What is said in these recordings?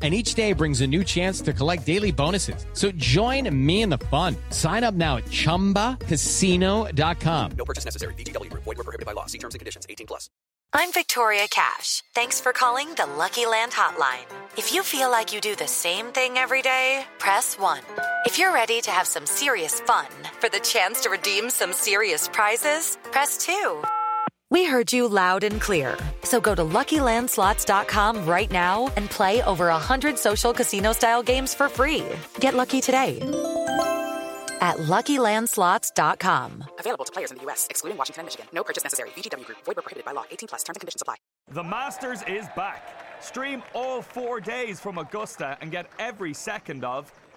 and each day brings a new chance to collect daily bonuses. So join me in the fun. Sign up now at ChumbaCasino.com. No purchase necessary. VGW Group. Void were prohibited by law. See terms and conditions. 18 plus. I'm Victoria Cash. Thanks for calling the Lucky Land Hotline. If you feel like you do the same thing every day, press 1. If you're ready to have some serious fun for the chance to redeem some serious prizes, press 2. We heard you loud and clear. So go to LuckyLandSlots.com right now and play over 100 social casino style games for free. Get lucky today at LuckyLandSlots.com. Available to players in the U.S., excluding Washington and Michigan. No purchase necessary. VGW Group. Void were prohibited by law. 18 plus. Terms and conditions apply. The Masters is back. Stream all four days from Augusta and get every second of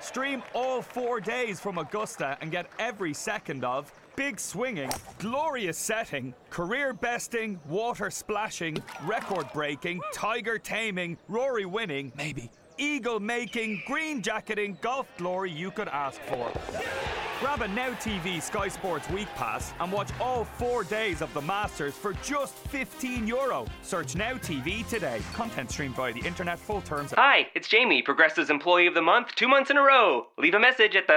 Stream all four days from Augusta and get every second of big swinging, glorious setting, career besting, water splashing, record breaking, tiger taming, Rory winning, maybe, eagle making, green jacketing, golf glory you could ask for. Grab a Now TV Sky Sports Week Pass and watch all four days of the Masters for just 15 euro. Search Now TV today. Content streamed via the internet, full terms. Hi, it's Jamie, Progressive's Employee of the Month, two months in a row. Leave a message at the.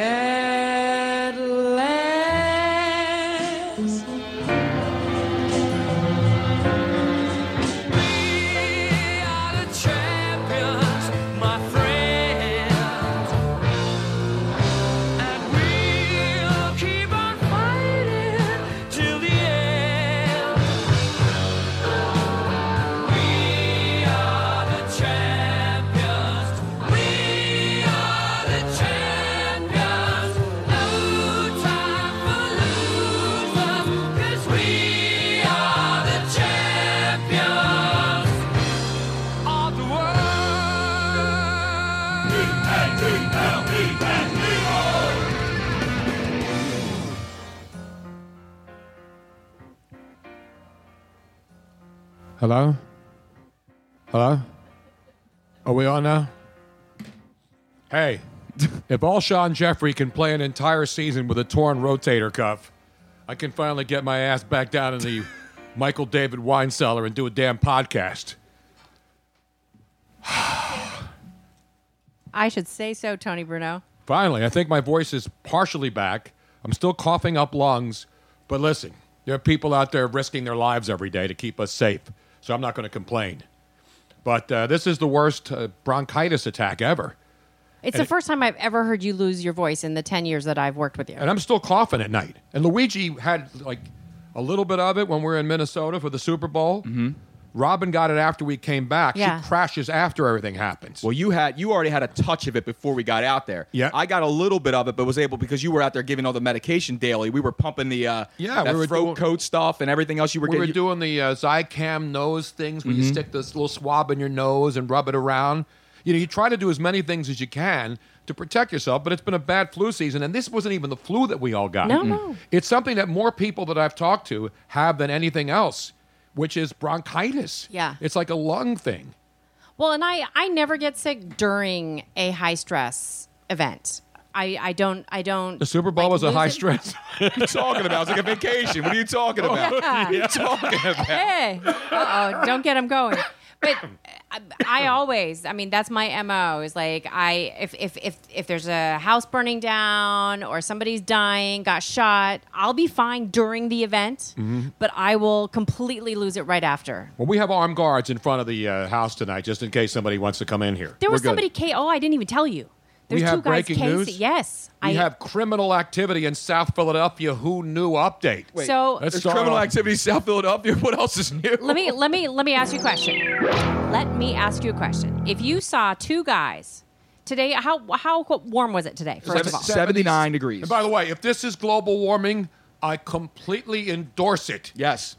At last, we are the champions, my friends, and we'll keep on fighting till the end. We are the champions. We are the champions. No time for losers, 'cause we are the champions of the world. Hello? Hello? Are we on now? Hey, if Alshon Jeffrey can play an entire season with a torn rotator cuff, I can finally get my ass back down in the Michael David wine cellar and do a damn podcast. I should say so, Tony Bruno. Finally, I think my voice is partially back. I'm still coughing up lungs, but listen, there are people out there risking their lives every day to keep us safe, so I'm not going to complain. But uh, this is the worst uh, bronchitis attack ever. It's the first time I've ever heard you lose your voice in the 10 years that I've worked with you. and I'm still coughing at night. And Luigi had like a little bit of it when we were in Minnesota for the Super Bowl. Mm-hmm. Robin got it after we came back. Yeah. She crashes after everything happens. Well, you had you already had a touch of it before we got out there. Yeah. I got a little bit of it, but was able because you were out there giving all the medication daily. We were pumping the uh, Yeah, that we were throat doing- coat stuff and everything else you were we were getting. doing the uh, Zycam nose things where you Mhm. stick this little swab in your nose and rub it around. You know, you try to do as many things as you can to protect yourself, but it's been a bad flu season, and this wasn't even the flu that we all got. No, Mm. no. It's something that more people that I've talked to have than anything else, which is bronchitis. Yeah. It's like a lung thing. Well, and I I never get sick during a high stress event. I I don't I don't. The Super Bowl was a high stress. what are you talking about? It's like a vacation. What are you talking about? Yeah. What are you talking about? Hey, uh oh, don't get him going. But I, I always, I mean, that's my mo. Is like I if if if if there's a house burning down or somebody's dying, got shot, I'll be fine during the event, Mm-hmm. Mhm. but I will completely lose it right after. Well, we have armed guards in front of the uh, house tonight, just in case somebody wants to come in here. There was We're good. somebody KO. I didn't even tell you. We There's have two guys breaking KC. news? Yes, We I have criminal activity in South Philadelphia. Who knew? Update. Wait, So- Let's there's start criminal off- activity in South Philadelphia. What else is new? let me let me let me ask you a question. Let me ask you a question. If you saw two guys today, how how warm was it today? First of all, 79 degrees. And by the way, if this is global warming, I completely endorse it. Yes.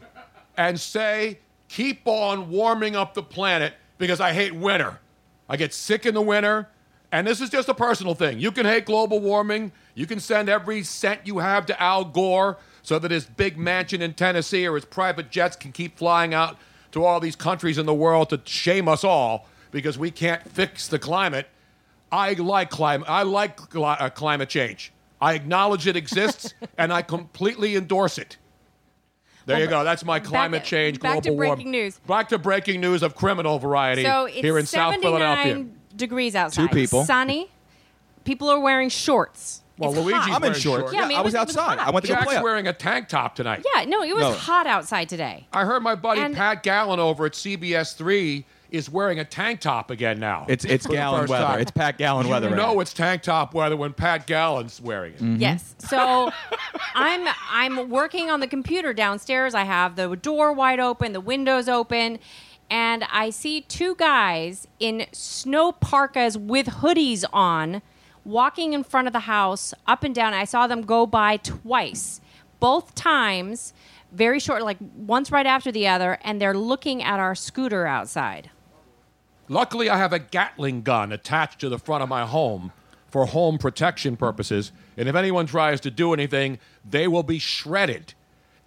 And say, keep on warming up the planet because I hate winter. I get sick in the winter. And this is just a personal thing. You can hate global warming. You can send every cent you have to Al Gore so that his big mansion in Tennessee or his private jets can keep flying out to all these countries in the world to shame us all because we can't fix the climate. I like climate. I like cli- uh, climate change. I acknowledge it exists, and I completely endorse it. There you go. That's my climate change, global back to breaking warming. news. Back to breaking news of criminal variety so it's here in South 79 Philadelphia. degrees outside. people. Sunny. People are wearing shorts. Well, It's Luigi's hot. wearing shorts. Yeah, I, mean, it it hot. Jack's wearing a tank top tonight. Yeah, no, it was No. hot outside today. I heard my buddy And- Pat Gallen over at CBS Three is wearing a tank top again now. It's- it's For the Gallen first weather. time. It's Pat Gallen You weather right know it's tank top weather when Pat Gallen's wearing it. Yes. So I'm I'm working on the computer downstairs. I have the door wide open, the windows open, and I see two guys in snow parkas with hoodies on walking in front of the house up and down. I saw them go by twice. Both times very short like once right after the other and they're looking at our scooter outside. Luckily, I have a Gatling gun attached to the front of my home for home protection purposes. And if anyone tries to do anything, they will be shredded.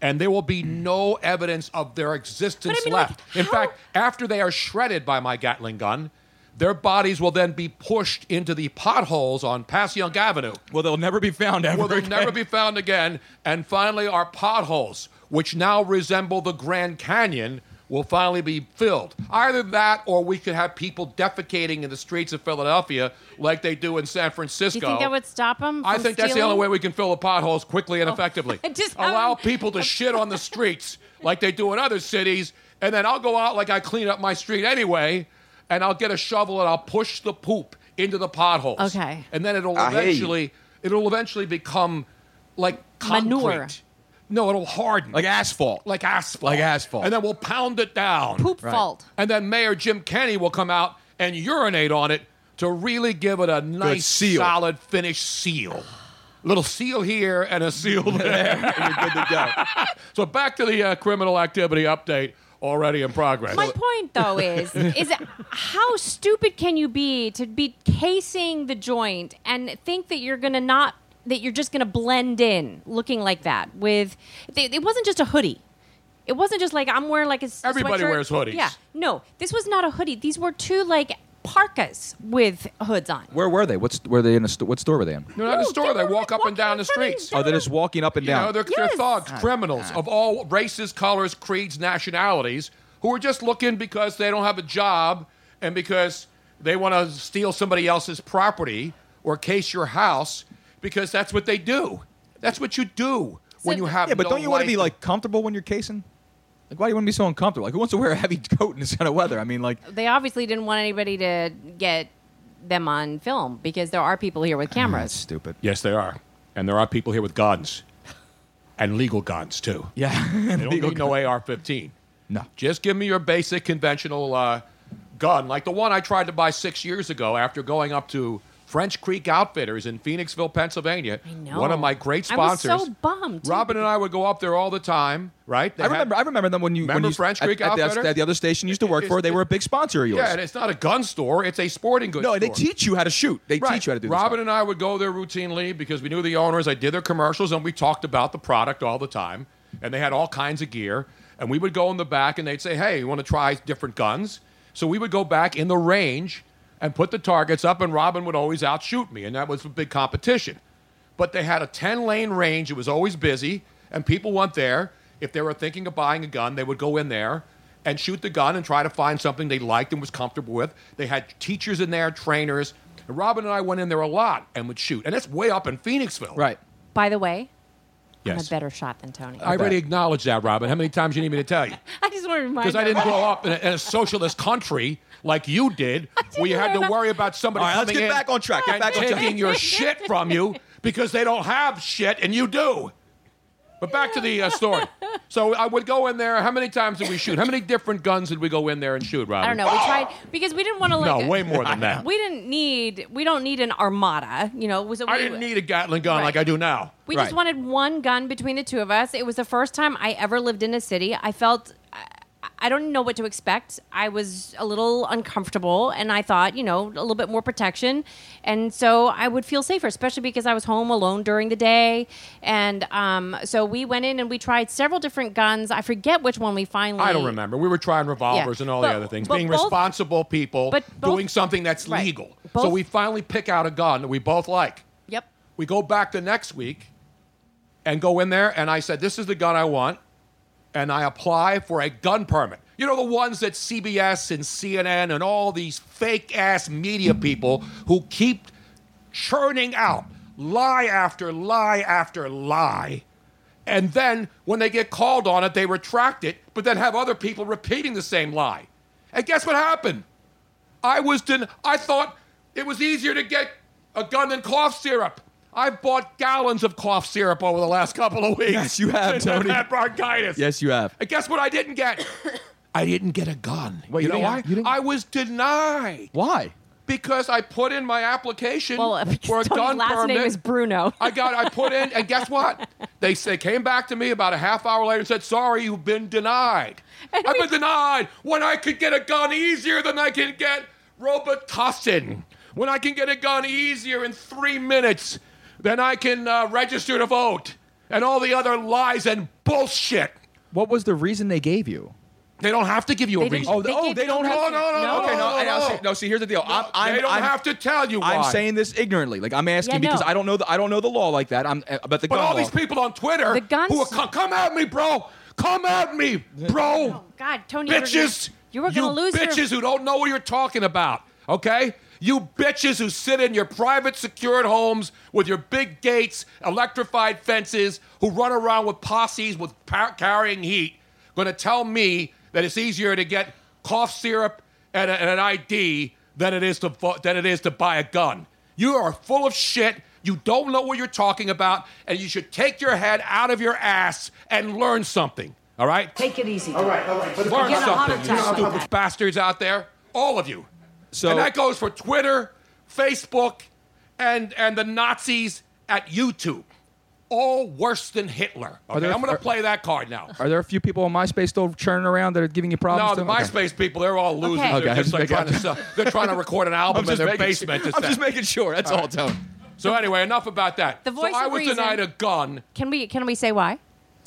And there will be no evidence of their existence left. In fact, after they are shredded by my Gatling gun, their bodies will then be pushed into the potholes on Passyunk Avenue. Well, they'll never be found ever Well, they'll again. never be found again. And finally, our potholes, which now resemble the Grand Canyon, will finally be filled. Either that, or we could have people defecating in the streets of Philadelphia like they do in San Do Francisco. you think that would stop them? I think that's the only way we can fill the potholes quickly Oh. and effectively. Just have Allow them- people to shit on the streets like they do in other cities, and then I'll go out like I clean up my street anyway, and I'll get a shovel and I'll push the poop into the potholes. Okay. And then it'll I hear you. eventually it'll eventually become like concrete. Manure. No, it'll harden. Like asphalt. Like asphalt. Like asphalt. And then we'll pound it down. Poop Right. fault. And then Mayor Jim Kenney will come out and urinate on it to really give it a nice seal. solid finished seal. Little seal here and a seal there. You're good to go. so back to the uh, criminal activity update already in progress. My point, though, is is how stupid can you be to be casing the joint and think that you're gonna not that you're just gonna blend in looking like that with it it wasn't just a hoodie. It wasn't just like I'm wearing like a s- Everybody sweatshirt. wears hoodies. Yeah, no, this was not a hoodie. These were two like parkas with hoods on. Where were they? What's were they in? A sto- what store were they in? They're not in the store. They walk up and down the streets. Oh, they're just walking up and You down. Ah, know, they're, they're thugs, criminals of all races, colors, creeds, nationalities who are just looking because they don't have a job and because they want to steal somebody else's property or case your house because that's what they do. That's what you do when you have. yeah, but no don't you want to be life. like comfortable when you're casing? Like, why do you want to be so uncomfortable? Like, who wants to wear a heavy coat in this kind of weather? I mean, like, They obviously didn't want anybody to get them on film because there are people here with cameras. stupid. Yes, they are, and there are people here with guns. and legal guns too. Yeah, they don't need no AR-15. No, just give me your basic conventional uh, gun, like the one I tried to buy six years ago after going up to French Creek Outfitters in Phoenixville, Pennsylvania. I know. One of my great I was sponsors. so bummed. Robin and I would go up there all the time, right? They I had- remember. I remember them when you Remember when you, French at- Creek at, the- Outfitters? at the other station you used to work for. They were a big sponsor of yours. Yeah, and it's not a gun store; it's a sporting goods. no, store. they teach you how to shoot. They teach you how to do. this Robin and I would go there routinely because we knew the owners. I did their commercials, and we talked about the product all the time. And they had all kinds of gear. And we would go in the back, and they'd say, "Hey, you want to try different guns?" So we would go back in the range and put the targets up, and Robin would always outshoot me, and that was a big competition. But they had a ten-lane range; it was always busy, and people went there if they were thinking of buying a gun. They would go in there. And shoot the gun and try to find something they liked and was comfortable with. They had teachers in there, trainers, and Robin and I went in there a lot and would shoot. And that's way up in Phoenixville. Right. By the way, I'm a Yes. better shot than Tony. I already acknowledged that, Robin. How many times do you need me to tell you? I just want to remind Because I didn't grow everybody. up in a, in a socialist country like you did, where you had to worry about somebody All right, let's coming get in back on track, get and back on track. taking your shit from you because they don't have shit and you do. But back to the uh, story. So I would go in there. How many times did we shoot? How many different guns did we go in there and shoot, Robin? I don't know. We tried because we didn't want to like. No, way more than that. We didn't need. We don't need an armada. You know. So we, I didn't need a Gatling gun Right. like I do now. We just wanted one gun between the two of us. It was the first time I ever lived in a city. I felt I, I don't know what to expect. I was a little uncomfortable and I thought, you know, a little bit more protection. And so I would feel safer, especially because I was home alone during the day. And um, so we went in and we tried several different guns. I forget which one we finally I don't remember. We were trying revolvers and all But- the other things. but Being both- responsible people, but both- doing something that's Right. legal. so Both- we finally pick out a gun that we both like. Yep. We go back the next week and go in there, and I said, This is the gun I want. And I apply for a gun permit. You know, the ones that CBS and CNN and all these fake ass media people who keep churning out lie after lie after lie. And then when they get called on it, they retract it, but then have other people repeating the same lie. And guess what happened? I was den- I thought it was easier to get a gun than cough syrup. I've bought gallons of cough syrup over the last couple of weeks. Yes, you have, since I've Tony. had bronchitis. Yes, you have. And guess what I didn't get? I didn't get a gun. Wait, you, you know didn't- why? I was denied. Why? Because I put in my application Well, uh, for a Tony's gun last permit. name is Bruno. I got I put in and guess what? They they came back to me about a half hour later and said, "Sorry, you've been denied." I've been denied when I could get a gun easier than I can get Robitussin. When I can get a gun easier in 3 minutes than I can uh, register to vote and all the other lies and bullshit. What was the reason they gave you? They don't have to give you a They reason. didn't- they Oh, gave they you don't no have- reason. No, no, no. No. Okay, no, and I'll say- no, see, here's the deal. I'm- I'm- they don't I'm- have to tell you why. I'm saying this ignorantly. Like I'm asking Yeah, because no. I don't know the I don't know the law like that. I'm uh, about the But gun all law. these people on Twitter who are co- come at me, bro. Come at me, bro. God, Tony, you were gonna- bitches. you were gonna lose your- bitches who don't know what you're talking about. Okay, you bitches who sit in your private secured homes with your big gates, electrified fences, who run around with posses with pa- carrying heat, going to tell me that it's easier to get cough syrup and, a- and an ID than it is to vo- than it is to buy a gun. You are full of shit. You don't know what you're talking about, and you should take your head out of your ass and learn something. All right? Take it easy. All right, all right. but- Learn You're gonna something, honor you tax stupid like that. bastards out there. All of you. So- and that goes for Twitter, Facebook, and and the Nazis at YouTube. All worse than Hitler. Are Okay, there- I'm going are- to play that card now. Are there a few people on MySpace still churning around that are giving you problems? No, the still? Okay. MySpace people, they're all losers. Okay. Okay, They're, I'm just just like making- trying to sell, they're trying to record an I'm album in just their making sure- basement. I'm just making sure. That's all, Tony. So anyway, enough about that. The voice so I of was reason- denied a gun. Can we can we say why?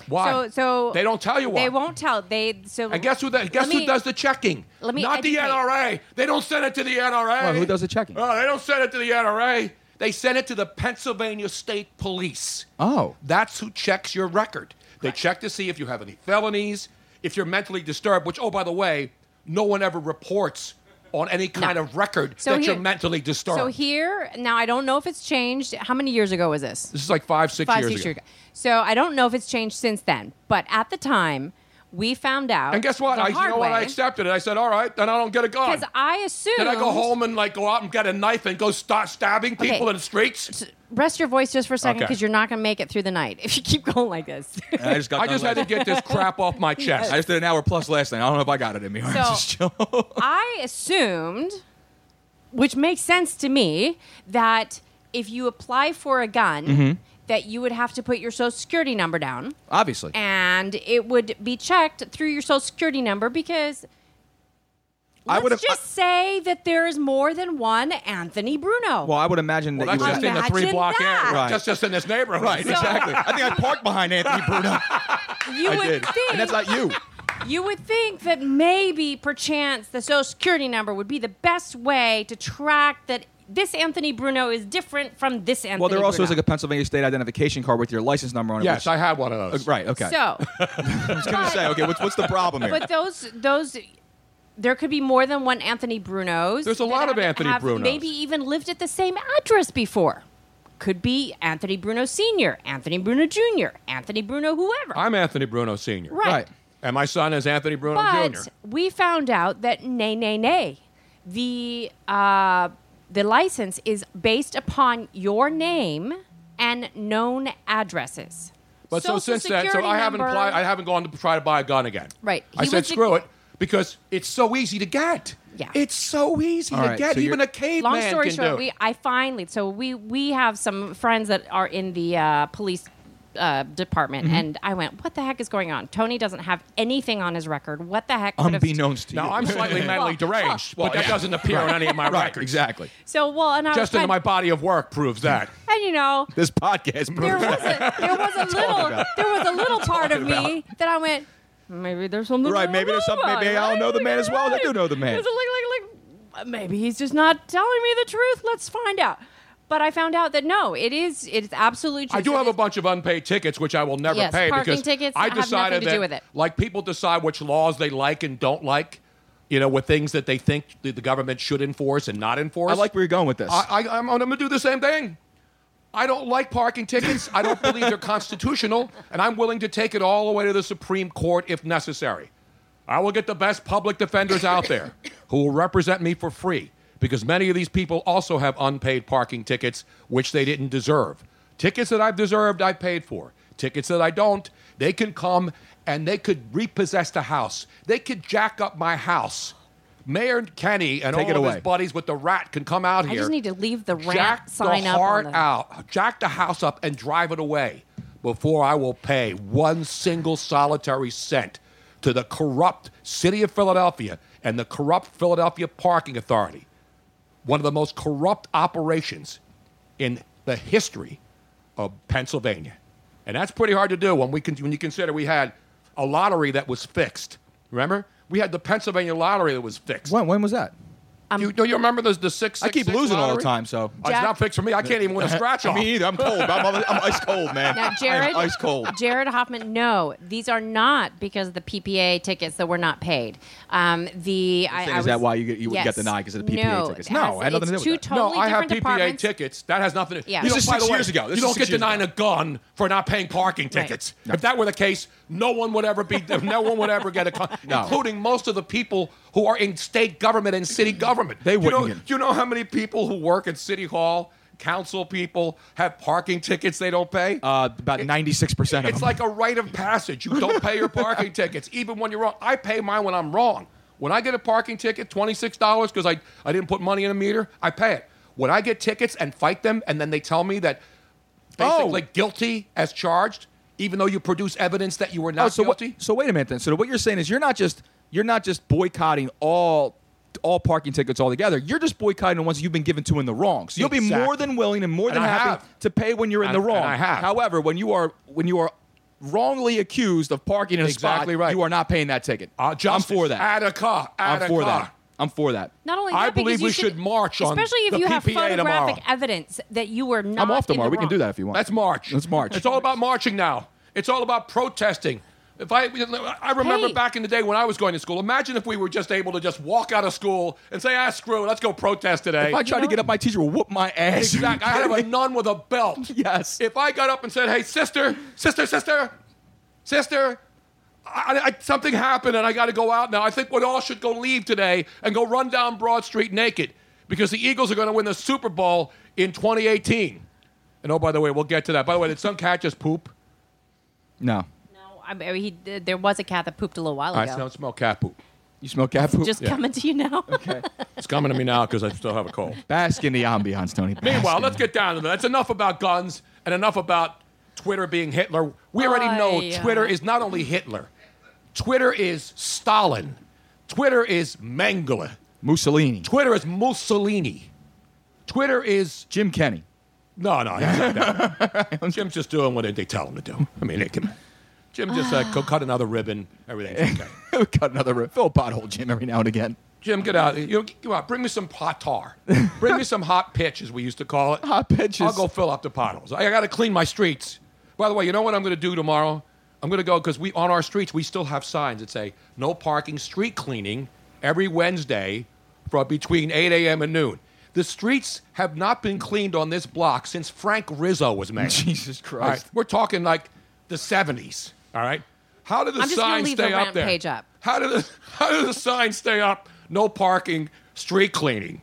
Why? So so they don't tell you why. They won't tell. They so And guess who? The, guess Let who me- does the checking? let me Not the educate. NRA. They don't send it to the NRA. Well, who does the checking? Oh, they don't send it to the NRA. They send it to the Pennsylvania State Police. Oh. That's who checks your record. They check to see if you have any felonies, if you're mentally disturbed, which, oh, by the way, no one ever reports on any kind of record So that here- you're mentally disturbed. So here now, I don't know if it's changed. How many years ago was this? this is like five, six Five, years six ago. So I don't know if it's changed since then. But at the time, We found out. And guess what? the I, you hard know what? I way, accepted it. I said, all right, then I don't get a gun. 'cause I assume. Then I go home and like go out and get a knife and go start stabbing Okay. people in the streets. Rest your voice just for a second Okay. because you're not going to make it through the night if you keep going like this. I just got. I just had to get this crap off my chest. I just did an hour plus last night. I don't know if I got it in me. So- I assumed, which makes sense to me, that if you apply for a gun, Mhm. that you would have to put your social security number down. Obviously. And it would be checked through your social security number because I would have. let's just say that there is more than one Anthony Bruno. Well, I would imagine that Well, you that's would just in the three block that. area. Right. That's just in this neighborhood. Right, exactly. I think I parked behind Anthony Bruno. you I would did. think And that's not you. You would think that maybe, perchance, the social security number would be the best way to track that this Anthony Bruno is different from this Anthony Well, there also is Bruno. like a Pennsylvania state identification card with your license number on it. Yes, I had one of those. right. Okay. So, I was gonna say, okay, what's, what's the problem here? but those those there could be more than one Anthony Brunos. There's a that lot of have- Anthony have Brunos. Maybe even lived at the same address before. Could be Anthony Bruno Senior, Anthony Bruno Junior, Anthony Bruno whoever. I'm Anthony Bruno Sr. Right. Right. And my son is Anthony Bruno but Jr. we found out that nay, nay, nay, the uh, the license is based upon your name and known addresses. But so Social since then, so Security I haven't number- applied, I haven't gone to try to buy a gun again. Right. I He said was a- screw it because it's so easy to get. Yeah. It's so easy All to right, get. so Even you're- a caveman Long story can short, do. it. we I finally so we we have some friends that are in the uh, police uh, department, Mhm. Mm-hmm. and I went, "What the heck is going on?" Tony doesn't have anything on his record. What the heck? could have- Unbeknownst to now, you. I'm slightly mentally deranged, Well, but that yeah. doesn't appear on Right. any of my Right, records. Exactly. So well, and I Just was into kind- my body of work proves that. and you know this podcast there was a, there was a little about. there was a little part of Talking me that I went maybe there's something Right, going maybe there's on, something- maybe I don't know the man as well as I do know the man. There's a like like like maybe he's just not telling me the truth. Let's find out. But I found out that no, it is it is absolutely true. I do have a bunch of unpaid tickets, which I will never Yes, pay parking because tickets I have nothing decided to that, do with it. like, people decide which laws they like and don't like, you know, with things that they think the, the government should enforce and not enforce. I like where you're going with this. I, I, I'm, I'm going to do the same thing. I don't like parking tickets. I don't believe they're constitutional, and I'm willing to take it all the way to the Supreme Court if necessary. I will get the best public defenders out there who will represent me for free because many of these people also have unpaid parking tickets, which they didn't deserve. Tickets that I've deserved, I paid for. Tickets that I don't, they can come and they could repossess the house. They could jack up my house. Mayor Kenny and Take all it of away. his buddies with the rat can come out I here just need to leave the rant jack sign the up. on heart the- out, jack the house up, and drive it away before I will pay one single solitary cent to the corrupt city of Philadelphia and the corrupt Philadelphia Parking Authority, one of the most corrupt operations in the history of Pennsylvania. And that's pretty hard to do when, we con- when you consider we had a lottery that was fixed. Remember? We had the Pennsylvania lottery that was fixed. when, when was that? you, do you remember the, the six? I keep six losing all the lottery? time, so Oh, it's not fixed for me. I can't even win a scratch off. Me either. I'm cold. I'm, I'm, I'm ice cold, man. Now, I Jared, am ice cold. Jared Hoffman, no, these are not because of the PPA tickets that were not paid. Um, the I, saying, I is that was- why you get- you would get the nod 'cause of the PPA no, tickets? it No, has- it had nothing to it's do with two that. Totally no, I have different PPA departments. tickets. That has nothing. to You Yeah. This don't- is by the six way, years ago. This you is don't six get years denying a gun for not paying parking tickets. If that were the case, no one would ever be. no one would ever get a gun, No. including most of the people who are in state government and city government. They wouldn't You know, get- you know how many people who work at city hall, council people, have parking tickets they don't pay? Uh, about 96% of It's them. like a rite of passage. You don't pay your parking tickets, even when you're wrong. I pay mine when I'm wrong. When I get a parking ticket, $26, because I, I didn't put money in a meter, I pay it. When I get tickets and fight them, and then they tell me that basically Oh. guilty as charged, even though you produce evidence that you were not Oh, so what- guilty. so wait a minute then. So what you're saying is you're not just you're not just boycotting all all parking tickets altogether. You're just boycotting the ones you've been given to in the wrong. So you'll be more Exactly. than willing and more And than I happy have. to pay when you're in And- the wrong. and I have. However, when you are when you are wrongly accused of parking in a Exactly spot, right. Uh, you are not paying that ticket. I'm justice. for that. Add a car. Add I'm a for car. that. I'm for that. Not only I that, because believe you we should march on especially if the you have PPA photographic tomorrow. evidence that you were not. I'm off in tomorrow. the We can wrong. do that if you want. Let's march. Let's march. It's all about marching now. It's all about protesting. If I, I remember Hey. back in the day when I was going to school. Imagine if we were just able to just walk out of school and say, "Ah, screw it, let's go protest today." If I try to get up, my teacher will whoop my ass. exactly. I have a nun with a belt. Yes. If I got up and said, "Hey, sister, sister, sister, sister," I, I, something happened and I got to go out now. I think we all should go leave today and go run down Broad Street naked because the Eagles are going to win the Super Bowl in 2018. And oh, by the way, we'll get to that. By the way, did some cat just poop? No. I mean, he, there was a cat that pooped a little while I ago. smell, smell cat poop. You smell cat poop? Just coming to you now. Okay. It's coming to me now because I still have a cold. Bask in the ambiance, Tony. Meanwhile, let's get down to that. That's enough about guns and enough about Twitter being Hitler. We already know Aye. Twitter is not only Hitler, Twitter is Stalin, Twitter is Mengele, Mussolini. Twitter is Mussolini, Twitter is Jim Kenny. No, no, he's not that. Jim's just doing what they tell him to do. I mean, they can. Jim just uh, co- cut another ribbon. Everything's okay. Cut another rip. Fill a pothole, Jim, every now and again. Jim, get out. You know, come on, bring me some pot tar. Bring me some hot pitch, as we used to call it. Hot pitches. I'll go fill up the potholes. I got to clean my streets. By the way, you know what I'm going to do tomorrow? I'm going to go because we on our streets we still have signs that say no parking, street cleaning every Wednesday from between 8 a.m. and noon. The streets have not been cleaned on this block since Frank Rizzo was mayor. Jesus All right, Christ. we're talking like the 70s. All right. How did the I'm just gonna sign leave stay the up rant there? page up. How did the how did the sign stay up? No parking, street cleaning.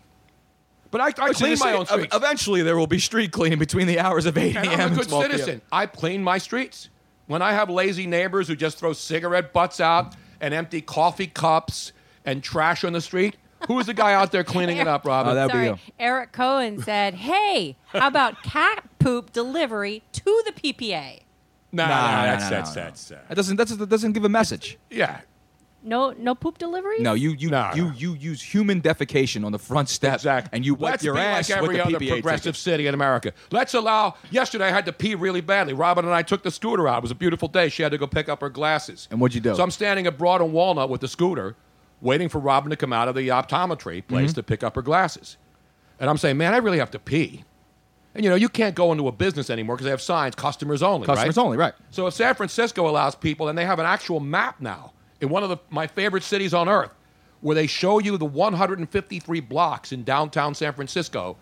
But I, I Listen, clean this- my own ev- streets. Eventually, there will be street cleaning between the hours of 8 And a.m. I'm a good 12 p.m. citizen. I clean my streets. When I have lazy neighbors who just throw cigarette butts out and empty coffee cups and trash on the street, who is the guy out there cleaning it up, Robin? Sorry. Eric Cohen said, "Hey, how about cat poop delivery to the PPA?" Nah, Nah, nah, nah, that's nah, that's nah, nah. that's. Uh, That doesn't, that's, that doesn't give a message. Yeah. No, no poop delivery. No, you you you you use human defecation on the front step, and you wipe Let's your be ass like with every the other PPA progressive ticket. city in America. Let's allow. Yesterday, I had to pee really badly. Robin and I took the scooter out. It was a beautiful day. She had to go pick up her glasses. And what'd you do? So I'm standing at Broad and Walnut with the scooter, waiting for Robin to come out of the optometry place Mhm. to pick up her glasses. And I'm saying, man, I really have to pee. And you know, you can't go into a business anymore because they have signs, customers only. Customers right? only, right. So if San Francisco allows people, and they have an actual map now in one of the, my favorite cities on earth, where they show you the 153 blocks in downtown San Francisco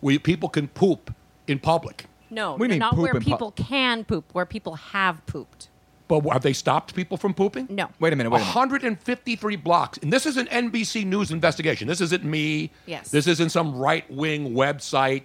where people can poop in public. no, We no, need not poop where in pu- people can poop, where people have pooped. But have they stopped people from pooping? No. Wait a minute. Wait a minute. 153 blocks. And this is an NBC News investigation. This isn't me. Yes. This isn't some right wing website.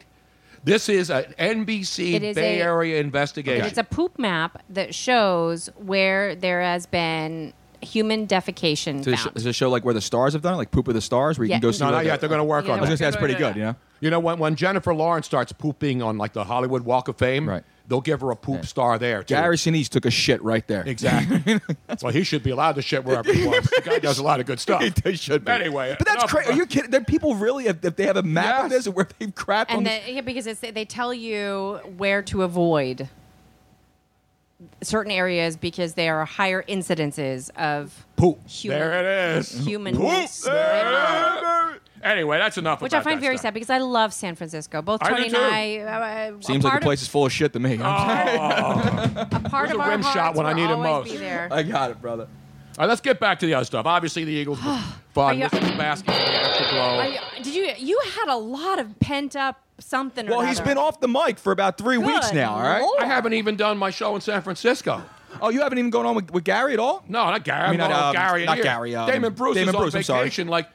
This is an NBC It is Bay a- Area investigation. It's a poop map that shows where there has been human defecation Does it, sh- found. does it show like where the stars have done it, like poop of the stars, where you Yeah. can go see? No, where not the- yet. They're going to work I on was that. gonna say that's pretty good. You know. You know, when, when Jennifer Lawrence starts pooping on like the Hollywood Walk of Fame, right. they'll give her a poop star there. Too. Gary Sinise took a shit right there. Exactly. well, he should be allowed to shit wherever he wants. The guy does a lot of good stuff. They should be. Anyway, But that's enough crazy. Are you kidding? That people really, if, if they have a map of this where they've crapped on and the- the, yeah, because it's, they tell you where to avoid certain areas because there are higher incidences of poop. Human, There it is. Human Poop. waste. Anyway, that's enough. Which I about find that very stuff. sad because I love San Francisco. Both I do Tony and too. I. Uh, Seems a like part the place is full of shit to me. Oh. Of, a part There's of a our rim hearts shot when I will need it always most. Be there. I got it, brother. All right, let's get back to the other stuff. Obviously, the Eagles were fun. you- This was basket in the Are afterglow. you- did you? You had a lot of pent up something. or Well, he's another. been off the mic for about three Good weeks now. All right. Lord. I haven't even done my show in San Francisco. Oh, you haven't even gone on with, with Gary at all? No, not Gary. I mean, I'm not, not, um, Gary. in not here. Gary, um, Damon Bruce Damon is Bruce, on I'm sorry. vacation. Like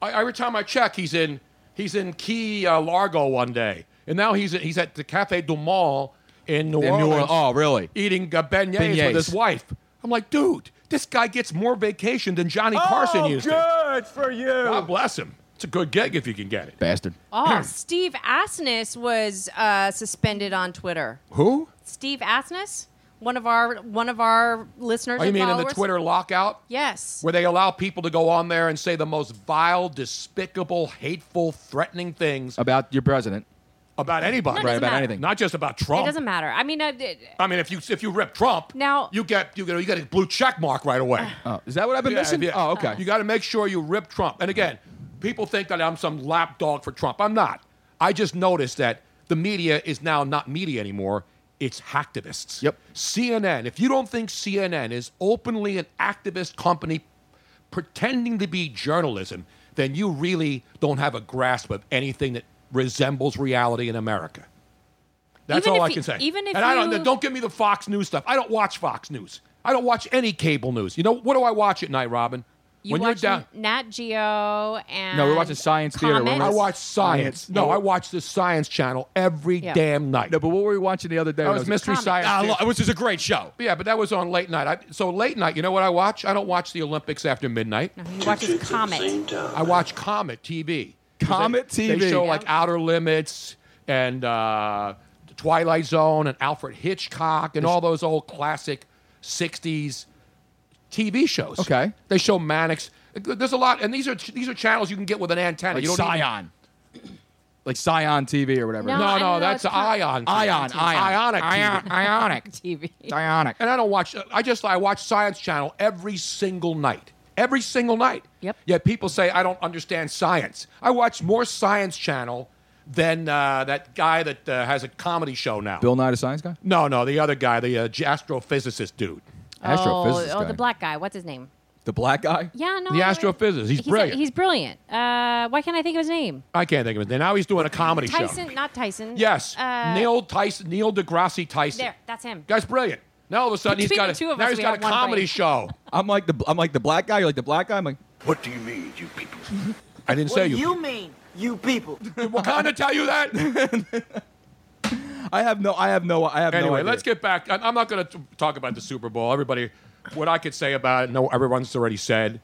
I, every time I check, he's in he's in Key uh, Largo one day, and now he's at, he's at the Cafe du Mall in New In New Orleans. Orleans. Oh, really? Eating uh, beignets, Beignets. with his wife. I'm like, dude, this guy gets more vacation than Johnny Carson used to. good for you. God bless him. It's a good gig if you can get it. Bastard. Oh, Steve Asness was uh, suspended on Twitter. Who? Steve Asness, one of our one of our listeners. Oh, you and mean in the followers. Twitter lockout? Yes. Where they allow people to go on there and say the most vile, despicable, hateful, threatening things About your president. about anybody. Right, doesn't about matter. anything. Not just about Trump. It doesn't matter. I mean, I, it, I mean, if you if you rip Trump, Now- Ah. you get you get you get a blue check mark right away. Oh, is that what I've been Yeah, missing? yeah. Oh, okay. You got to make sure you rip Trump. And again, people think that I'm some lapdog for Trump. I'm not. I just noticed that the media is now not media anymore. It's hacktivists. Yep. CNN. If you don't think CNN is openly an activist company pretending to be journalism, then you really don't have a grasp of anything that resembles reality in America. That's Even all if I you- can say. even if and I don't, you- don't give me the Fox News stuff. I don't watch Fox News. I don't watch any cable news. You know what do I watch at night, Robin? You when watch you're down. Nat Geo and Comet. I watch science. No, I watch the Science Channel every Yeah. damn night. No, but what were we watching the other day? when That Oh, was I was- Mystery Comet. Science. Ah, Theater. lo- which is a great show. Yeah, but that was on late night. I, so late night, you know what I watch? I don't watch the Olympics after midnight. He watches Comet. I watch Comet TV. 'Cause Comet they, They TV. show like Outer Limits and uh, Twilight Zone and Alfred Hitchcock and all those old classic '60s TV shows. Okay, they show Mannix. There's a lot, and these are these are channels you can get with an antenna. Like you don't even- Scion. Like Scion TV or whatever. No, No, I no, know, that's it's not- Ion TV. Ion, Ion. Ionic TV. Ionic. TV. Ionic. And I don't watch. I just I watch Science Channel every single night. Every single night. Yep. Yet people say I don't understand science. I watch more Science Channel than uh, that guy that uh, has a comedy show now. Bill Nye, the science guy? No, no, the other guy, the uh, j- astrophysicist dude. Oh, oh, the black guy. What's his name? the black guy. Yeah, no. The astrophysicist. He's, He's brilliant. he's brilliant. Uh, why can't I think of his name? I can't think of his name. Now he's doing a comedy Tyson, show. not Tyson. Yes, Uh, Neil Tyson, Neil deGrasse Tyson. There, that's him. Guy's brilliant. Now all of a sudden he's got Between the a, two of now us, he's we got a have one comedy brain. show. I'm like the I'm like the black guy. You're like the black guy. I'm like. What do you mean, you people? I didn't say you. mean, you people? Wakanda tell you that? I have no. I have no. I have anyway, no. idea. let's get back. I- I'm not going to talk about the Super Bowl. Everybody, what I could say about it, no, everyone's already said.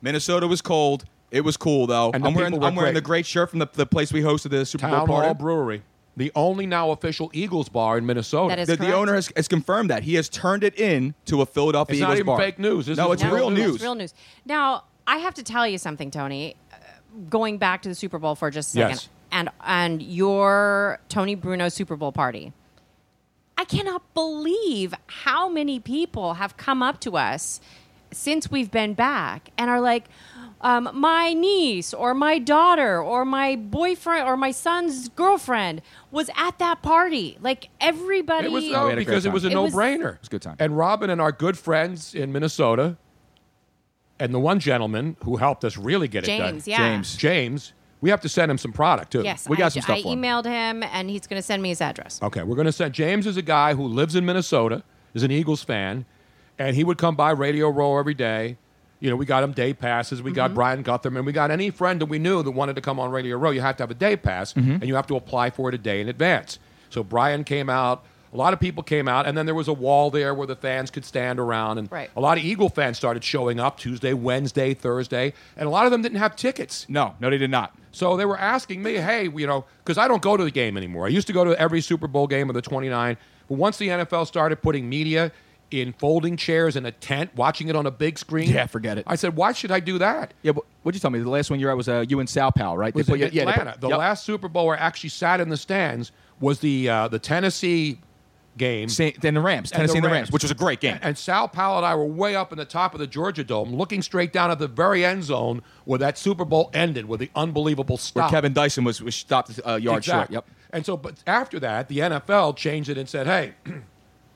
Minnesota was cold. It was cool though. And the I'm wearing. people were I'm wearing great. the great shirt from the, the place we hosted the Super Town Bowl party. Hall Brewery, the only now official Eagles bar in Minnesota. The- the, owner has, has confirmed that he has turned it in to a Philadelphia It's not Eagles even bar. fake news. This no, is it's real real news. news. It's real news. Now, I have to tell you something, Tony. Uh, going back to the Super Bowl for just a second, Yes. and and your Tony Bruno Super Bowl party. I cannot believe how many people have come up to us since we've been back and are like, um, my niece or my daughter or my boyfriend or my son's girlfriend was at that party. Like everybody, It was no, because it was a no-brainer. was a good time. And Robin and our good friends in Minnesota, and the one gentleman who helped us really get it done, James, yeah. James. James. We have to send him some product too. Yes, we got I, some stuff I for him. emailed him, and he's going to send me his address. Okay, we're going to send James is a guy who lives in Minnesota, is an Eagles fan, and he would come by Radio Row every day. You know, we got him day passes. We got Brian Gutherman. We got any friend that we knew that wanted to come on Radio Row. You have to have a day pass, and you have to apply for it a day in advance. So Brian came out. A lot of people came out, and then there was a wall there where the fans could stand around, and Right. a lot of Eagle fans started showing up Tuesday, Wednesday, Thursday, and a lot of them didn't have tickets. No, no, they did not. So they were asking me, hey, you know, because I don't go to the game anymore. I used to go to every Super Bowl game of the 29. But once the NFL started putting media in folding chairs in a tent, watching it on a big screen. Yeah, forget it. I said, why should I do that? Yeah, but what'd you tell me? The last one you were at was uh, you in Sao Paulo, right? They was put in you- yeah, they put- Atlanta. the yep. last Super Bowl where I actually sat in the stands was the uh, the Tennessee game. Then the Rams, Tennessee and the Rams, which was a great game. And Sal Powell and I were way up in the top of the Georgia Dome, looking straight down at the very end zone where that Super Bowl ended, with the unbelievable Where stop. Kevin Dyson was, was stopped uh, yard short. Exactly. Yep. And so, but after that, the NFL changed it and said, "Hey,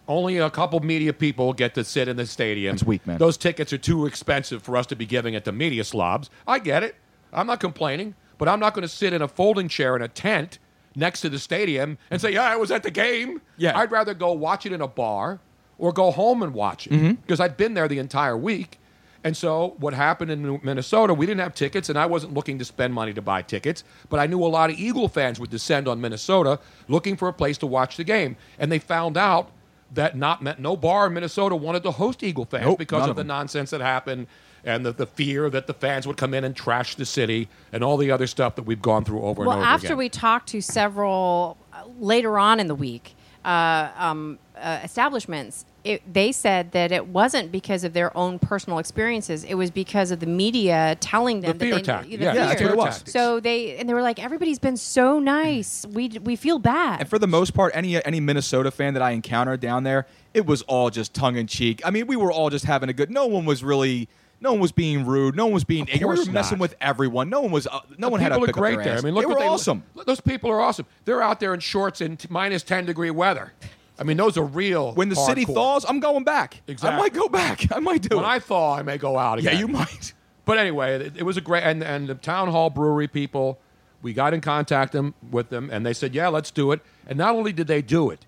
only a couple media people get to sit in the stadium. It's weak, man. Those tickets are too expensive for us to be giving it to media slobs. I get it. I'm not complaining, but I'm not going to sit in a folding chair in a tent next to the stadium and say, "Yeah, I was at the game." Yeah. I'd rather go watch it in a bar or go home and watch it because I'd been there the entire week. And so, what happened in Minnesota, we didn't have tickets, and I wasn't looking to spend money to buy tickets. But I knew a lot of Eagle fans would descend on Minnesota looking for a place to watch the game. And they found out that not meant no bar in Minnesota wanted to host Eagle fans Nope, because none of, of the them. nonsense that happened and the, the fear that the fans would come in and trash the city and all the other stuff that we've gone through over well, and over after again. we talked to several uh, later on in the week uh, um, uh, establishments, it, they said that it wasn't because of their own personal experiences. It was because of the media telling them The fear that they, tactic. the Yeah, fear. that's what it was. Mm. So they and they were like, everybody's been so nice. We we feel bad. And for the most part, any any Minnesota fan that I encountered down there, it was all just tongue in cheek. I mean, we were all just having a good. No one was really. No one was being rude. No one was being. We were course messing not. with everyone. No one was. Uh, no The one had a people pick are up their great there. I ass. mean, look they what were awesome. look- Those people are awesome. They're out there in shorts in t- minus ten degree weather. I mean, those are real. When the city hardcore. thaws, I'm going back. Exactly. I might go back. I might do When it. I thaw, I may go out Yeah, again. you might. But anyway, it, it was a great and and the town hall brewery people. We got in Oh, contact them with them, and they said, "Yeah, let's do it." And not only did they do it,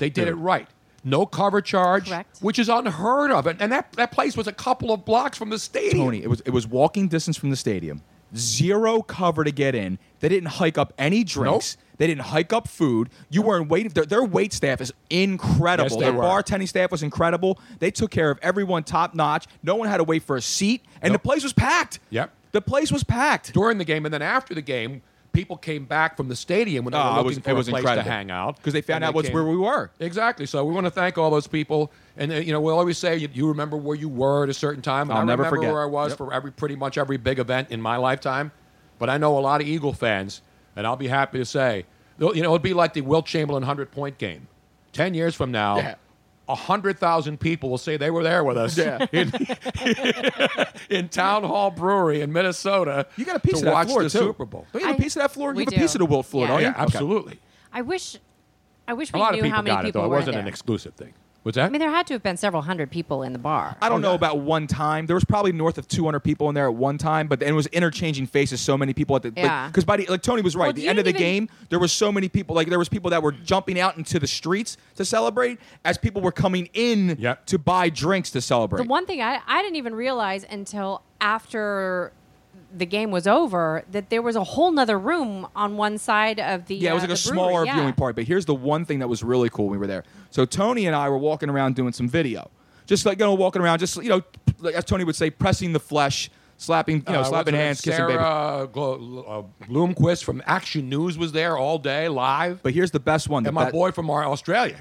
they did it right. no cover charge, which is unheard of. And, and that, that place was a couple of blocks from the stadium. Tony, it was it was walking distance from the stadium. Zero cover to get in. They didn't hike up any drinks. They didn't hike up food. You weren't waiting. Their, their wait staff is incredible. Yes, they their were. bartending staff was incredible. They took care of everyone top notch. No one had to wait for a seat, and the place was packed. Yep. The place was packed during the game, and then after the game, people came back from the stadium when they Oh, were it looking was- for it a was place incredible. to hang out 'Cause they found And out what's where we were. Exactly. So we want to thank all those people, and uh, you know, we always say you, you remember where you were at a certain time. And I'll I never remember forget. where I was Yep. for every pretty much every big event in my lifetime. But I know a lot of Eagle fans, and I'll be happy to say, though, you know, it'd be like the Wilt Chamberlain hundred point game. Ten years from now. Yeah. a 100,000 people will say they were there with us Yeah. in, in Town Hall Brewery in Minnesota you got a piece to of that watch floor, the too. Super Bowl. Don't you have a I- piece of that floor? and we Give a do. piece of the Wilt floor, Oh, Yeah. don't you? Yeah, absolutely. I wish, I wish A we lot of knew people how many got it, people though. It were wasn't there. an exclusive thing. What's I that? mean, there had to have been several hundred people in the bar. Oh, I don't know about one time. There was probably north of 200 people in there at one time, but then it was interchanging faces. So many people at the Yeah. because by the, like Tony was right. Well, the you end of the didn't even- game, there was so many people. Like there was people that were jumping out into the streets to celebrate as people were coming in to buy drinks to celebrate. The one thing I, I didn't even realize until after the game was over that there was a whole nother room on one side of the yeah, it was uh, like the a smaller brewery. Yeah. viewing party. But here's the one thing that was really cool when we were there. So Tony and I were walking around doing some video, just like you know walking around, just you know, like, as Tony would say, pressing the flesh, slapping Oh, you know, Uh, slapping what's hands, her name? kissing baby. Sarah Glo- uh, Bloomquist from Action News was there all day live. But here's the best one. And my best- boy from our Australia.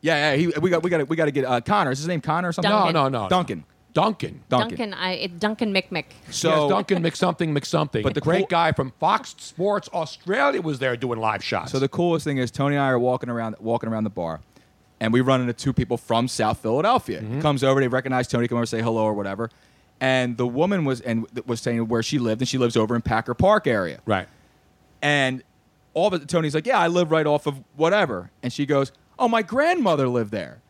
Yeah, yeah. He, we got we got we got to get uh, Connor. Is his name Connor or something? Duncan. No, no, no. Duncan. Duncan. Duncan. Duncan, I, it, Duncan McMick. So Duncan McSomething McSomething. But the great guy from Fox Sports Australia was there doing live shots. So the coolest thing is Tony and I are walking around walking around the bar, and we run into two people from South Philadelphia. Mm-hmm. Comes over, they recognize Tony, come over, say hello or whatever, and the woman was and was saying where she lived, and she lives over in Packer Park area. Right. And all of it, Tony's like, yeah, I live right off of whatever, and she goes, oh, my grandmother lived there,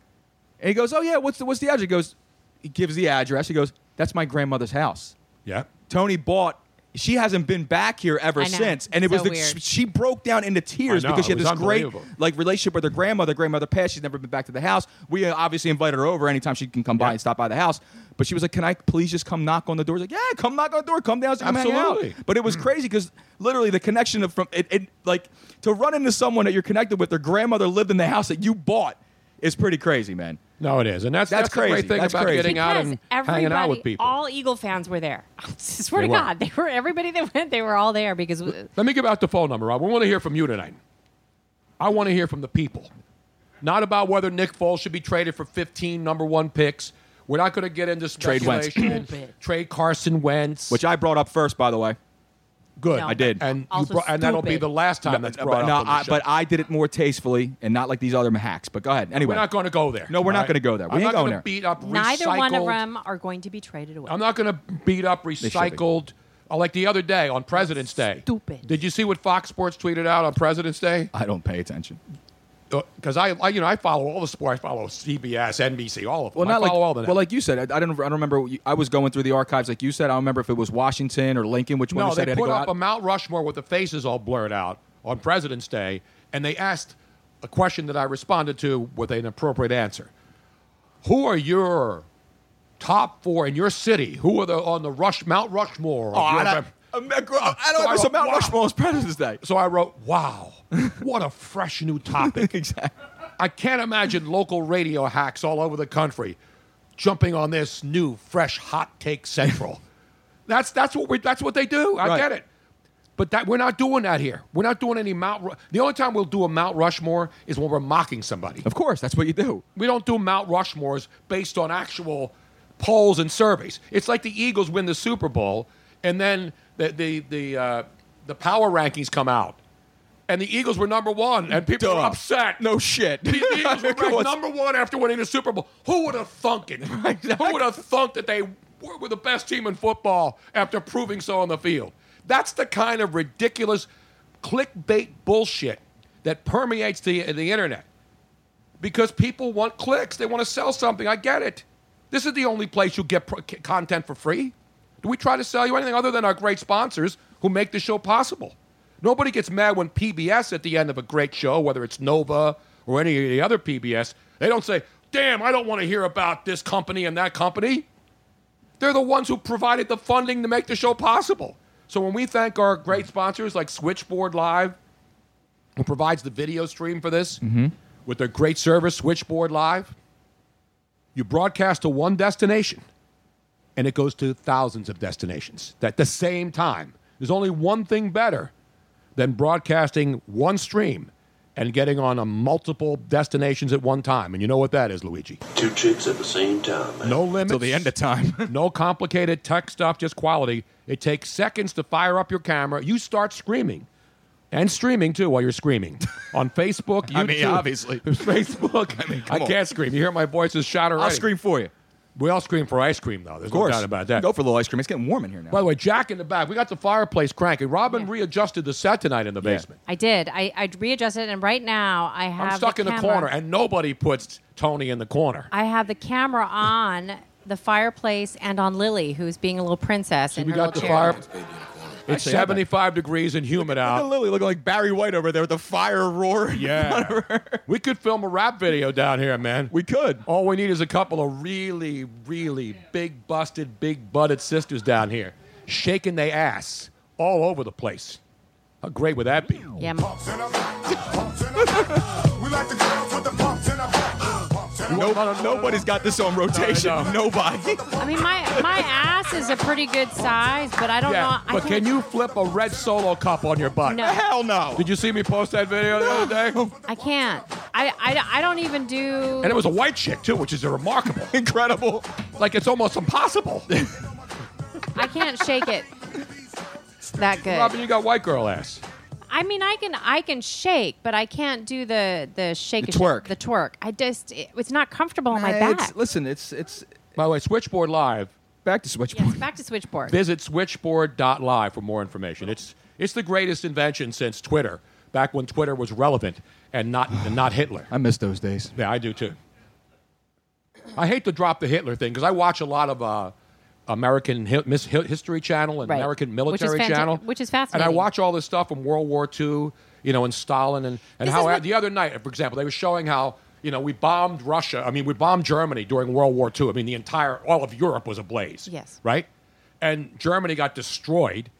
and he goes, oh yeah, what's the what's the address? He goes, he gives the address. He goes, that's my grandmother's house. Yeah. Tony bought. She hasn't been back here ever I know. since, and it So was the, weird. she broke down into tears I know, because she it had was this great unbelievable. like relationship with her grandmother. Grandmother passed; she's never been back to the house. We uh, obviously invited her over anytime she can come by and stop by the house. But she was like, "Can I please just come knock on the door?" I was like, yeah, come knock on the door, come downstairs, come hang out." Absolutely. Mm. But it was crazy because literally the connection of from it, it like to run into someone that you're connected with, their grandmother lived in the house that you bought, is pretty crazy, man. No, Oh, it is, and that's that's, that's the crazy. great thing That's about crazy. getting out and Everybody, hanging out with people. all Eagle fans were there. I swear They to were. God, they were everybody that went. They were all there because Let me give out the phone number, Rob. We want to hear from you tonight. I want to hear from the people. Not about whether Nick Foles should be traded for 15 number one picks. We're not going to get into Trade Wentz. speculation. Trade Carson Wentz. Which I brought up first, by the way. Good. I did. And, you brought- and that'll be the last time that's brought but, up. no, on the I, show. but I did it more tastefully and not like these other hacks. But go ahead. Anyway, we're not going to go there. No, we're all not right? going to go there. We I'm ain't not going gonna there. beat up neither one of recycled- them are going to be traded away. I'm not going to beat up recycled. uh, like the other day on President's Day. Stupid. Did you see what Fox Sports tweeted out on President's Day? I don't pay attention. Because I, I, you know, I follow all the sports. I follow CBS, NBC, all of them. Well, not I like follow all the well, like you said, I, I don't. I don't remember. what you- I was going through the archives, like you said. I don't remember if it was Washington or Lincoln, which one no, said they had to put go up out. a Mount Rushmore with the faces all blurred out on President's Day, and they asked a question that I responded to with an appropriate answer. Who are your top four in your city? Who are the on the Rush Mount Rushmore? of Oh, your- I don't- I don't So ever saw wrote, Mount "Wow." Rushmore as President's Day. So I wrote, "Wow, what a fresh new topic!" exactly. I can't imagine local radio hacks all over the country jumping on this new, fresh, hot take central. that's that's what we that's what they do. I Right. get it. But that we're not doing that here. We're not doing any Mount. Ru- The only time we'll do a Mount Rushmore is when we're mocking somebody. Of course, that's what you do. We don't do Mount Rushmores based on actual polls and surveys. It's like the Eagles win the Super Bowl, and then the the the, uh, the power rankings come out, and the Eagles were number one, and people were upset. No shit. The Eagles were ranked number one after winning the Super Bowl. Who would have thunk it? Who would have thunk that they were were the best team in football after proving so on the field? That's the kind of ridiculous clickbait bullshit that permeates the, the internet because people want clicks. They want to sell something. I get it. This is the only place you get pro- c- content for free. Do we try to sell you anything other than our great sponsors who make the show possible? Nobody gets mad when PBS at the end of a great show, whether it's Nova or any of the other PBS, they don't say, damn, I don't want to hear about this company and that company. They're the ones who provided the funding to make the show possible. So when we thank our great sponsors like Switchboard Live, who provides the video stream for this with their great service, Switchboard Live, you broadcast to one destination and it goes to thousands of destinations at the same time. There's only one thing better than broadcasting one stream and getting on a multiple destinations at one time. And you know what that is, Luigi? Two chicks at the same time. No limits. Till the end of time. no complicated tech stuff, just quality. It takes seconds to fire up your camera. You start screaming. And streaming too while you're screaming. On Facebook, YouTube. I mean, obviously. Facebook. I, come on. can't scream. You hear my voice is shot already. scream for you. We all scream for ice cream, though. There's Of course. no doubt about that. Go for a little ice cream. It's getting warm in here now. By the way, Jack in the back. We got the fireplace cranking. Robin readjusted the set tonight in the basement. I did. I, I readjusted, and right now I have. I'm stuck in the camera- corner, and nobody puts Tony in the corner. I have the camera on the fireplace and on Lily, who's being a little princess in we her got little the chair. fire. It's Actually, I bet. 75 degrees and humid out. Look at Lily looking like Barry White over there with the fire roaring. Yeah. we could film a rap video down here, man. We could. All we need is a couple of really, really big busted, big butted sisters down here shaking their ass all over the place. How great would that be? Yeah. No, nobody's got this on rotation. Nobody. I mean, my my ass is a pretty good size, but I don't yeah, know. I but think- can you flip a red solo cup on your butt? No. Hell no. Did you see me post that video the other day? I can't. I, I, I don't even do. And it was a white chick, too, which is remarkable. Incredible. Like, it's almost impossible. I can't shake it. It's that good. Robin, you got white girl ass. I mean, I can I can shake, but I can't do the the The shake. and shake- twerk. The twerk. I just it- it's not comfortable on my Nah, back. it's- Listen, it's it's By the way, Switchboard Live. Back to Switchboard. Back to switchboard. Visit switchboard.live for more information. It's, it's the greatest invention since Twitter, back when Twitter was relevant and not, and not Hitler. I miss those days. Yeah, I do too. I hate to drop the Hitler thing because I watch a lot of uh, American hi- Miss Hi- History Channel and Right. American Which is Military fanta- Channel, which is And I fascinating. watch all this stuff from World War II, you know, and Stalin, and, and how the other night, for example, they were showing how you know we bombed Russia. I mean, we bombed Germany during World War II. I mean, the entire all of Europe was ablaze. Yes. Right, and Germany got destroyed,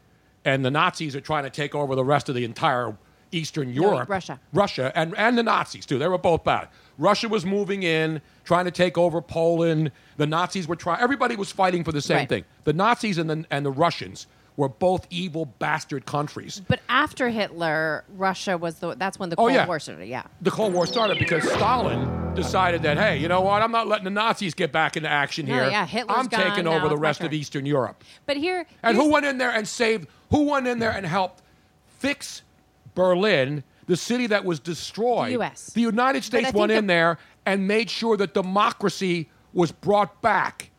and the Nazis are trying to take over the rest of the entire Eastern No, Europe. Russia. Russia and, and the Nazis too. They were both bad. Russia was moving in, trying to take over Poland. The Nazis were trying. Everybody was fighting for the same Right. thing. The Nazis and the, and the Russians were both evil bastard countries. But after Hitler, Russia was the that's when the Oh, Cold yeah. War started. Yeah. The Cold War started because Stalin decided that hey, you know what? I'm not letting the Nazis get back into action No, here. yeah, Hitler's I'm taking gone, now over the it's my rest of turn." Eastern Europe. But here And who here's- went in there and saved? Who went in there and helped fix Berlin, the city that was destroyed? The US. The United States think went in the- there and made sure that democracy was brought back,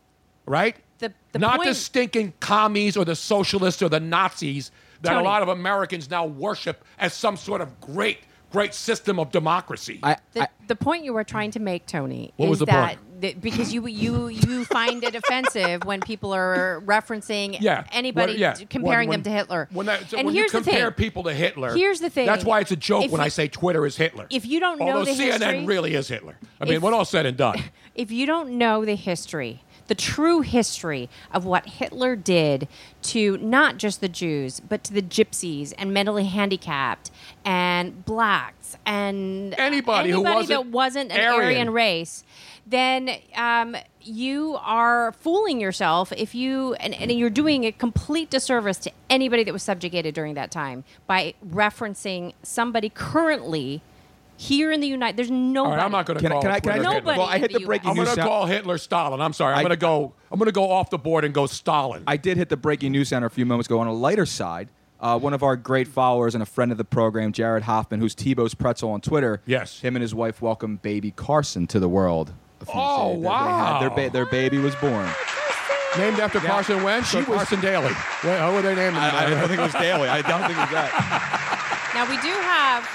right? The- the Not the point- stinking commies or the socialists or the Nazis that a Tony. lot of Americans now worship as some sort of great, great system of democracy. the, the point you were trying to make, Tony, What is was the that, point? that because you you you find it offensive when people are referencing Yeah. anybody When- yeah. t- comparing When- when- them to Hitler. when that, so and when here's you compare the thing. people to Hitler, Here's the thing. That's why it's a joke If when you- I say Twitter is Hitler. if you don't know Although the CNN history- really is Hitler. I mean, If- when all said and done. if you don't know the history, the true history of what Hitler did to not just the Jews, but to the gypsies and mentally handicapped and blacks and Anybody who wasn't that wasn't an Aryan. Aryan, race, then um, you are fooling yourself if you and, and you're doing a complete disservice to anybody that was subjugated during that time by referencing somebody currently here in the United. There's nobody. All right, I'm not going to Can I- call can I- Twitter can I- Hitler. Nobody Well, I in hit the the breaking I'm news gonna sound- call Hitler Stalin. I'm sorry. I'm going to go. I'm going to go off the board and go Stalin. I did hit the breaking news center a few moments ago on a lighter side. Uh, one of our great followers and a friend of the program, Jared Hoffman, who's Tebow's Pretzel on Twitter. Yes. Him and his wife welcomed baby Carson to the world. a few Oh, days ago. They had- wow. Their, ba- their baby was born. Named after Carson Wentz or Carson Daly? Wait, how were they named? I, I don't think it was Daly. I don't think it was that. Now we do have.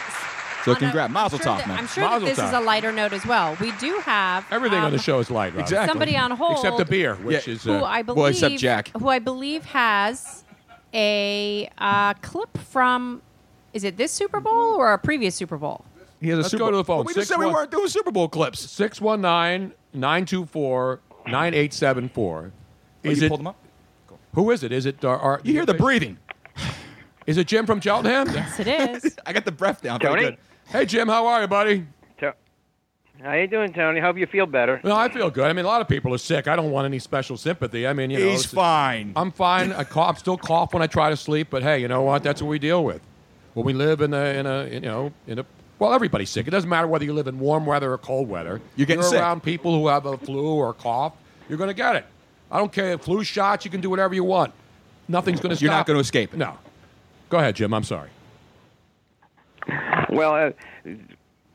So congrats. Mazel I'm sure tov, that- man. I'm sure that this is a lighter note as well. We do have Everything on um, the show is light. Robin. Exactly. somebody on hold except the beer, which is uh, who I believe, who I believe has a uh, clip from. Is it this Super Bowl or a previous Super Bowl? He has a Let's Super go to Bowl- the phone. But we just said we weren't doing Super Bowl clips. 619 924 9874. Oh, you pulled them up? Who is it? Is it. Our, you hear the breathing. Is it Jim from Cheltenham? Yes, it is. I got the breath down. pretty Tony? good. Hey, Jim, how are you, buddy? How you doing, Tony? Hope you feel better. No, I feel good. I mean, a lot of people are sick. I don't want any special sympathy. I mean, you know, He's it's- I'm fine. I cough, still cough when I try to sleep, but hey, you know what? That's what we deal with. When we live in a, in a, you know, in a, well, everybody's sick. It doesn't matter whether you live in warm weather or cold weather. You're getting you're sick. around people who have a flu or cough. You're going to get it. I don't care. Flu shots. You can do whatever you want. Nothing's going to stop. You're not going to escape. No. Go ahead, Jim. I'm sorry. Well, I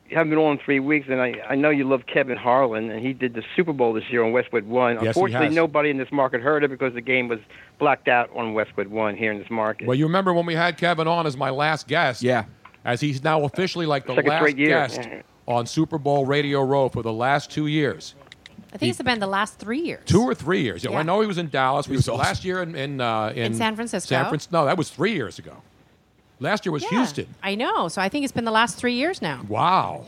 haven't been on three weeks, and I, I know you love Kevin Harlan, and he did the Super Bowl this year on Westwood One. Yes, he Unfortunately, has. nobody in this market heard it because the game was blacked out on Westwood One here in this market. Well, you remember when we had Kevin on as my last guest? Yeah. As he's now officially like the Second last straight year. guest on Super Bowl Radio Row for the last two years. I think it's been the last three years. Two or three years. You know, Yeah. I know he was in Dallas. We last year in in, uh, in In San Francisco. San Fran- no, that was three years ago. Last year was Houston. I know. So I think it's been the last three years now. Wow.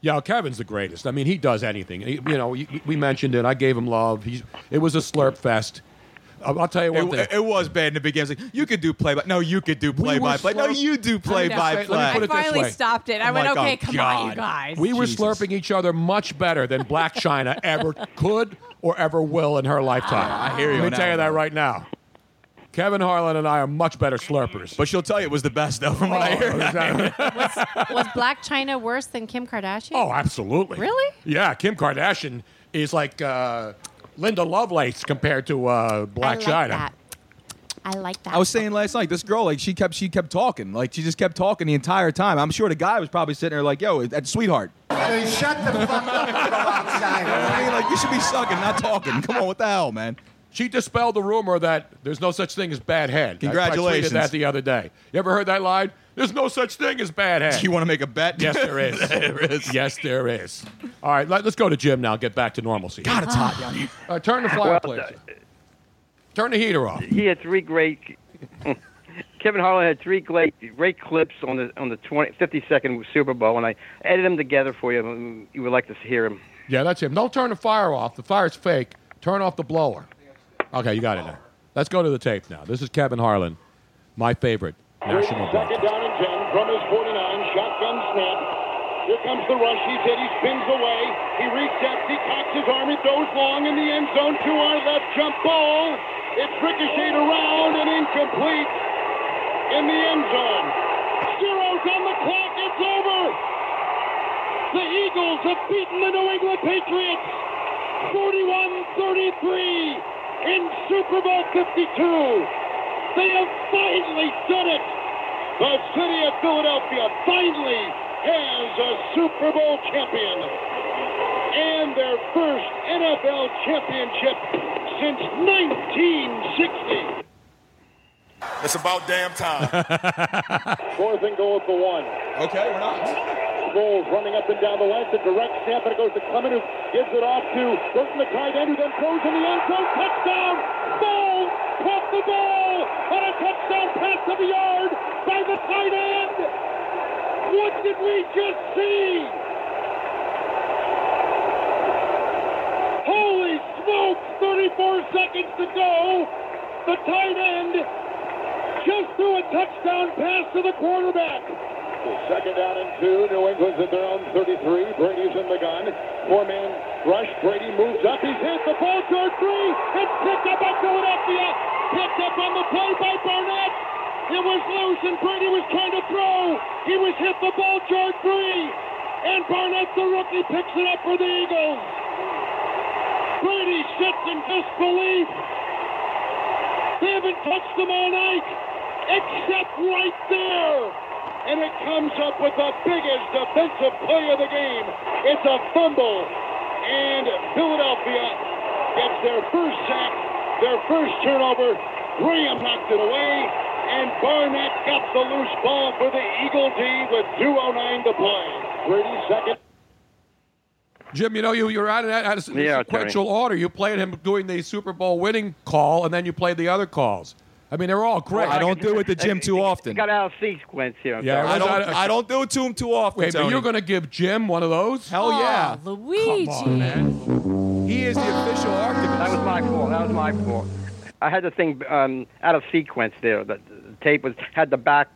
Yeah, Kevin's the greatest. I mean, he does anything. He- you know, we, we mentioned it. I gave him love. He's, it was a slurp fest. I'll, I'll tell you one It, thing. it- it was bad in the beginning. It's like, you could do play by. No, you could do play were by play. No, slurp- you do play by play. I finally stopped it. I Oh went, my okay, God. come on, God. you guys. We were slurping each other much better than Black China ever could or ever will in her lifetime. I Ah, hear you Let on me that tell you one. that right now. Kevin Harlan and I are much better slurpers. Oh, But she'll tell you it was the best, though, from what I hear. Was Black China worse than Kim Kardashian? oh, absolutely. Really? Yeah, Kim Kardashian is like uh, Linda Lovelace compared to uh, Black China. I like that. I was saying last night, this girl, like she kept, she kept talking, like she just kept talking the entire time. I'm sure the guy was probably sitting there, like, "Yo, that sweetheart." Hey, shut the fuck I mean, up. like you should be sucking, not talking. Come on, what the hell, man? She dispelled the rumor that there's no such thing as bad head. I- I, Congratulations. tweeted that the other day. You ever heard that line? There's no such thing as bad head. You want to make a bet? Yes, there is. There is. Yes, there is. All right, let, us go to Jim now. Get back to normalcy. God, it's hot down here. Uh, turn the Well, fireplace. turn the heater off. He had three great. Kevin Harlan had three great great clips on the on the 20, 50 second Super Bowl, and I edited them together for you. You would like to hear them. Yeah, that's him. Don't turn the fire off. The fire's fake. Turn off the blower. Okay, you got it now. Let's go to the tape now. This is Kevin Harlan, my favorite national broadcaster. Second down and 10 from his 49, shotgun snap. Here comes the rush. He's hit. He spins away. He resets. He cocks his arm. He throws long in the end zone to our left. Jump ball. It's ricocheted around and incomplete in the end zone. Zero's on the clock. It's over. The Eagles have beaten the New England Patriots 41-33 in Super Bowl 52. They have finally done it. The city of Philadelphia finally has a Super Bowl champion and their first NFL championship since 1960. It's about damn time. Fourth and goal at the one. Okay, we're not. Bowles running up and down the length, a direct snap, and it goes to Clement, who gives it off to Burton, the tight end, who then throws in the end zone. Touchdown! Bowles caught the ball on a touchdown pass to the yard by the tight end. What did we just see? Holy smokes! 34 seconds to go. The tight end just threw a touchdown pass to the quarterback. Second down and two. New England's at their own 33. Brady's in the gun. Four-man rush. Brady moves up. He's hit. The ball toward three. It's picked up by Philadelphia. Picked up on the play by Barnett. It was loose, and Brady was trying to throw. He was hit. The ball toward three. And Barnett, the rookie, picks it up for the Eagles. Brady sits in disbelief. They haven't touched them all night, except right there. And it comes up with the biggest defensive play of the game. It's a fumble. And Philadelphia gets their first sack, their first turnover. Graham knocked it away. And Barnett got the loose ball for the Eagle D with 2.09 to play. Brady second. Jim, you know, you, you're out of that out of Yeah, sequential Terry. order. You played him doing the Super Bowl winning call, and then you played the other calls. I mean, they're all great. I don't do it at the gym too often. Got out of sequence here. Yeah, I don't. I don't do it to him too often. Wait, but Tony. you're going to give Jim one of those? Hell yeah. Luigi. He is the official archivist. That was my fault. That was my fault. I had the thing um, out of sequence there. The, the tape was had the back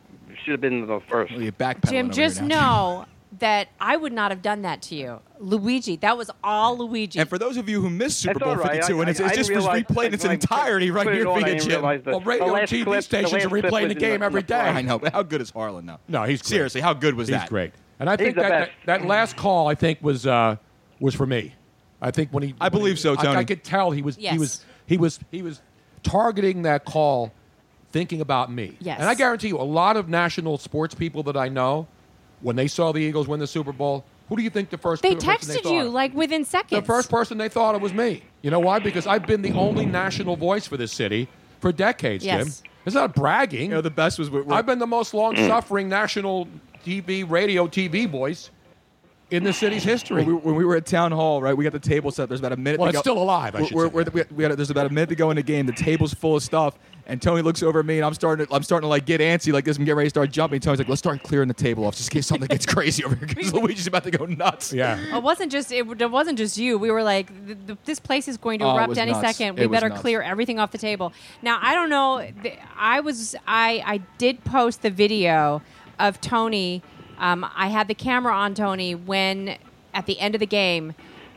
should have been the first. Oh, Well, your back Jim, just know that I would not have done that to you, Luigi. That was all Luigi. And for those of you who missed Super That's Bowl all right. 52, and I- it's, I- it's I just realized- replayed in its I entirety right put it here on, I via didn't Jim. realize the- Well, radio the and last TV clip- the stations last are replaying clip the was in game the- every in the day. I know. But how good is Harlan now? No, he's great. seriously. How good was He's that? great. And I He's think the that, that best. that last call I think was uh, was for me. I think when he I believe so, I, Tony. could tell he was he Yes. was he was he was targeting that call thinking about me. Yes. And I guarantee you a lot of national sports people that I know when they saw the Eagles win the Super Bowl, who do you think the first they person texted they you thought of? like within seconds. The first person they thought of was me. You know why? Because I've been the only national voice for this city for decades, Yes. Jim. It's not bragging. You know, the best was I've been the most long-suffering national TV, radio, TV voice in the city's history. When we, when we were at town hall, right? We got the table set. There's about a minute. Well, to it's go. still alive, I We're- should we're- say. we're- we we had, there's about a minute to go in the game. The table's full of stuff, and Tony looks over at me, and I'm starting. To, I'm starting to like get antsy like this. and get ready to start jumping. Tony's like, "Let's start clearing the table off, just in case something gets crazy over here, because Luigi's about to go nuts." Yeah. It wasn't just it, it wasn't just you. We were like, th th this place is going to Oh, it erupt was any nuts. second. It We was better nuts. clear everything off the table. Now I don't know. th- I was I I did post the video of Tony. Um, I had the camera on Tony when at the end of the game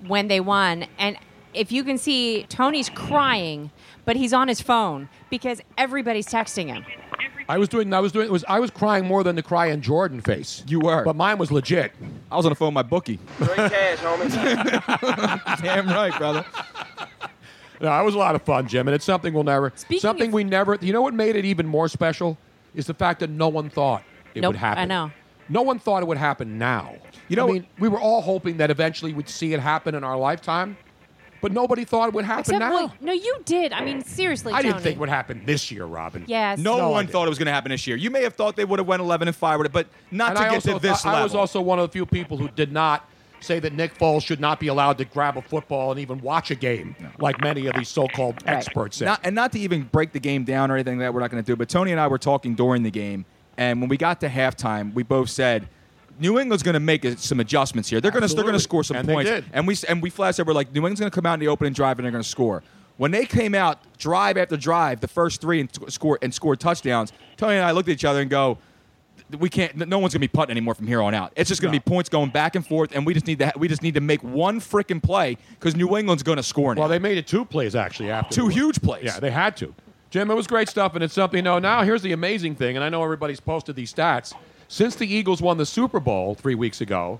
when they won, and if you can see, Tony's crying, but he's on his phone because everybody's texting him. I was doing. I was doing. It was. I was crying more than the cry in Jordan face. You were. But mine was legit. I was on the phone with my bookie. cash, homie. Damn right, brother. No, it was a lot of fun, Jim, and it's something we'll never. something we never. You know what made it even more special is the fact that no one thought it Nope, would happen. I know. No one thought it would happen now. You know, I mean, we were all hoping that eventually we'd see it happen in our lifetime, but nobody thought it would happen Except, now. well, no, you did. I mean, seriously, I didn't Tony. think it would happen this year, Robin. Yes. No, No, I one thought it was going to happen this year. You may have thought they would have went 11 and 5 with it, but not And to I get also to this thought- level. I was also one of the few people who did not say that Nick Foles should not be allowed to grab a football and even watch a game, like many of these so-called experts say. Not, and not to even break the game down or anything like that we're not going to do. But Tony and I were talking during the game, and when we got to halftime, we both said. New England's going to make uh, some adjustments here. They're going to they're going to score Absolutely. some And they points, did. and we s- and we flat said we're like New England's going to come out in the opening drive and they're going to score. When they came out drive after drive, the first three and t- score and scored touchdowns. Tony and I looked at each other and go, we can't. No one's gonna be putting anymore from here on out. It's just gonna be points going back and forth, and we just need to. ha- We just need to make one freaking play because New England's gonna score now. Well, they made it two plays actually after two huge plays. Yeah, they had to. Jim, it was great stuff, and it's something. You know, now here's the amazing thing, and I know everybody's posted these stats. Since the Eagles won the Super Bowl three weeks ago,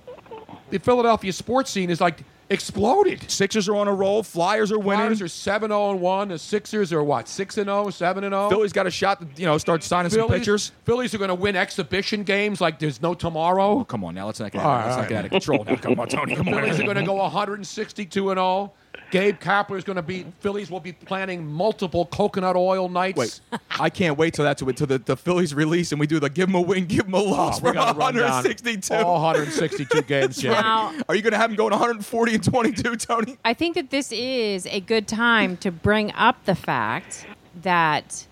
the Philadelphia sports scene is like exploded. Sixers are on a roll. Flyers are winning. Flyers are seven zero and one. The Sixers are what six and 0, 7 and zero. Philly's got a shot. To, you know, start signing some Phillies- pitchers. Phillies are going to win exhibition games like there's no tomorrow. Oh, come on now, let's not get, All right, let's not all right. get out of control now. Come on, Tony. Come on. Phillies are going to go 162 and 0. Gabe Kapler is going to be. Phillies will be planning multiple coconut oil nights. Wait, I can't wait till that's till the, the Phillies release and we do the give them a win, give them a loss. Oh, we We're gotta run down 162. all 162 games. Jim. Now- Are you going to have them going 140 and 22, Tony? I think that this is a good time to bring up the fact that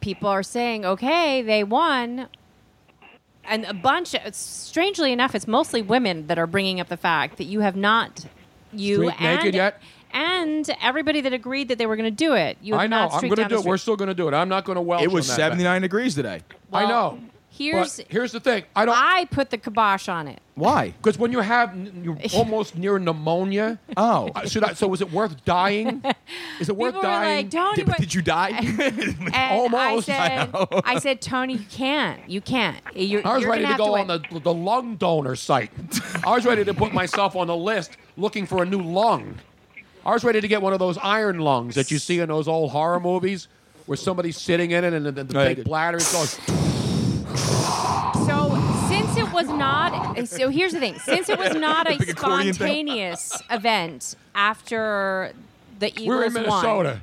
people are saying, okay, they won. And a bunch, strangely enough, it's mostly women that are bringing up the fact that you have not, you Street and, naked yet? and everybody that agreed that they were going to do it. You have I know. Not I'm going to do it. We're still going to do it. I'm not going to welch. It was on that 79 degrees today. I know. Here's But here's the thing. I don't. I put the kibosh on it. Why? Because when you have n- you're almost near pneumonia. Uh, Oh, should I? So was it worth dying? Is it worth People were dying? like, "Tony, Did- what-" did you die? And Almost. I said, I know. I, said, Tony, you can't. You can't. You're, I was you're ready to gonna have go wait." on the, the lung donor site. I was ready to put myself on a list looking for a new lung. I was ready to get one of those iron lungs that you see in those old horror movies where somebody's sitting in it and the, the, the No, big bladder is going. So since it was not, eh, so here's the thing: since it was not a Big accordion thing. spontaneous event after the Eagles We're in won, Minnesota.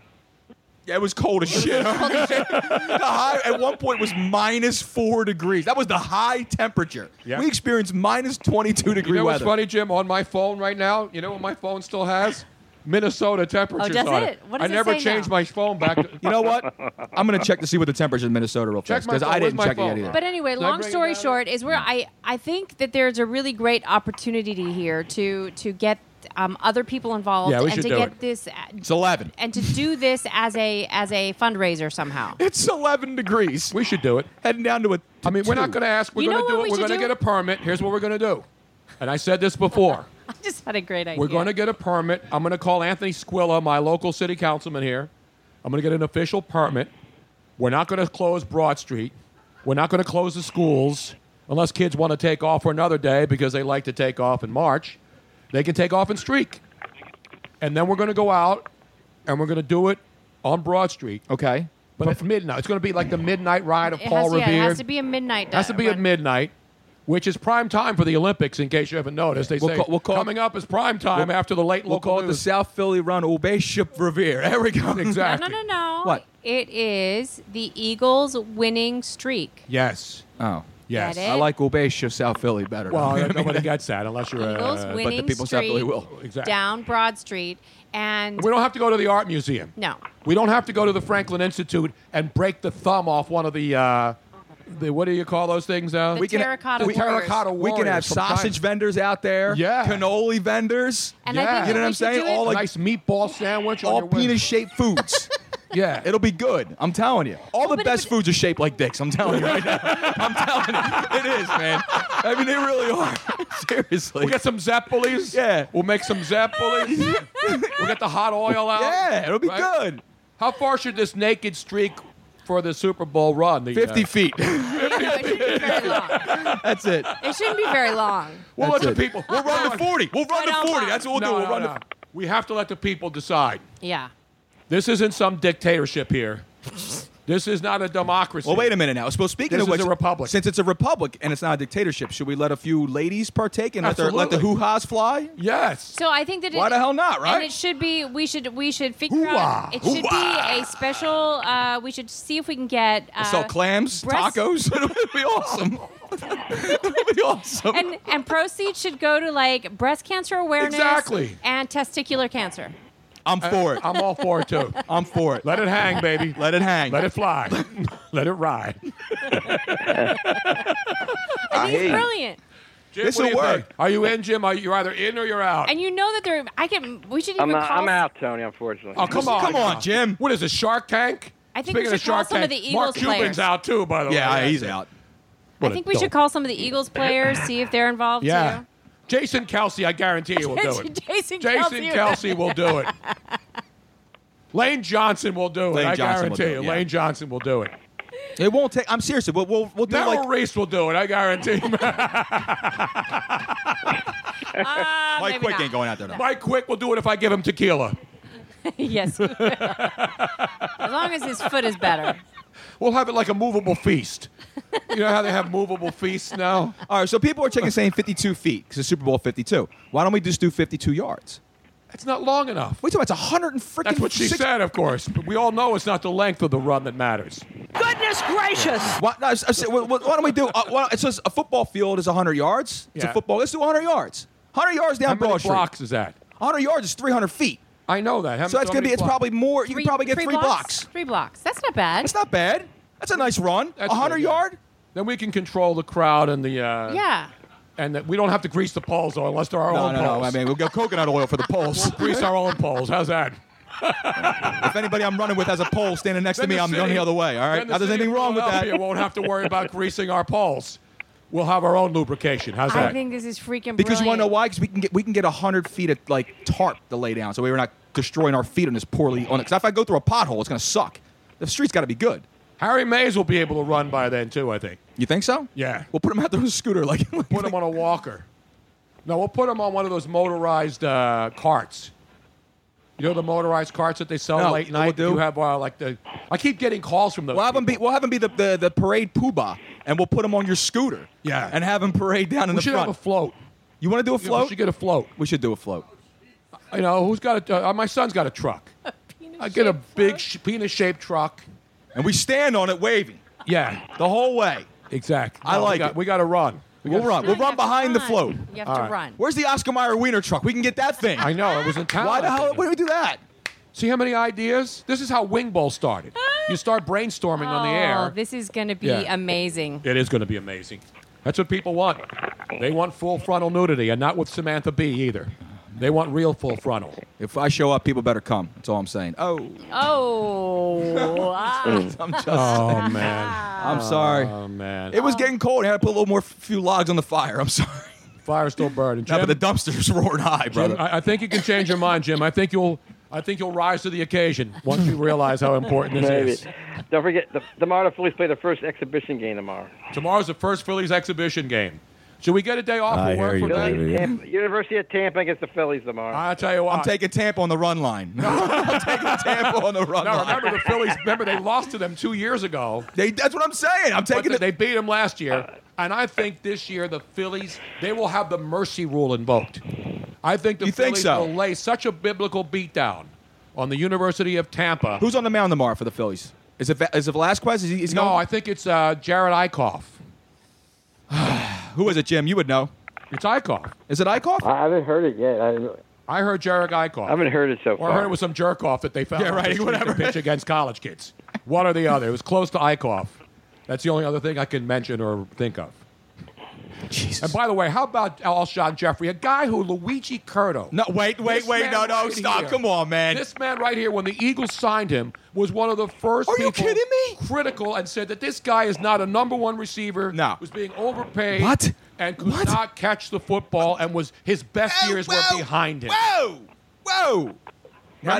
Yeah, it was cold as shit. the high at one point was minus four degrees. That was the high temperature. We experienced minus twenty-two You degree know what's weather. funny, Jim? On my phone right now, you know what my phone still has? Minnesota temperature. Oh, does on it? What does I it never say changed now? my phone back. To, You know what? I'm gonna check to see what the temperature in Minnesota real Check fast my because phone. I Where's didn't my check it yet phone? either. But anyway, Did I long bring it story short is where I, I think that there's a really great opportunity here to to get um, other people involved Yeah, we and should to do get it. this It's 11. and to do this as a as a fundraiser somehow. It's 11 degrees. We should do it. Heading down to a. I mean, we're not two. going to ask. We're You going know to do it. what we We're should going to do? get a permit. Here's what we're going to do. And I said this before. I just had a great idea. We're going to get a permit. I'm going to call Anthony Squilla, my local city councilman here. I'm going to get an official permit. We're not going to close Broad Street. We're not going to close the schools unless kids want to take off for another day because they like to take off in March. They can take off and streak. And then we're going to go out and we're going to do it on Broad Street. Okay. But it's midnight. It's going to be like the midnight ride of it Paul has, Revere. Yeah, it has to be a midnight. Has to be run. at midnight, which is prime time for the Olympics. In case you haven't noticed, they We'll say call- we'll call- coming up is prime time We'll- after the late We'll local call it the news. South Philly Run Obey Ship Revere. There we go. Exactly. No, no, no. What? It is the Eagles winning streak. Yes. Oh. Yes. Get it? I like Obey Ship South Philly better. Well, I mean, nobody gets that unless you're. Eagles Uh, winning but the people of South streak Philly will. Exactly. down Broad Street, and we don't have to go to the art museum. no. We don't have to go to the Franklin Institute and break the thumb off one of the. Uh, the, what do you call those things now? The We can- terracotta we, warriors. terracotta we can warriors have from time- sausage vendors out there. Yeah. Cannoli vendors. And I think you know what that we I'm should saying? do it- All like nice meatball sandwich. on all your way- penis shaped foods. yeah. It'll be good. I'm telling you. All the best foods are shaped like dicks. I'm telling you right now. I'm telling you. It is, man. I mean, they really are. Seriously. We'll get some Zeppelis. Yeah. We'll make some Zeppelis. we'll get the hot oil out. Yeah, it'll be good. How far should this naked streak for the Super Bowl run? The, uh, 50 feet. That's it. It shouldn't be very long. We'll That's let it. the people. We'll run to 40. We'll run to Right on 40. time. That's what we'll No, do. We'll no, run no. to We have to let the people decide. Yeah. This isn't some dictatorship here. This is not a democracy. Well, wait a minute now. So speaking This of which, is a republic. Since it's a republic and it's not a dictatorship, should we let a few ladies partake and let, their, let the Absolutely. hoo ha's fly? Yes. So I think that Why it, the hell not, right? And it should be we should we should figure Hoo-wah. out it should Hoo-wah. be a special. Uh, we should see if we can get uh, sell clams, breast- tacos. It'll be awesome. It'll be awesome. and and proceeds should go to like breast cancer awareness Exactly. and testicular cancer. I'm for it. Uh, I'm all for it too. I'm for it. Let it hang, baby. Let it hang. Let it fly. let it ride. I think hear it's you. brilliant. Jim, This'll what do you work. think? Are you in, Jim? Are you you're either in or you're out? And you know that there I can we should I'm, even uh, call I'm out, Tony. Unfortunately. Oh, come on. Come on, Jim. What is a Shark Tank? I think we Speaking of should call Shark some of Tank, the Mark Eagles Cuban's players. out too, by the way. Yeah, he's out. I think we should call some of the Eagles players, see if they're involved Yeah. Jason Kelsey, I guarantee you will too. do it. Jason, Jason Kelsey will do it. Lane Johnson will do it. Lane I Johnson will guarantee do you. it, yeah. Lane Johnson will do it. It won't take. I'm serious. We'll we'll, we'll do Darrell like Reese will do it. I guarantee you. Uh, Mike maybe Quick not. ain't going out there. No. Mike Quick will do it if I give him tequila. yes. he will. as long as his foot is better. We'll have it like a movable feast. You know how they have movable feasts now? All right. So people are checking saying 52 feet because it's Super Bowl 52. Why don't we just do 52 yards? It's not long enough. Wait till it's 100 and freaking. That's what she six- said, of course. But we all know it's not the length of the run that matters. Goodness gracious! Why, no, I said, why, why don't we do? Uh, why, it says a football field is 100 yards. It's Yeah. a football. Let's do 100 yards. 100 yards down How many Broad Street. blocks is that? 100 yards is 300 feet. I know that. How So that's many- how gonna be. many It's blocks? probably more. You can probably get three, blocks. Three blocks. That's not bad. That's not bad. That's a nice run. A That's 100 good, yeah. yard. Then we can control the crowd and the. Uh, yeah. And that we don't have to grease the poles though, unless they're our No, own no, poles. no. I mean, we'll go coconut oil for the poles. grease our own poles. How's that? if anybody I'm running with has a pole standing next to Then me, the I'm going city- the other way. All right. then the Now, there's city anything of wrong with that. Philadelphia won't have to worry about greasing our poles. We'll have our own lubrication. How's that? I think this is freaking Because you want to know brilliant. why? Because we can get we can get hundred feet of like tarp to lay down, so we're not destroying our feet on this poorly. On it. 'Cause if I go through a pothole, it's gonna suck. The street's got to be good. Harry Mays will be able to run by then too. I think. You think so? Yeah. We'll put him out there on a scooter, like, like Put him on a walker. No, we'll put him on one of those motorized uh, carts. You know the motorized carts that they sell No, late what we'll night. do- You have uh, like the. I keep getting calls from those. we'll have him be we'll have him be the, the, the parade poobah, and we'll put him on your scooter. Yeah. And have him parade down in we the should front. have a float. you want to do a Yeah, float? We should get a float. We should do a float. You know who's got a? Uh, my son's got a truck. I get a big sh- penis-shaped truck. And we stand on it waving Yeah, the whole way. exactly. I we like got- it. We got to run. We will run. We'll run behind the float. You have to All right. run. Where's the Oscar Mayer wiener truck? We can get that thing. I know. It was in town. Why the hell? Why do we do that? See how many ideas? This is how Wing Bowl started. You start brainstorming on the Oh, air. this is going to be Yeah. amazing. It is going to be amazing. That's what people want. They want full frontal nudity, and not with Samantha Bee either. They want real full frontal. If I show up, people better come. That's all I'm saying. Oh, Oh. Mm. ah. I'm just Oh saying. man. I'm sorry. Oh man. It was getting cold. I had to put a little more few logs on the fire. I'm sorry. Fire's still burning. No, but the Jim? dumpster's roaring high, brother. Jim, I, I think you can change your mind, Jim. I think you'll. I think you'll rise to the occasion once you realize how important this Maybe. is. Don't forget, the, tomorrow the Phillies play their first exhibition game tomorrow. Tomorrow's the first Phillies exhibition game. Should we get a day off I of work hear from you, that? baby. Tampa, University of Tampa against the Phillies tomorrow. I tell you what, I'm taking Tampa on the run line. Tampa on the run. No, remember the Phillies. Remember they lost to them two years ago. They, that's what I'm saying. I'm taking it. They beat them last year, and I think this year the Phillies they will have the mercy rule invoked. I think the You think Phillies so? will lay such a biblical beatdown on the University of Tampa. Who's on the mound tomorrow for the Phillies? Is it Va- is it Velasquez? Is he, is he no, going? I think it's uh, Jared Eichhoff. Who is it, Jim? You would know. It's Eichhoff. Is it Eichhoff? I haven't heard it yet. I, I heard Jared Eichhoff. I haven't heard it so Or far. I heard it was some jerk off that they found. Yeah, on right, the street whatever. To pitch against college kids. One or the other. It was close to Eichhoff. That's the only other thing I can mention or think of. Jesus. And by the way, how about Alshon Jeffrey, a guy who Luigi Curto? No, wait, wait, This wait. man No, no, right stop. here- Come on, man. This man right here, when the Eagles signed him, was one of the first Are you people critical and said that this guy is not a number one receiver. No. Was being overpaid. What? And could not catch the football and was his best years were behind him. Whoa, whoa. Remember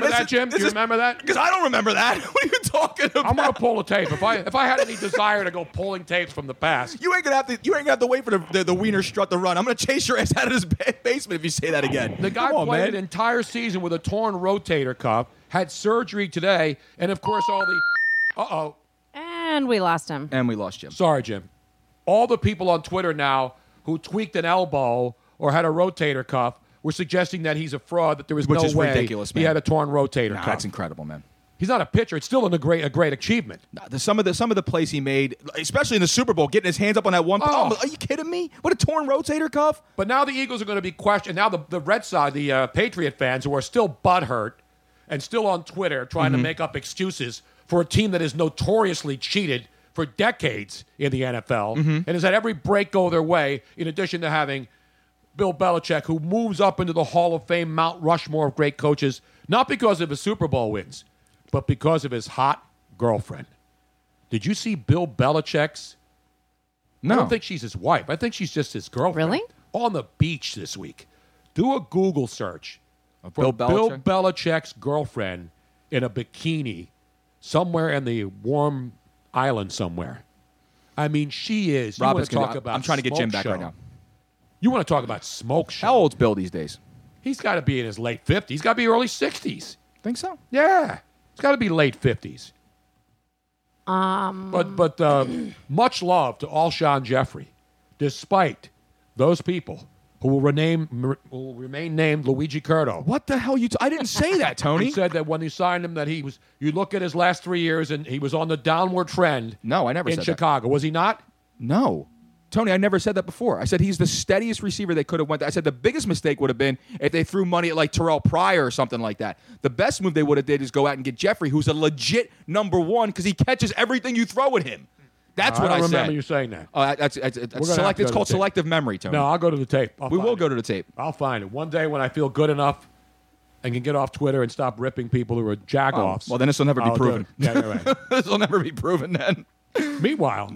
Now, this that, is- Jim? Do this you is- remember that? Because I don't remember that. what are you talking about? I'm gonna pull a tape. If I if I had any desire to go pulling tapes from the past, You ain't gonna have to. You ain't gonna have to wait for the, the, the wiener strut to run. I'm gonna chase your ass out of this ba- basement if you say that again. the guy Come on, played man. an entire season with a torn rotator cuff, had surgery today, and of course all the uh oh. and we lost him. And we lost Jim. Sorry, Jim. All the people on Twitter now who tweaked an elbow or had a rotator cuff were suggesting that he's a fraud. That there was Which no is way ridiculous, he man. had a torn rotator Nah, cuff. that's incredible, man. He's not a pitcher. It's still a great a great achievement. The- Some of the some of the plays he made, especially in the Super Bowl, getting his hands up on that one. Oh. Oh. Are you kidding me? What a torn rotator cuff! But now the Eagles are going to be questioned. Now the, the Red Sox, the uh, Patriot fans who are still butthurt and still on Twitter trying to make up excuses for a team that has notoriously cheated for decades in the NFL and has had every break go their way, in addition to having Bill Belichick, who moves up into the Hall of Fame Mount Rushmore of great coaches, not because of his Super Bowl wins, but because of his hot girlfriend. Did you see Bill Belichick's I No. don't think she's his wife. I think she's just his girlfriend. Really? On the beach this week. Do a Google search Bill for Bill Belichick? Belichick's girlfriend in a bikini somewhere in the warm island somewhere. I mean, she is. You want Robin's to gonna- talk about? I'm trying to get Jim smoke back show. right now. You want to talk about smoke show? How old's Bill these days? He's got to be in his late fifties. He's Got to be early sixties. Think so? Yeah, it's got to be late fifties. Um, But but uh, much love to Alshon Jeffrey, despite those people who will rename mer- will remain named Luigi Curto. What the hell you? T- I didn't say that, Tony. He said that when he signed him, that he was. You look at his last three years, and he was on the downward trend. No, I never in said that. Chicago. Was he not? No. Tony, I never said that before. I said he's the steadiest receiver they could have went. I said the biggest mistake would have been if they threw money at like Terrell Pryor or something like that. The best move they would have did is go out and get Jeffrey, who's a legit number one because he catches everything you throw at him. That's I what don't I remember said. you saying that. Oh, that's, that's, that's We're gonna have select, to go it's to called the tape. selective memory, Tony. No, I'll go to the tape. I'll we find will it. go to the tape. I'll find it one day when I feel good enough and can get off Twitter and stop ripping people who are jagoffs. Oh, well, then this will never be I'll do proven. it. Oh. Yeah, you're right. this will never be proven then. Meanwhile,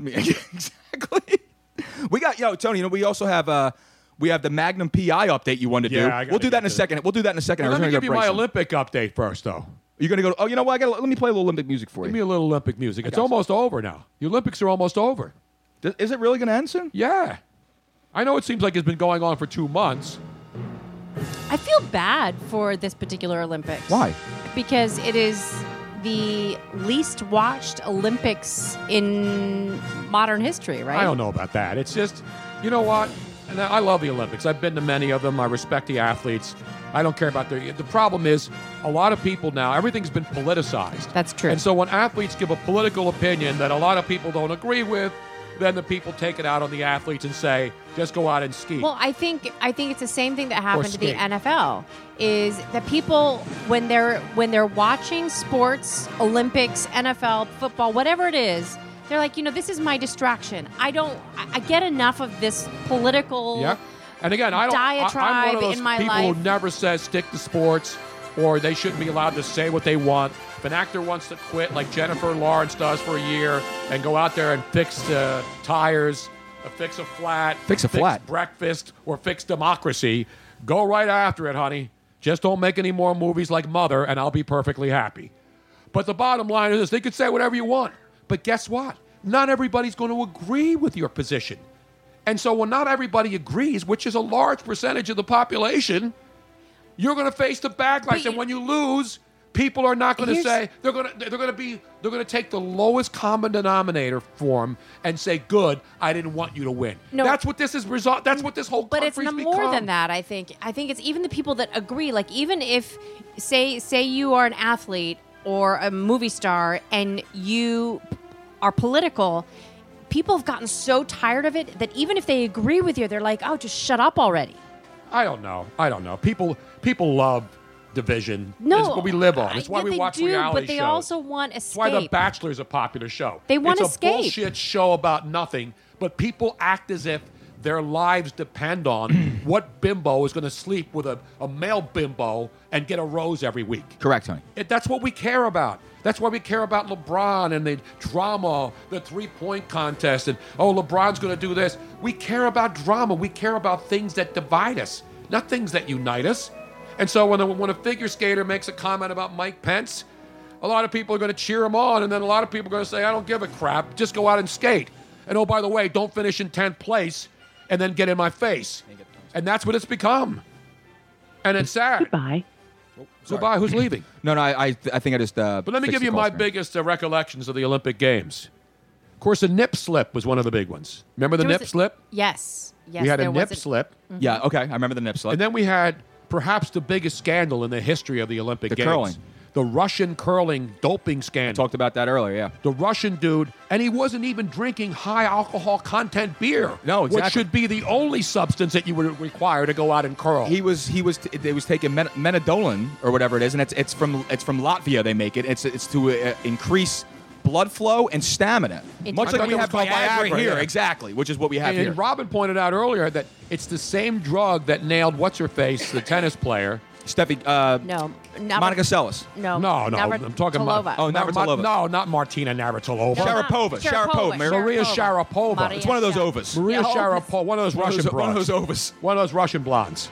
We got yo, Tony. You know, we also have uh, we have the Magnum PI update you wanted to Yeah, I do. gotta We'll do get that in a to second. We'll do that in a second. Well, I was let me gonna give you go my break some. Olympic update first, though. You're gonna go. Oh, you know what? I gotta let me play a little Olympic music for Give you. me a little Olympic music. It's got you. almost over now. The Olympics are almost over. Th- Is it really gonna end soon? Yeah. I know it seems like it's been going on for two months. I feel bad for this particular Olympics. Why? Because it is the least watched Olympics in modern history, right? I don't know about that. It's just, you know what? And I I love the Olympics. I've been to many of them. I respect the athletes. I don't care about their. The problem is, a lot of people now, everything's been politicized. That's true. And so when athletes give a political opinion that a lot of people don't agree with, Then the people take it out on the athletes and say, just go out and ski. Well, I think I think it's the same thing that happened to the skate. NFL is that people when they're when they're watching sports, Olympics, NFL, football, whatever it is, they're like, you know, this is my distraction. I don't I I get enough of this political yeah. And again, I don't. I, I'm one diatribe of those in my people life. who never says stick to sports or they shouldn't be allowed to say what they want. If an actor wants to quit, like Jennifer Lawrence does for a year, and go out there and fix the tires, uh, fix a flat, Fix a flat. breakfast, or fix democracy, go right after it, honey. Just don't make any more movies like Mother, and I'll be perfectly happy. But the bottom line is, they could say whatever you want. But guess what? Not everybody's going to agree with your position. And so when not everybody agrees, which is a large percentage of the population, you're going to face the backlash. And when you lose, people are not going to Here's- say they're going to they're going to be they're going to take the lowest common denominator form and say, "Good, I didn't want you to win." No. that's what this is result. That's what this whole but it's country's no more become. than that i think i think it's even the people that agree like even if say say you are an athlete or a movie star and you are political people have gotten so tired of it that even if they agree with you they're like oh just shut up already I don't know. I don't know. People people love division. No, Uh, it's what we live on. It's why Yeah, we they watch do, reality but they shows. also want escape That's why The Bachelor is a popular show. They want it's escape. a bullshit show about nothing, but people act as if their lives depend on what bimbo is going to sleep with a, a male bimbo and get a rose every week. Correct, honey. It, that's what we care about. That's why we care about LeBron and the drama, the three point contest, and oh, LeBron's going to do this. We care about drama. We care about things that divide us, not things that unite us. And so when a, when a figure skater makes a comment about Mike Pence, a lot of people are going to cheer him on, and then a lot of people are going to say, I don't give a crap. Just go out and skate. And oh, by the way, don't finish in 10th place and then get in my face. And that's what it's become. And it's sad. Goodbye. Goodbye. Who's leaving? No, no, I, I, I think I just. Uh, But let me fixed give the you call my screen. biggest uh, recollections of the Olympic Games. Of course, the nip slip was one of the big ones. Remember the There was nip a- slip? yes yes we had a there nip was slip. Mhm. okay. I remember the nip slip. And then we had perhaps the biggest scandal in the history of the Olympic The Games. curling. The Russian curling doping scandal. talked about that earlier, yeah. The Russian dude, and he wasn't even drinking high alcohol content beer. No, Oh, exactly. Which should be the only substance that you would require to go out and curl. He was he was it was taking men- methadone or whatever it is, and it's it's from it's from Latvia. They make it. It's it's to uh, increase blood flow and stamina, It- I much thought like we that have was called Viagra, Viagra, here, yeah. exactly, which is what we have and, here. Robin pointed out earlier that it's the same drug that nailed what's her face, the tennis player. Steffi, uh, no Navrat- Monica Sellis. no No, no, Navrat- I'm talking Tolova. about. oh, Mar- no, not Martina Navratilova. No, not- Sharapova, Sharapova, Sharapova, Mary. Maria Sharapova. Sharapova. Maria It's one of those Sharapova. ovas. Maria Yeah, ovas. Sharapova, one of those One of Russian those- one of blondes. those ovas. One of those Russian blondes.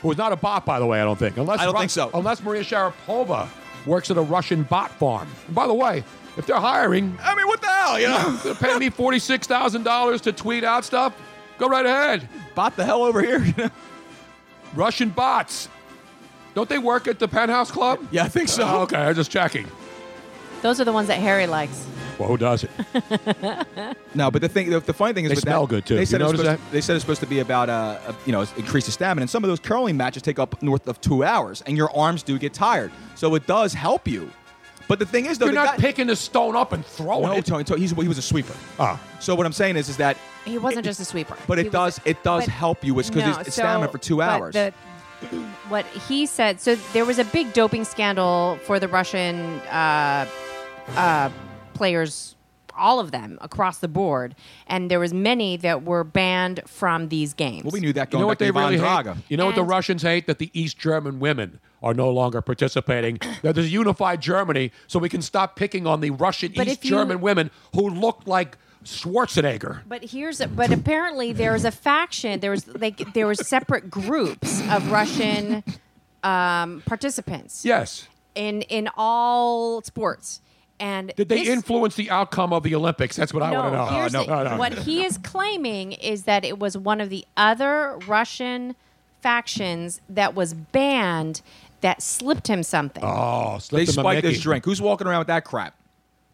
Who is not a bot, by the way, I don't think. Unless I don't Ru- think so. Unless Maria Sharapova works at a Russian bot farm. And by the way, if they're hiring. I mean, what the hell, you know? They're paying me $46,000 to tweet out stuff. Go right ahead. Bot the hell over here. you know? Russian bots. Don't they work at the Penthouse Club? Yeah, I think so. Uh, okay, I'm just checking. those are the ones that harry likes Well, who does it? No, but the thing, the, the funny thing is, They with smell that, good, too. They You said, it's notice supposed, they said it's supposed to be about uh, uh, you know increase the stamina, and some of those curling matches take up north of two hours, and your arms do get tired, so it does help you. But the thing is, though, You're the not guy- picking the stone up and throwing no, it. Tony, Tony, he's, he was a sweeper. Ah. So what I'm saying is, is that, he wasn't just a sweeper but He it was- does, it does but- help you. It's because No, it's, it's stamina so- for two but hours. the- what he said. So there was a big doping scandal for the Russian uh, uh, players, all of them across the board, and there was many that were banned from these games. well, we knew that You going know what back they to Ivan really Draga. hate? You know what the Russians hate? That the East German women are no longer participating. that there's a unified Germany, so we can stop picking on the Russian But East if you- German women who look like Schwarzenegger. But here's but apparently there was a faction. There was like there were separate groups of Russian um, participants Yes. in in all sports. And Did they this- influence the outcome of the Olympics? That's what I want to know. Oh, here's the- What he is claiming is that it was one of the other Russian factions that was banned that slipped him something. Oh, They slipped him a spiked this Mickey. drink. Who's walking around with that crap?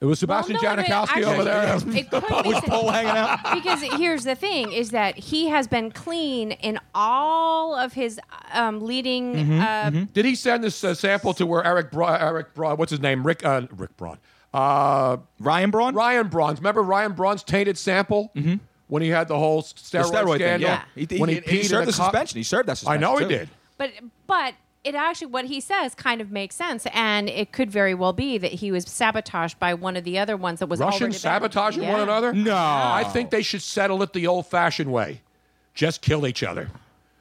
It was Sebastian Well, no, it- Janikowski actually- over there. it could be Was Paul hanging out? because here's the thing is that he has been clean in all of his um, leading uh, Mm-hmm, Did he send this uh, sample to where Eric Bra- Eric Braun, what's his name? Rick uh, Rick Braun. Uh, Ryan Braun? Ryan Braun's. Remember Ryan Braun's tainted sample? Mm-hmm. When he had the whole The steroid, steroid thing, scandal? yeah. He- he- when he, he- peed he served in the cup? suspension. He served that I know suspension, he too. did. But but it actually what he says kind of makes sense, and it could very well be that he was sabotaged by one of the other ones that was already Russians banned. sabotaging one Yeah. another? No. I think they should settle it the old fashioned way. Just kill each other.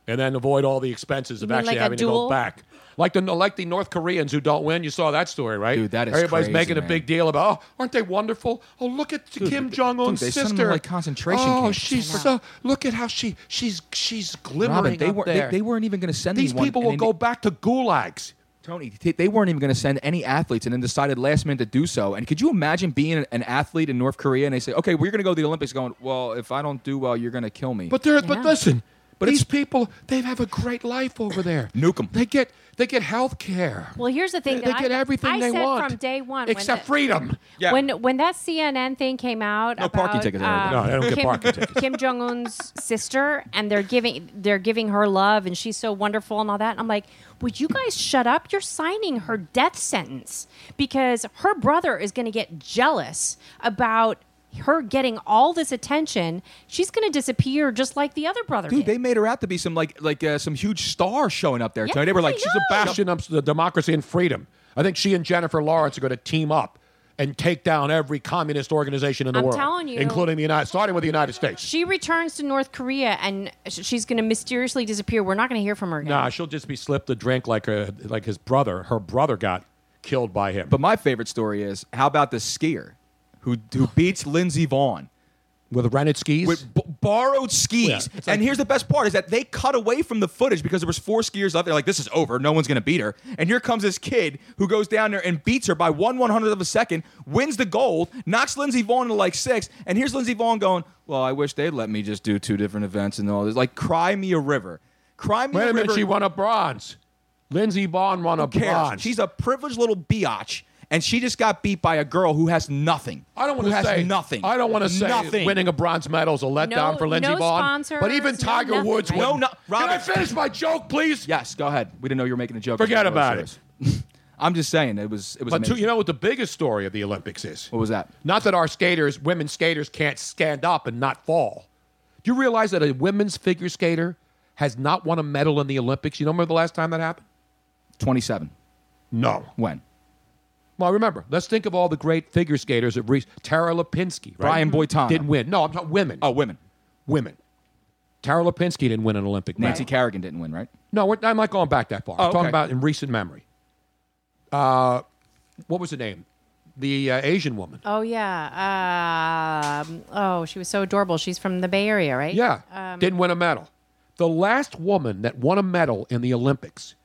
And then avoid all the expenses You of mean actually like a having to go duel? back. Like the like the North Koreans who don't win. You saw that story, right? Dude, that is Everybody's crazy, making a man. big deal about, oh, aren't they wonderful? Oh, look at Kim Jong Un's they sent 'em to, sister. like, concentration oh, camps. she's so look at how she she's she's glimmering Robin, they up weren't. there. They, they weren't even going to send These anyone, people and will then- go back to gulags. Tony, they- they weren't even going to send any athletes, and then decided last minute to do so. And could you imagine being an athlete in North Korea, and they say, "Okay, we're going to go to the Olympics." Going, well, if I don't do well, you're going to kill me. But they're but listen, But these people they have a great life over there. Nuke them. They get they get health care. Well, here's the thing They- that they I, get everything I they said want, from day one, Except when the- freedom. When when that CNN thing came out, No about, parking tickets are everything. um, No, they don't get Kim, parking tickets. Kim Jong Un's sister, and they're giving they're giving her love, and she's so wonderful and all that. I'm like, would you guys shut up? You're signing her death sentence because her brother is going to get jealous about her getting all this attention. She's going to disappear just like the other brother. Dude, did. they made her out to be some like like uh, some huge star showing up there. Yeah, Tony. They were like, I she's She's a bastion of the democracy and freedom. I think she and Jennifer Lawrence are going to team up and take down every communist organization in the I'm world, telling you. including the United, starting with the United States. She returns to North Korea and sh- she's going to mysteriously disappear. We're not going to hear from her again. Nah, she'll just be slipped a drink like a, like his brother. Her brother got killed by him. But my favorite story is how about the skier who who beats Lindsey Vaughn with rented skis? With b- borrowed skis. Yeah, it's like- and here's the best part is that they cut away from the footage because there was four skiers left. They're like, this is over. No one's going to beat her. And here comes this kid who goes down there and beats her by one one hundredth of a second, wins the gold, knocks Lindsey Vaughn into like six. And here's Lindsey Vaughn going, well, I wish they'd let me just do two different events and all this. Like, cry me a river. Cry me Wait a minute, river. she won a bronze. Lindsey Vaughn won a Who cares? bronze. She's a privileged little biatch, and she just got beat by a girl who has nothing. I don't want Who to has say nothing. I don't want to say nothing. winning a bronze medal is a letdown No- for Lindsey no Vaughn. But even sponsors, no Tiger nothing, Woods right? wouldn't. No, no, Can I Robert- finish my joke, please? Yes, go ahead. We didn't know you were making a joke. Forget It was about really it. serious. I'm just saying it was. It was. But two, amazing. you know what the biggest story of the Olympics is? What was that? Not that our skaters, women skaters, can't stand up and not fall. Do you realize that a women's figure skater has not won a medal in the Olympics? You know, remember the last time that happened? 27. No. When? Well, remember, let's think of all the great figure skaters that reached. Tara Lipinski, right? Brian Boitano. Didn't win. No, I'm talking women. Oh, women. Women. Tara Lipinski didn't win an Olympic medal. Nancy Kerrigan didn't win, right? No, we're, I'm not going back that far. Oh, I'm talking okay. about in recent memory. Uh, what was her name? The uh, Asian woman. Oh yeah. Um, oh, she was so adorable. She's from the Bay Area, right? Yeah. Um, didn't win a medal. The last woman that won a medal in the Olympics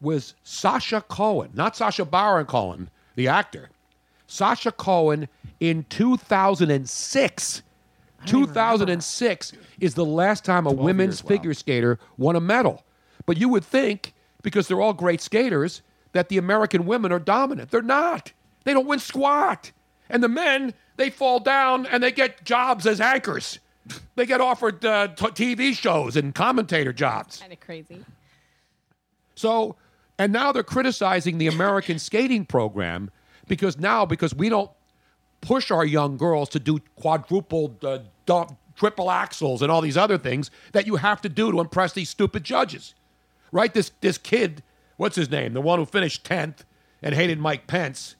was Sasha Cohen, not Sasha Baron Cohen, the actor. Sasha Cohen in 2006. 2006 is the last time a women's figure skater won a medal. But you would think, because they're all great skaters, that the American women are dominant. They're not. They don't win squat. And the men, they fall down and they get jobs as anchors. They get offered uh, t- TV shows and commentator jobs. kind of crazy. So, and now they're criticizing the American skating program because now, because we don't push our young girls to do quadruple, uh, dump, triple axles and all these other things that you have to do to impress these stupid judges. Right? This, this kid, what's his name? The one who finished 10th and hated Mike Pence.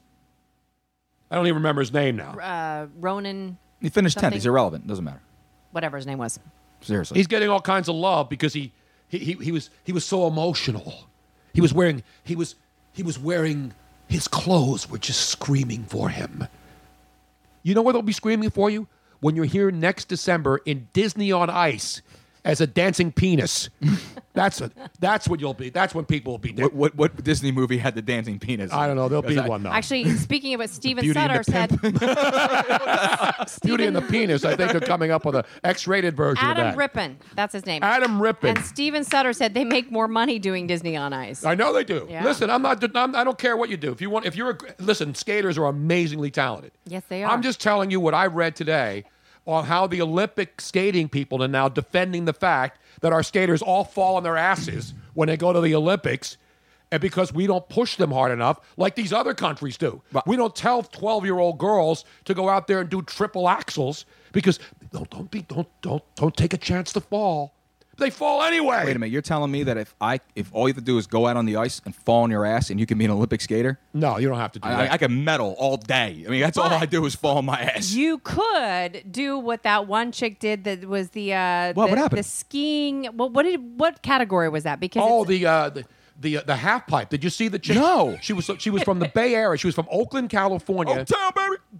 I don't even remember his name now. Uh, Ronan. He finished tenth. something? He's irrelevant. Doesn't matter. Whatever his name was. Seriously. He's getting all kinds of love because he he, he, he was he was so emotional. He was wearing he was he was wearing his clothes were just screaming for him. You know what they'll be screaming for you? When you're here next December in Disney on Ice as a dancing penis. that's a, that's what you'll be. That's when people will be what, what what Disney movie had the dancing penis? I don't know. There'll be Because I- one though. Actually, speaking of what Steven Beauty and Sutter the said, Beauty and the penis, I think they're coming up with a X-rated version of Adam that. Rippon. That's his name. Adam Rippon. And Steven Sutter said they make more money doing Disney on Ice. I know they do. Yeah. Listen, I'm not. I'm, I don't care what you do. If you want, if you're a, listen, skaters are amazingly talented. Yes, they are. I'm just telling you what I read today on how the Olympic skating people are now defending the fact that our skaters all fall on their asses when they go to the Olympics, and because we don't push them hard enough like these other countries do. We don't tell 12 year old girls to go out there and do triple axles because don't, don't, be, don't, don't, don't take a chance to fall. They fall anyway. Wait a minute, you're telling me that if I if all you have to do is go out on the ice and fall on your ass and you can be an Olympic skater? No, you don't have to do I, that. I, I can medal all day. I mean, that's all I do is fall on my ass. You could do what that one chick did that was the uh What- the, what happened? the skiing. What what did what category was that? Because Oh, the uh, the the, uh, the half pipe. Did you see the chick? No, she was she was from the Bay Area. She was from Oakland, Oh, California.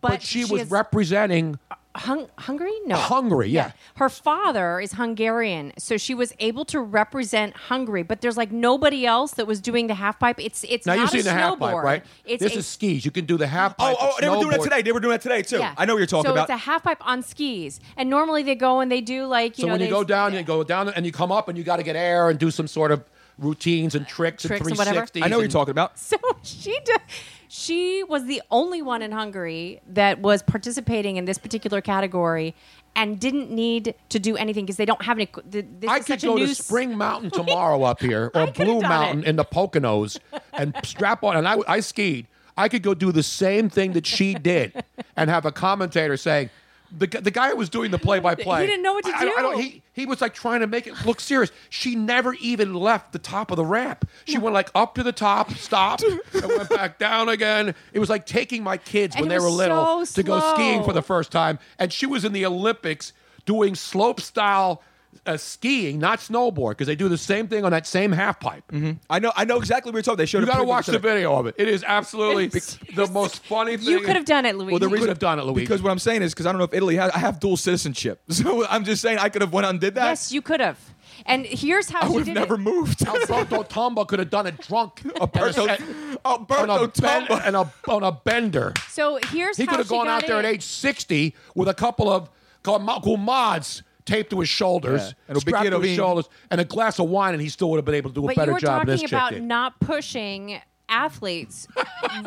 But, she, she was is- representing Hung- Hungary? No. Hungary. Yeah. Her father is Hungarian, so she was able to represent Hungary. But there's like nobody else that was doing the half pipe. It's it's Now not you've seen a the snowboard. half pipe, right? It's this a, is skis. You can do the half pipe. oh, the they were doing that snowboard. today. They were doing that today too. yeah. I know what you're talking so about. it's a half pipe on skis, and normally they go and they do like you So know when you they- go down, you go down and you come up and you got to get air and do some sort of routines and tricks, Tricks and and whatever. 360s. I know what you're and- talking about. So she did, she was the only one in Hungary that was participating in this particular category and didn't need to do anything because they don't have any. th- This I is could such a go new to Spring Mountain tomorrow up here, or Blue done Mountain it. in the Poconos, and strap on. And I, I skied. I could go do the same thing that she did, and have a commentator saying, the, gu- the guy who was doing the play by play. He didn't know what to do. he, he was like trying to make it look serious. She never even left the top of the ramp. She went like up to the top, stopped, and went back down again. It was like taking my kids And when it they were was little so to go skiing for slow. the first time, and she was in the Olympics doing slope style uh, skiing, not snowboard, because they do the same thing on that same half pipe. Mm-hmm. I know. I know exactly what you're talking. They showed. You a got to pretty watch picture of the it. video of it. It is absolutely the most funny thing. You could have done it, Luigi. Well, the reason have done it, Luigi. because what I'm saying is because I don't know if Italy has. I have dual citizenship, so I'm just saying I could have went out and did that. Yes, you could have. And here's how I she would have did it. never moved. Alberto Tomba could have done it drunk. Alberto, Alberto on a ben- and a, on a bender. So here's he how could have she gone got out there at in. age 60 with a couple of gourmets taped to his shoulders, Yeah. And a strapped to bikini. his shoulders, and a glass of wine, and he still would have been able to do a But you better were job than talking this chick about did. not pushing athletes,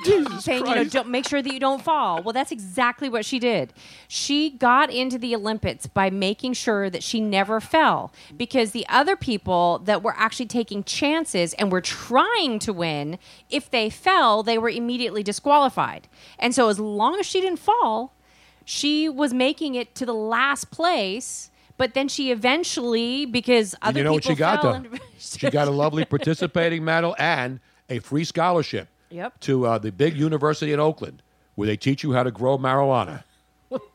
saying you know Christ. don't make sure that you don't fall. Well, that's exactly what she did. She got into the Olympics by making sure that she never fell because the other people that were actually taking chances and were trying to win, if they fell, they were immediately disqualified. And so as long as she didn't fall, she was making it to the last place. But then she eventually, because other And you know what people she got fell though? and- she got a lovely participating medal and a free scholarship Yep. to uh, the big university in Oakland, where they teach you how to grow marijuana.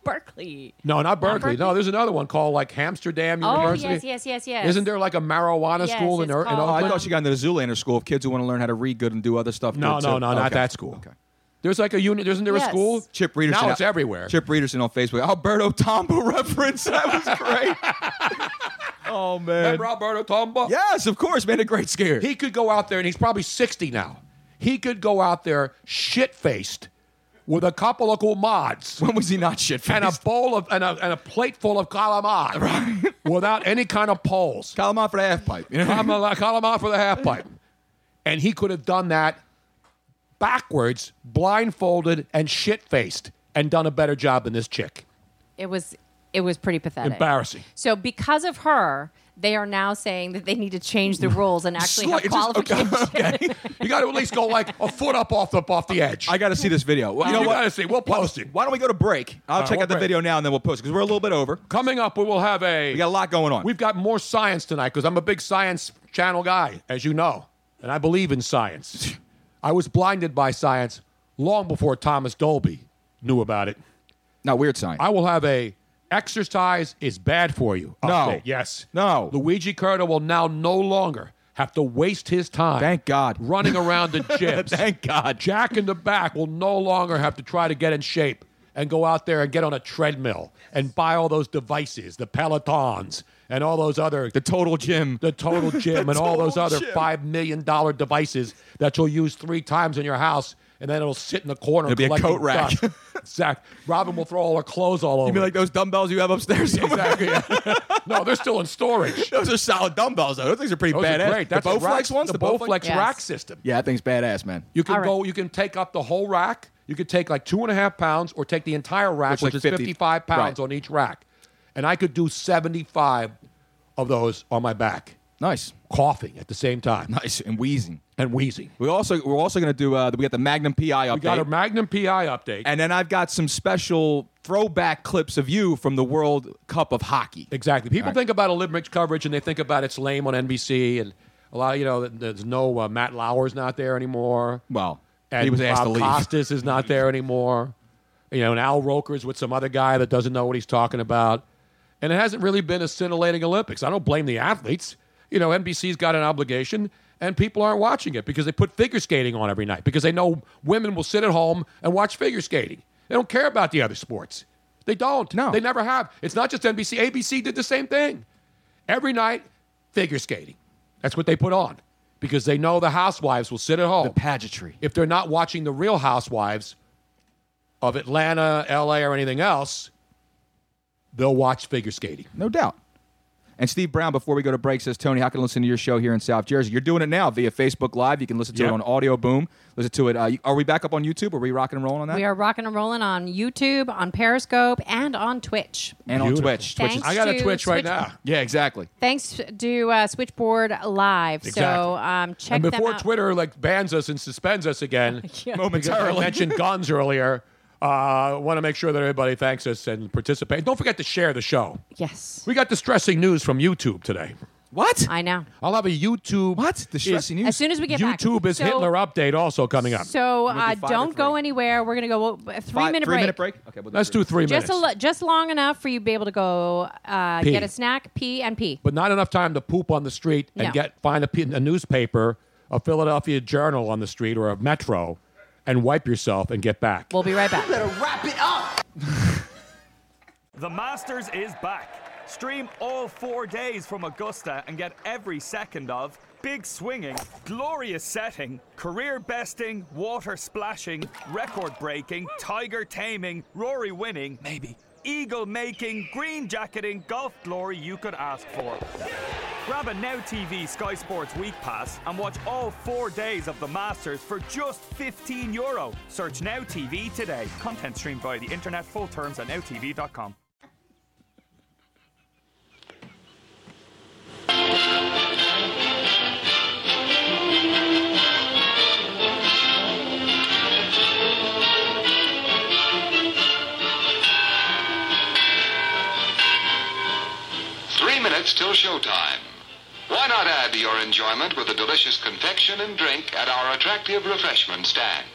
Berkeley. No, not Berkeley. No, there's another one called like Amsterdam Oh, University. yes, yes, yes, yes. Isn't there like a marijuana Yes, school in, it's Ur- in called- Oh, I Oakland? thought she got into the Zoolander school of kids who want to learn how to read good and do other stuff. No, good, no, too. no, not that school. There's like a union. Isn't there Yes. a school? Chip Readerson. Now out- it's everywhere. Chip Readerson on Facebook. Alberto Tomba reference. That was great. oh man. Remember Alberto Tomba? Yes, of course. Man, a great scare. He could go out there, and he's probably 60 now. He could go out there shit faced with a couple of cool mods. When was he not shit faced? And a bowl of and a, and a plate full of calamari, without any kind of poles. Calamari for the half pipe. You know? Calamari, for the half pipe. And he could have done that backwards, blindfolded, and shit faced, and done a better job than this chick. It was it was pretty pathetic. Embarrassing. So because of her, they are now saying that they need to change the rules and actually have Slight- just- okay, qualifications. You got to at least go like a foot up off the off the edge. I got to see this video. Well, you know what? gotta see. We'll post it. Why don't we go to break? I'll All right, check we'll out the break. video now and then we'll post because we're a little bit over. Coming up, we will have a. We got a lot going on. We've got more science tonight because I'm a big science channel guy, as you know, and I believe in science. I was blinded by science long before Thomas Dolby knew about it. Now, weird science. I will have a exercise is bad for you. No. update. Yes. No. Luigi Curto will now no longer have to waste his time. Thank God. Running around the gyms. Thank God. Jack in the back will no longer have to try to get in shape and go out there and get on a treadmill and buy all those devices, the Pelotons and all those other the total gym, the total gym, and all those Total other Gym. five million dollar devices that you'll use three times in your house. And then it'll sit in the corner. It'll be a collecting coat rack. dust. Exact. Robin will throw all her clothes all over. You mean like those dumbbells you have upstairs? Exactly. no, they're still in storage. Those are solid dumbbells, though. Those things are pretty Those are badass. great. That's the a Bowflex rack- ones? the Bowflex rack system. Yeah, that thing's badass, man. You can go. You can take up the whole rack. You could take like two and a half pounds, or take the entire rack, Which which, is like is 50 fifty-five pounds on each rack. And I could do seventy-five of those on my back. Nice. Coughing at the same time. Nice and wheezing and wheezing. We also we're also going to do uh, we got the Magnum PI update. We got a Magnum PI update, and then I've got some special throwback clips of you from the World Cup of Hockey. Exactly. People think about Olympics coverage and they think about it's lame on NBC and a lot. Of, you know, there's no uh, Matt Lauer's not there anymore. Well, and he was asked Bob to leave. Costas is not there anymore. You know, and Al Roker's with some other guy that doesn't know what he's talking about. And it hasn't really been a scintillating Olympics. I don't blame the athletes. You know, NBC's got an obligation, and people aren't watching it because they put figure skating on every night because they know women will sit at home and watch figure skating. They don't care about the other sports. They don't. No. They never have. It's not just NBC. ABC did the same thing. Every night, figure skating. That's what they put on because they know the housewives will sit at home. The pageantry. If they're not watching the real housewives of Atlanta, LA, or anything else, they'll watch figure skating. No doubt. And Steve Brown, before we go to break, says, Tony, how can I listen to your show here in South Jersey? You're doing it now via Facebook Live. You can listen to Yep. it on Audio Boom. Listen to it. Uh, you- are we back up on YouTube? Are we rocking and rolling on that? We are rocking and rolling on YouTube, on Periscope, and on Twitch. And on Twitch. Twitch Thanks I got a to Twitch right Switch- now. Yeah, exactly. Thanks to uh, Switchboard Live. So Exactly. um, check and before them out. Twitter like bans us and suspends us again Yeah. because Momentarily. I mentioned guns earlier. Uh, want to make sure that everybody thanks us and participates. Don't forget to share the show. Yes. We got distressing news from YouTube today. What? I know. I'll have a YouTube. What? Distressing news? As soon as we get back. YouTube is So- Hitler update also coming up. So We'll do uh, five or don't go anywhere. We're gonna go a three Five- minute break. three-minute break? Okay, we'll Let's do three minutes. Just a lo- just long enough for you to be able to go uh, Pee. get a snack, pee, and pee. but not enough time to poop on the street and No. get find a, p- a newspaper, a Philadelphia Journal on the street or a Metro, and wipe yourself and get back. We'll be right back. wrap it up. The Masters is back. Stream all four days from Augusta and get every second of big swinging, glorious setting, career besting, water splashing, record breaking, tiger taming, Rory winning, maybe, eagle making, green jacketing, golf glory you could ask for. Grab a Now TV Sky Sports Week Pass and watch all four days of the Masters for just 15 euro. Search Now TV today. Content streamed via the internet, full terms at nowtv.com. Three minutes till showtime. Why not add to your enjoyment with a delicious confection and drink at our attractive refreshment stand?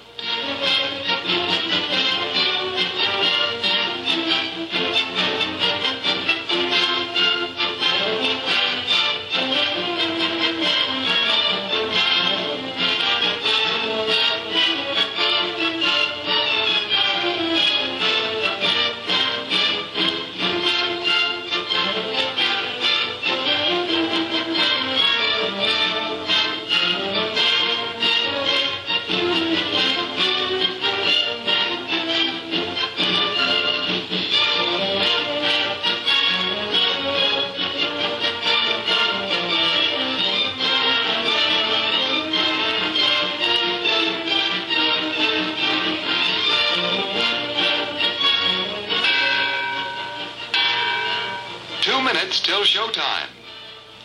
Two minutes till showtime.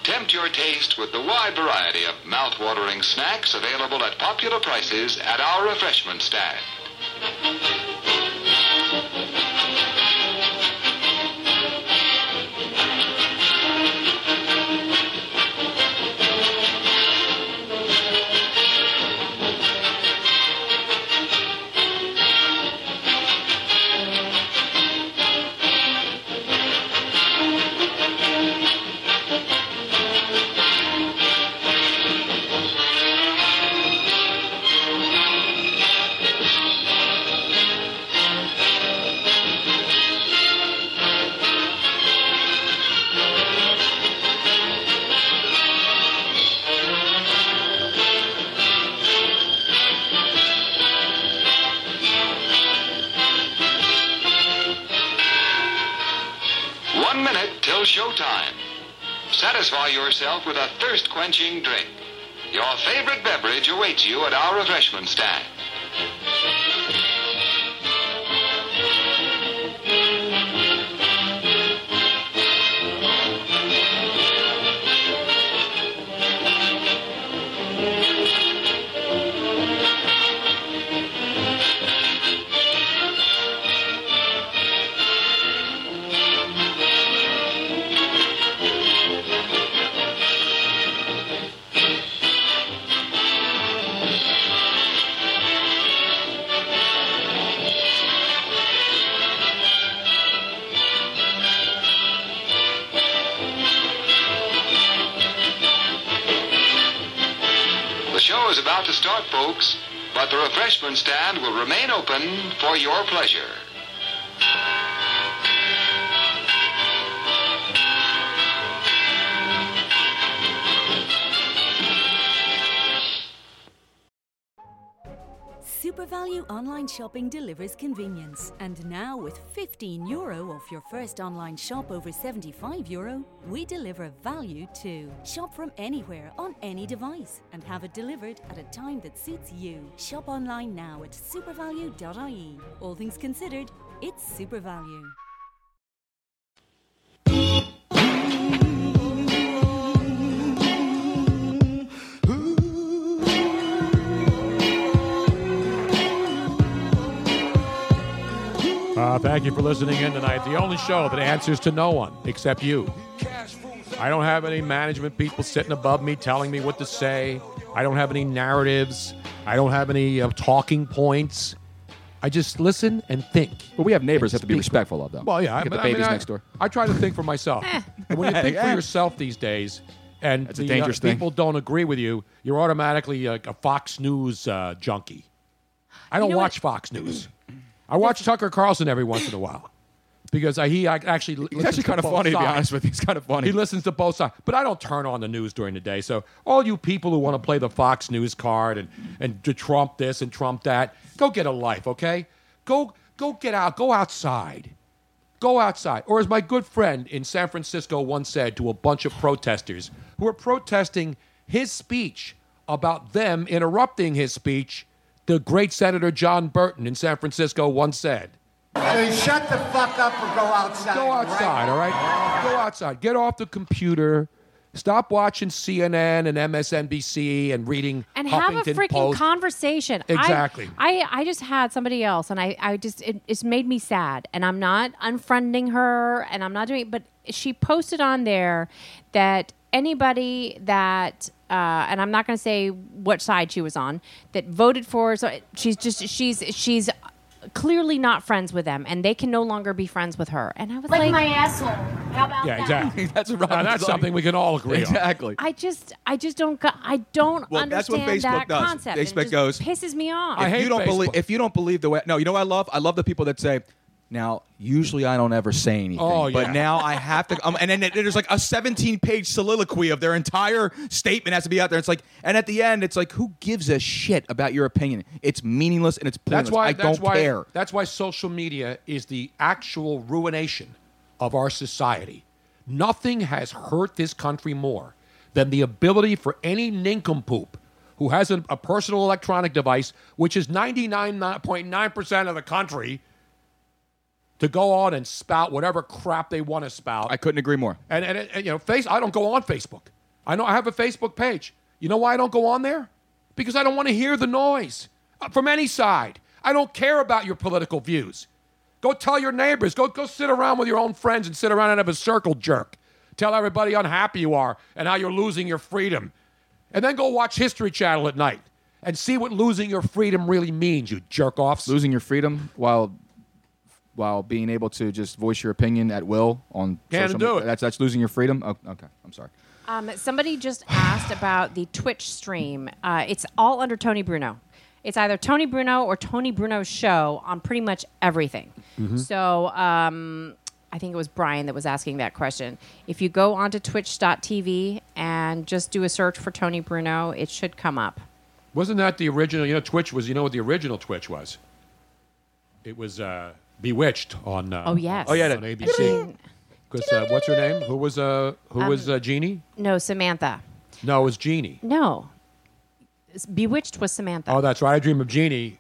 Tempt your taste with the wide variety of mouth-watering snacks available at popular prices at our refreshment stand. One minute till showtime. Satisfy yourself with a thirst-quenching drink. Your favorite beverage awaits you at our refreshment stand. is about to start, folks, but the refreshment stand will remain open for your pleasure. SuperValue online shopping delivers convenience. And now, with 15 euro off your first online shop over 75 euro, we deliver value too. Shop from anywhere on any device and have it delivered at a time that suits you. Shop online now at supervalue.ie. E. All things considered, it's SuperValue. Uh, thank you for listening in tonight. The only show that answers to no one except you. I don't have any management people sitting above me telling me what to say. I don't have any narratives. I don't have any uh, talking points. I just listen and think. But we have neighbors have to be respectful of, though. Well, yeah. Look at but the mean, babies next door. I try to think for myself. and when you think for Yeah. yourself these days, and That's a the, dangerous uh, thing. people don't agree with you, you're automatically uh, a, a Fox News uh, junkie. I don't watch Fox News. I watch Tucker Carlson every once in a while because I, he I actually li- He's listens actually to kinda both funny, to be sides. honest with you. He's kinda funny. He listens to both sides, but I don't turn on the news during the day. So all you people who want to play the Fox News card and and to Trump this and Trump that, go get a life, okay? Go go get out, go outside. Go outside. Or as my good friend in San Francisco once said to a bunch of protesters who were protesting his speech about them interrupting his speech, the great Senator John Burton in San Francisco once said, Hey, shut the fuck up and go outside. Go outside, all right? Go outside. Get off the computer. Stop watching CNN and MSNBC and reading and Huffington have a freaking Post. conversation. I- Exactly. I, I just had somebody else, and I, I just it, it's made me sad. And I'm not unfriending her, and I'm not doing. But she posted on there that anybody that. Uh, and I'm not going to say what side she was on that voted for. So she's just she's she's clearly not friends with them, and they can no longer be friends with her. And I was Lick like, my asshole. How about yeah, that? exactly. that's now, that's something we can all agree Exactly. I just I just don't go- I don't Well, that's what understand Facebook that does. concept. Facebook it just goes, pisses me off. If you don't believe, if you don't believe the way, no, you know what I love. I love the people that say, "Now, usually I don't ever say anything, Oh, yeah. but now I have to." Um, and then it- there's like a 17-page soliloquy of their entire statement has to be out there. It's like, and at the end, it's like, who gives a shit about your opinion? It's meaningless and it's pointless. That's why I that's don't why, care. That's why social media is the actual ruination of our society. Nothing has hurt this country more than the ability for any nincompoop who has a, a personal electronic device, which is 99.9% of the country, to go on and spout whatever crap they want to spout. I couldn't agree more. And, and, and, you know, face. I don't go on Facebook. I know I have a Facebook page. You know why I don't go on there? Because I don't want to hear the noise uh, from any side. I don't care about your political views. Go tell your neighbors. Go go sit around with your own friends and sit around and have a circle jerk. Tell everybody how unhappy you are and how you're losing your freedom. And then go watch History Channel at night and see what losing your freedom really means, you jerk offs. Losing your freedom while while being able to just voice your opinion at will on Can't social do media. it. That's that's losing your freedom. Oh, okay, I'm sorry. Um, somebody just asked about the Twitch stream. Uh, it's all under Tony Bruno. It's either Tony Bruno or Tony Bruno's show on pretty much everything. Mm-hmm. Mhm. So um, I think it was Brian that was asking that question. If you go onto twitch.tv and just do a search for Tony Bruno, it should come up. Wasn't that the original? You know, Twitch was. You know what the original Twitch was? It was uh, Bewitched on. Uh, Oh, yes. Oh, yeah, on the- ABC. Because uh, what's her name? Who was uh, who was Um, uh, Jeannie? No, Samantha. No, it was Jeannie. No. S- Bewitched was Samantha. Oh, that's right. I dream of Jeannie.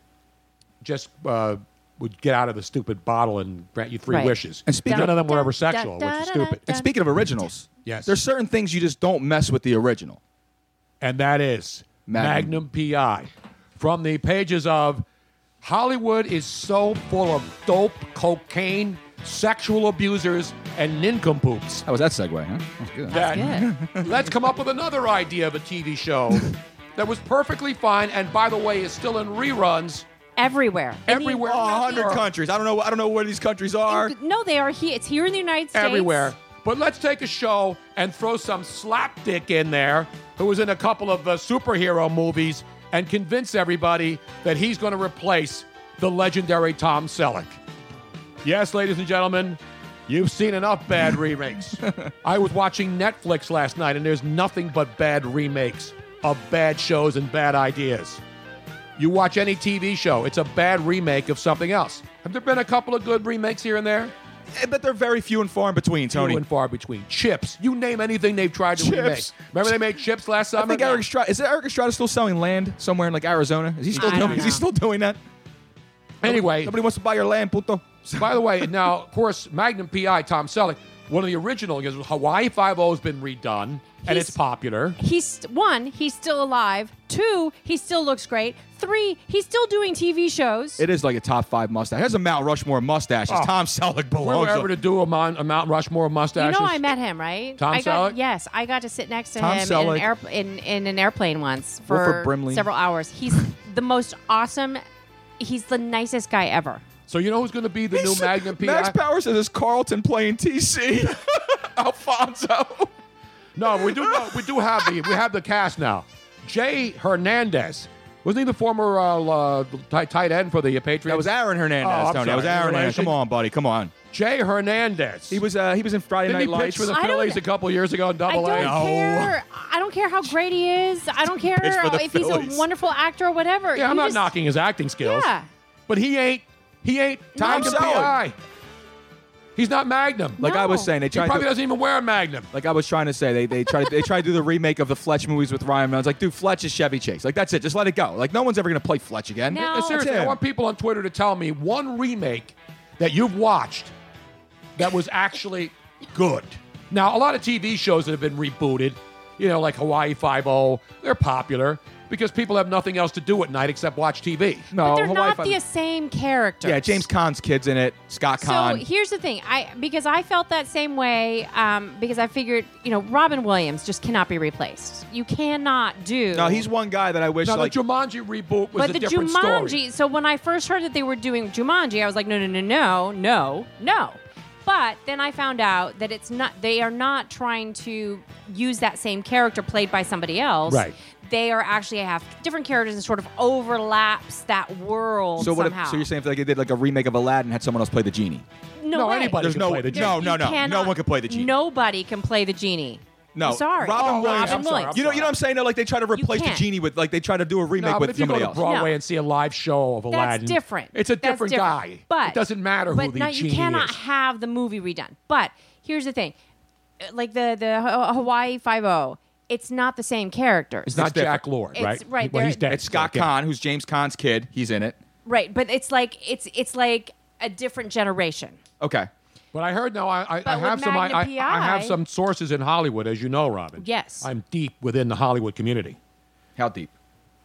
Just uh, would get out of the stupid bottle and grant you three Right. wishes. And speaking- none of them were Da- ever da- sexual, da- which is da- stupid. And speaking of originals, yes, there's certain things you just don't mess with the original. and that is Magnum. Magnum. PI from the pages of Hollywood is so full of dope, cocaine, sexual abusers, and nincompoops. How was that segue? Huh? That's good. That- let's come up with another idea of a TV show that was perfectly fine and, by the way, is still in reruns. Everywhere. Everywhere. Oh, 100 countries. I don't know. I don't know where these countries are. No, they are here. It's here in the United States. everywhere. But let's take a show and throw some slapdick in there who was in a couple of uh, superhero movies and convince everybody that he's going to replace the legendary Tom Selleck. Yes, ladies and gentlemen, you've seen enough bad remakes. I was watching Netflix last night, and there's nothing but bad remakes of bad shows and bad ideas. You watch any TV show, it's a bad remake of something else. Have there been a couple of good remakes here and there? Eh, But they're very few and far in between, Tony. Few and far between. Chips. You name anything they've tried to remake. Chips. Remember they made Chips last I summer? think Eric Estrada is Eric Estrada still selling land somewhere in like Arizona? Is he still I doing? don't Is he know. still doing that? Anyway, nobody wants to buy your land, puto. By the way, now of course Magnum PI Tom Selleck, one of the original, because Hawaii Five O has been redone and it's popular. He's one, he's still alive. Two, he still looks great. Three, he's still doing TV shows. It is like a top five mustache. That's a Mount Rushmore mustache. It's Oh. Tom Selleck Were belongs. we ever to do a, mon- a Mount Rushmore You mustaches? know, I met him, right? Tom I got, Selleck? Yes, I got to sit next to Tom him Selleck. in an, airp- in, in an airplane once Wilford for Brimley. several hours. He's the most awesome. He's the nicest guy ever. so you know who's going to be the new Magnum PI? Max Power says it's Carlton playing TC. Alfonso. No, we do. No, we do have the we have the cast now. Jay Hernandez wasn't he the former uh, uh, tight tight end for the Patriots? That was Aaron Hernandez, Oh, I'm Tony. That was sorry. Aaron Hernandez. Relation? Come on, buddy. Come on. Jay Hernandez. He was uh, he was in Friday Didn't Night he Lights. pitch for the I don't- Phillies a couple years ago in Double I A? don't care. I don't care how great he is. I don't care Pitch for the if he's Phillies. a wonderful actor or whatever. Yeah, I'm You not just- knocking his acting skills. Yeah. But he ain't he ain't No. Tom Tom Selleck. PI. He's not Magnum. Like I was saying, they he tried probably to- doesn't even wear a Magnum. Like I was trying to say, they they tried they tried to do the remake of the Fletch movies with Ryan Reynolds. Like, dude, Fletch is Chevy Chase. Like, that's it. Just let it go. Like, no one's ever gonna play Fletch again. And seriously, I want people on Twitter to tell me one remake that you've watched that was actually good. Now, a lot of TV shows that have been rebooted, you know, like Hawaii Five O, they're popular because people have nothing else to do at night except watch TV. No, They're not the same character. Yeah, James Kahn's kids in it. Scott So Kahn. here's the thing, I because I felt that same way um, because I figured you know Robin Williams just cannot be replaced. You cannot do. no, he's one guy that I wish Now, like the Jumanji reboot was but a the different Jumanji. story. So when I first heard that they were doing Jumanji, I was like, no, no, no, no, no, no. But then I found out that it's not. They are not trying to use that same character played by somebody else. Right. They are actually have different characters and sort of overlaps that world so what? somehow. If, so you're saying if like, they did like a remake of Aladdin, had someone else play the genie? no, way. There's no, No, no, You no. No cannot- one could play the genie. Nobody can play the genie. No, I'm sorry. Oh, Oh, Robin Williams. Robin Williams. You know, you know what I'm saying? though? like they try to replace the can't. genie with like they try to do a remake No, but with if you go somebody to else. Broadway and see a live show of That's Aladdin, different. It's a That's different, guy. But it doesn't matter but who the no, genie You cannot is. have the movie redone. But here's the thing, Uh, like the the Ha- Hawaii Five O, it's not the same characters. It's not Jack Lord, It's- right? right, Well, they're- he's dead, It's Scott Kahn, who's James Kahn's kid. He's in it. right, but it's like it's it's like a different generation. Okay. But I heard now. I, I, I But with have some. I, I, Magna I have PI some sources in Hollywood, as you know, Robin. Yes. I'm deep within the Hollywood community. How deep?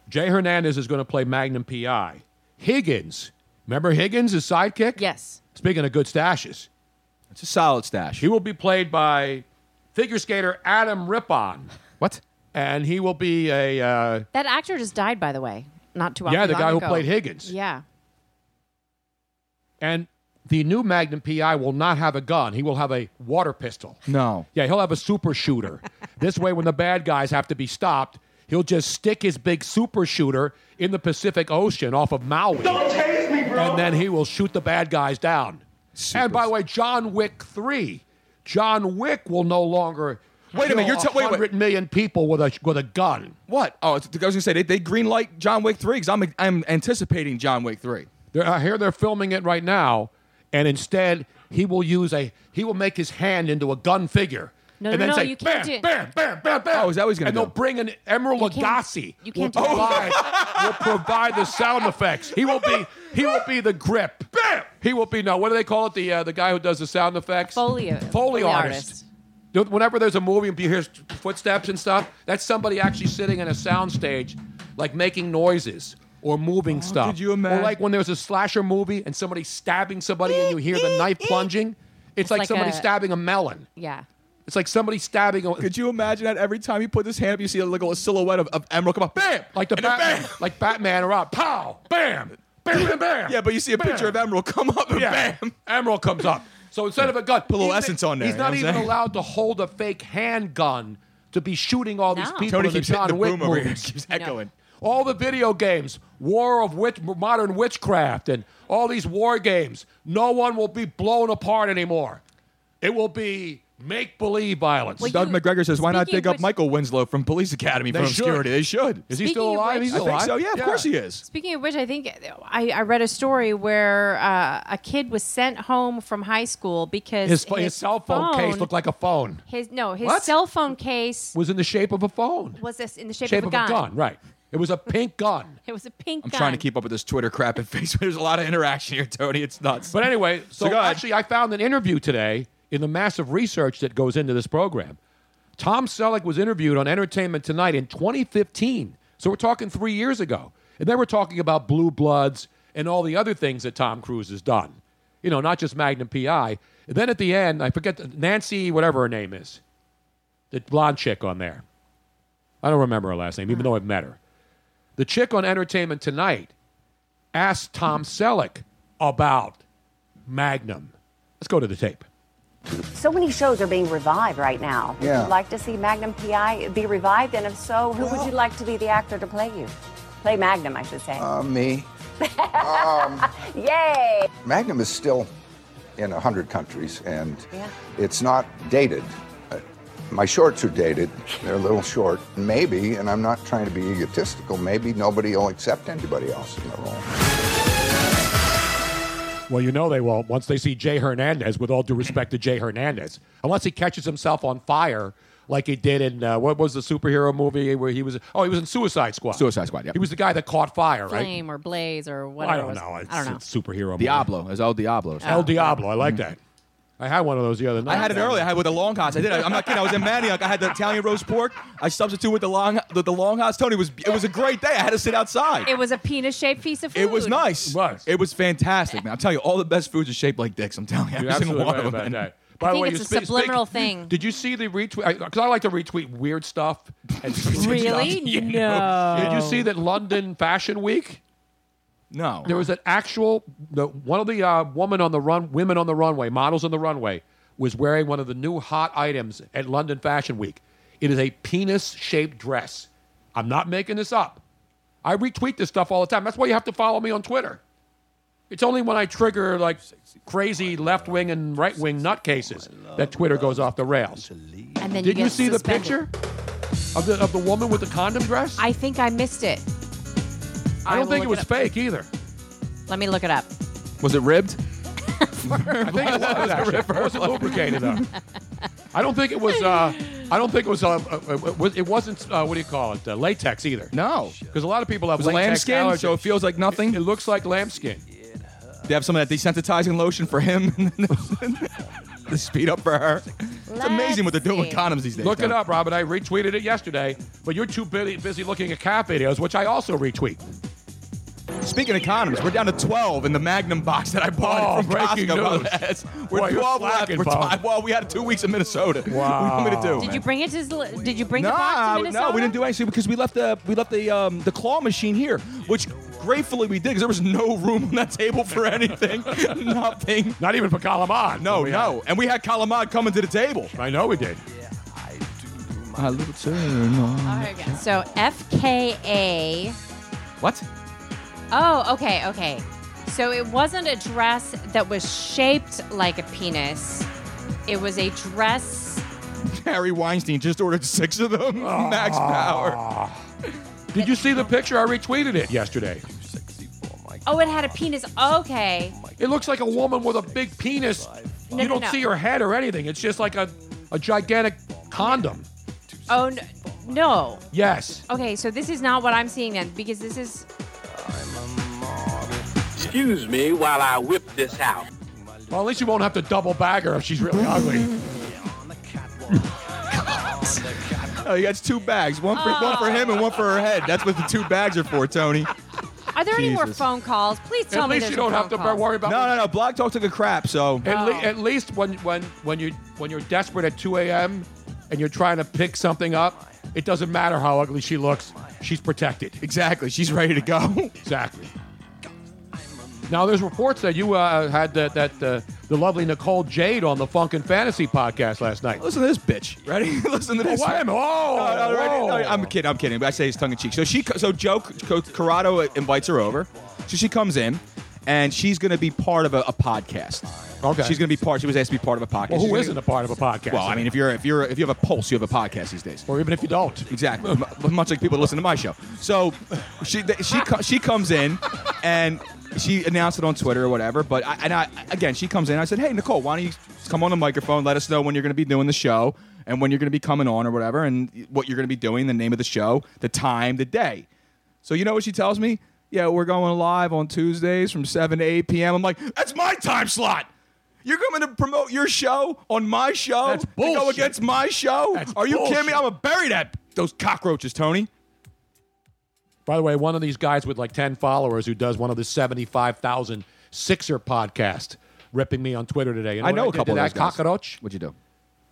Jay Hernandez is going to play Magnum PI. Higgins, remember Higgins, his sidekick. Yes. Speaking of good stashes, it's a solid stash. He will be played by figure skater Adam Rippon. What? And he will be a. Uh, That actor just died, by the way, not too long. Yeah, the guy who ago. played Higgins. Yeah. and the new Magnum PI will not have a gun. He will have a water pistol. No. Yeah, he'll have a super shooter. this way, when the bad guys have to be stopped, he'll just stick his big super shooter in the Pacific Ocean off of Maui. Don't chase me, bro. And then he will shoot the bad guys down. And by the way, John Wick 3. John Wick will no longer. Wait a minute, you're kill tell- wait, wait. 100 million people with a, with a gun. What? Oh, it's- I was gonna say they, they green light John Wick three because I'm I'm anticipating John Wick three. They're, I hear they're filming it right now, and instead he will use a he will make his hand into a gun figure. No, and no, then no, say, you can't bam, do it. bam, bam, bam, bam. Oh, is that he's gonna And they'll bring an Emerald Lagasse. you can't will do provide, will provide the sound effects. He will be he will be the grip. Bam. He will be no. What do they call it? The uh, the guy who does the sound effects. Foley, Foley artist. Dude, Whenever there's a movie and you hear footsteps and stuff, that's somebody actually sitting in a soundstage, like making noises or moving stuff. could you imagine? Or like when there's a slasher movie and somebody's stabbing somebody and you hear Eh, the knife plunging. It's, like, like somebody a- stabbing a melon. Yeah. It's like somebody stabbing a. Could you imagine that every time you put this hand up, you see a little silhouette of, of Emerald come up, bam, like the Batman, like Batman or out, pow, bam, bam, bam, bam. Yeah, but you see a picture of Emerald come up and bam, Emerald comes up. So instead of a gun, put a little he's- essence on there. He's you know not what I'm even saying? allowed to hold a fake handgun to be shooting all these No. people Tony in the keeps hitting John the Wick broom over here. movies. Keeps echoing. all the video games, War of Witch, Modern Witchcraft, and all these war games. No one will be blown apart anymore. It will be make believe violence. Doug McGregor says, "Why not speaking dig of up Michael Winslow from Police Academy They from should. obscurity? They should. Is he still Speaking of alive? which- He's I think alive? so. Yeah, of Yeah. course he is. Speaking of which, I think I, I read a story where uh, a kid was sent home from high school because His, ph- his cell phone, case looked like a phone. his no his What? cell phone case was in the shape of a phone. was this in the shape, shape of, a gun. right? It was a pink gun. It was a pink. I'm gun. trying to keep up with this Twitter crap and Facebook. There's a lot of interaction here, Tony. It's nuts. But anyway, so, go ahead. actually, I found an interview today in the massive research that goes into this program. Tom Selleck was interviewed on Entertainment Tonight in 2015. So we're talking three years ago. And then we're talking about Blue Bloods and all the other things that Tom Cruise has done. You know, not just Magnum PI. And then at the end, I forget the- Nancy, whatever her name is, the blonde chick on there. I don't remember her last name, even though I've met her. The chick on Entertainment Tonight asked Tom Selleck about Magnum. Let's go to the tape. So many shows are being revived right now. Would Yeah. you like to see Magnum PI be revived? And if so, who would you like to be the actor to play you? Play Magnum, I should say. Uh, Um, me. Yay! Magnum is still in 100 countries, and Yeah. it's not dated. Uh, My shorts are dated. They're a little short. Maybe, and I'm not trying to be egotistical, maybe nobody will accept anybody else in the role. Well, you know they won't once they see Jay Hernandez, with all due respect to Jay Hernandez. Unless he catches himself on fire like he did in, uh, what was the superhero movie where he was, oh, he was in Suicide Squad. Suicide Squad, yeah. He was the guy that caught fire, right? flame or blaze or whatever. don't it was. know. I don't know. It's superhero Diablo. It's El Diablo. El Diablo. I like that. I had one of those the other night. I had it earlier. I had it with the long hots. I did. I, am not kidding. I was in Manioc. I had the Italian roast pork. I substituted with the long the, the long hots. Tony it was it was a great day. I had to sit outside. It was a penis-shaped piece of food. It was nice. It was. fantastic, man. I'm telling you, all the best foods are shaped like dicks. I'm telling you, every You're single absolutely one right of about them. that. I think it's a speak- speak- subliminal thing. Did you see the retweet? Because I, like to retweet weird stuff. And Really? No. Did you see that London Fashion Week? No. There was an actual the, one of the uh, woman on the run, women on the runway, models on the runway, was wearing one of the new hot items at London Fashion Week. It is a penis-shaped dress. I'm not making this up. I retweet this stuff all the time. That's why you have to follow me on Twitter. It's only when I trigger like crazy left wing and right wing nutcases Oh, that Twitter goes off the rails. And Did then you, you get see the suspended. picture of the of the woman with the condom dress? I think I missed it. I will don't think look it was up. fake either. Let me look it up. Was it ribbed? I think it was actually. It wasn't lubricated up. I don't think it was. Uh, I don't think it was. Uh, uh, uh, was- it wasn't. Uh, what do you call it? Uh, latex either. No, because a lot of people have It was latex lambskin, allergies. so it feels like nothing. It, looks like lambskin. They have some of that desensitizing lotion for him. the speed up for her. It's amazing what they're doing with condoms these days. Look it Tony. up, Robin. I retweeted it yesterday, but you're too busy, busy looking at cat videos, which I also retweet. Speaking of condoms, we're down to 12 in the Magnum box that I bought Oh, from breaking Costco. news. Yes. We're Boy, you're 12 left. slacking, We're Bob. 12. Well, we had two weeks in Minnesota. What do you want me to do? Did man? you bring it to? the- Did you bring no, the box to Minnesota? no, we didn't do anything because we left the we left the um, the claw machine here, which gratefully we did because there was no room on that table for anything, nothing, not even for Kalamad. No, no, and we had Kalamad coming to the table. I know we did. My little turn on. There we go. So FKA. What? Oh, okay, okay. So it wasn't a dress that was shaped like a penis. It was a dress. Oh Harry Weinstein just ordered six of them. Max power. Did you see the picture? I retweeted it yesterday. Oh, it had a penis. Okay. Oh It looks like a woman with a big penis. No, you no, don't no. see her head or anything. It's just like a, a gigantic condom. Oh no. no. Yes. Okay, so this is not what I'm seeing then because this is Excuse me while I whip this out. Well, at least you won't have to double bag her if she's really ugly. Oh, he gets two bags, one for one for him and one for her head. That's what the two bags are for, Tony. Are there any more Jesus. phone calls? Please tell me there's no phone calls. No, no, no. Blog Talk took a crap, so At, le- at least when when when you when you're desperate at 2 a.m. and you're trying to pick something up, it doesn't matter how ugly she looks. She's protected. Exactly. She's ready to go. exactly. Now there's reports that you uh, had that that uh, the lovely Nicole Jade on the Funk and Fantasy podcast last night. Listen to this bitch. Ready? Listen to this. Why am oh, No, no, right- whoa. no, I'm kidding. I'm kidding. But I say it's tongue in cheek. So she, so Joe Co- Corrado invites her over. So she comes in, and she's going to be part of a, a podcast. Okay. She's going to be part. She was asked to be part of a podcast. Well, who She's gonna- isn't a part of a podcast? Well, I mean, if you're if you're if you have a pulse, you have a podcast these days. Or even if you don't. Exactly. M- Much like people listen to my show. So she th- she co- she comes in and she announced it on Twitter or whatever. But I, and I again, she comes in. I said, hey Nicole, why don't you come on the microphone? Let us know when you're going to be doing the show and when you're going to be coming on or whatever, and what you're going to be doing, the name of the show, the time, the day. So you know what she tells me? Yeah, we're going live on Tuesdays from 7 to 8 p.m. I'm like, that's my time slot. You're coming to promote your show on my show that's bullshit. go against my show? Are you kidding me? I'm gonna bury that those cockroaches, Tony. By the way, one of these guys with like 10 followers who does one of the 75,000 Sixer podcast ripping me on Twitter today. You I know what a did couple to of those that guys. cockroach? What'd you do?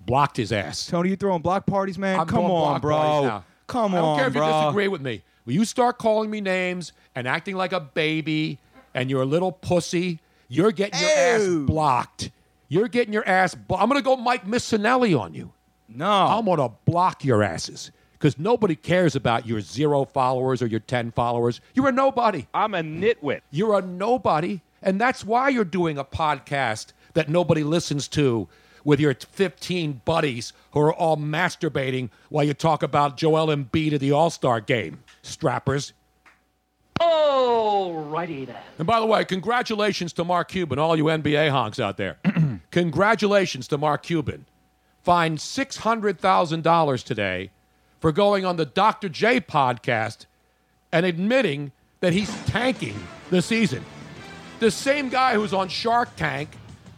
Blocked his ass. Tony, you throwing block parties, man? I'm Come going on, block parties bro. now. Come I don't on, care if bro. you disagree with me. When you start calling me names and acting like a baby and you're a little pussy, you're getting your ass blocked. You're getting your ass blocked. I'm going to go Mike Missinelli on you. No. I'm going to block your asses because nobody cares about your zero followers or your 10 followers. You're a nobody. I'm a nitwit. You're a nobody. And that's why you're doing a podcast that nobody listens to with your 15 buddies who are all masturbating while you talk about Joel Embiid at the All Star game. Strappers. Oh! Alrighty then. And by the way, congratulations to Mark Cuban, all you NBA honks out there. congratulations to Mark Cuban. Fined $600,000 today for going on the Dr. J podcast and admitting that he's tanking the season. The same guy who's on Shark Tank,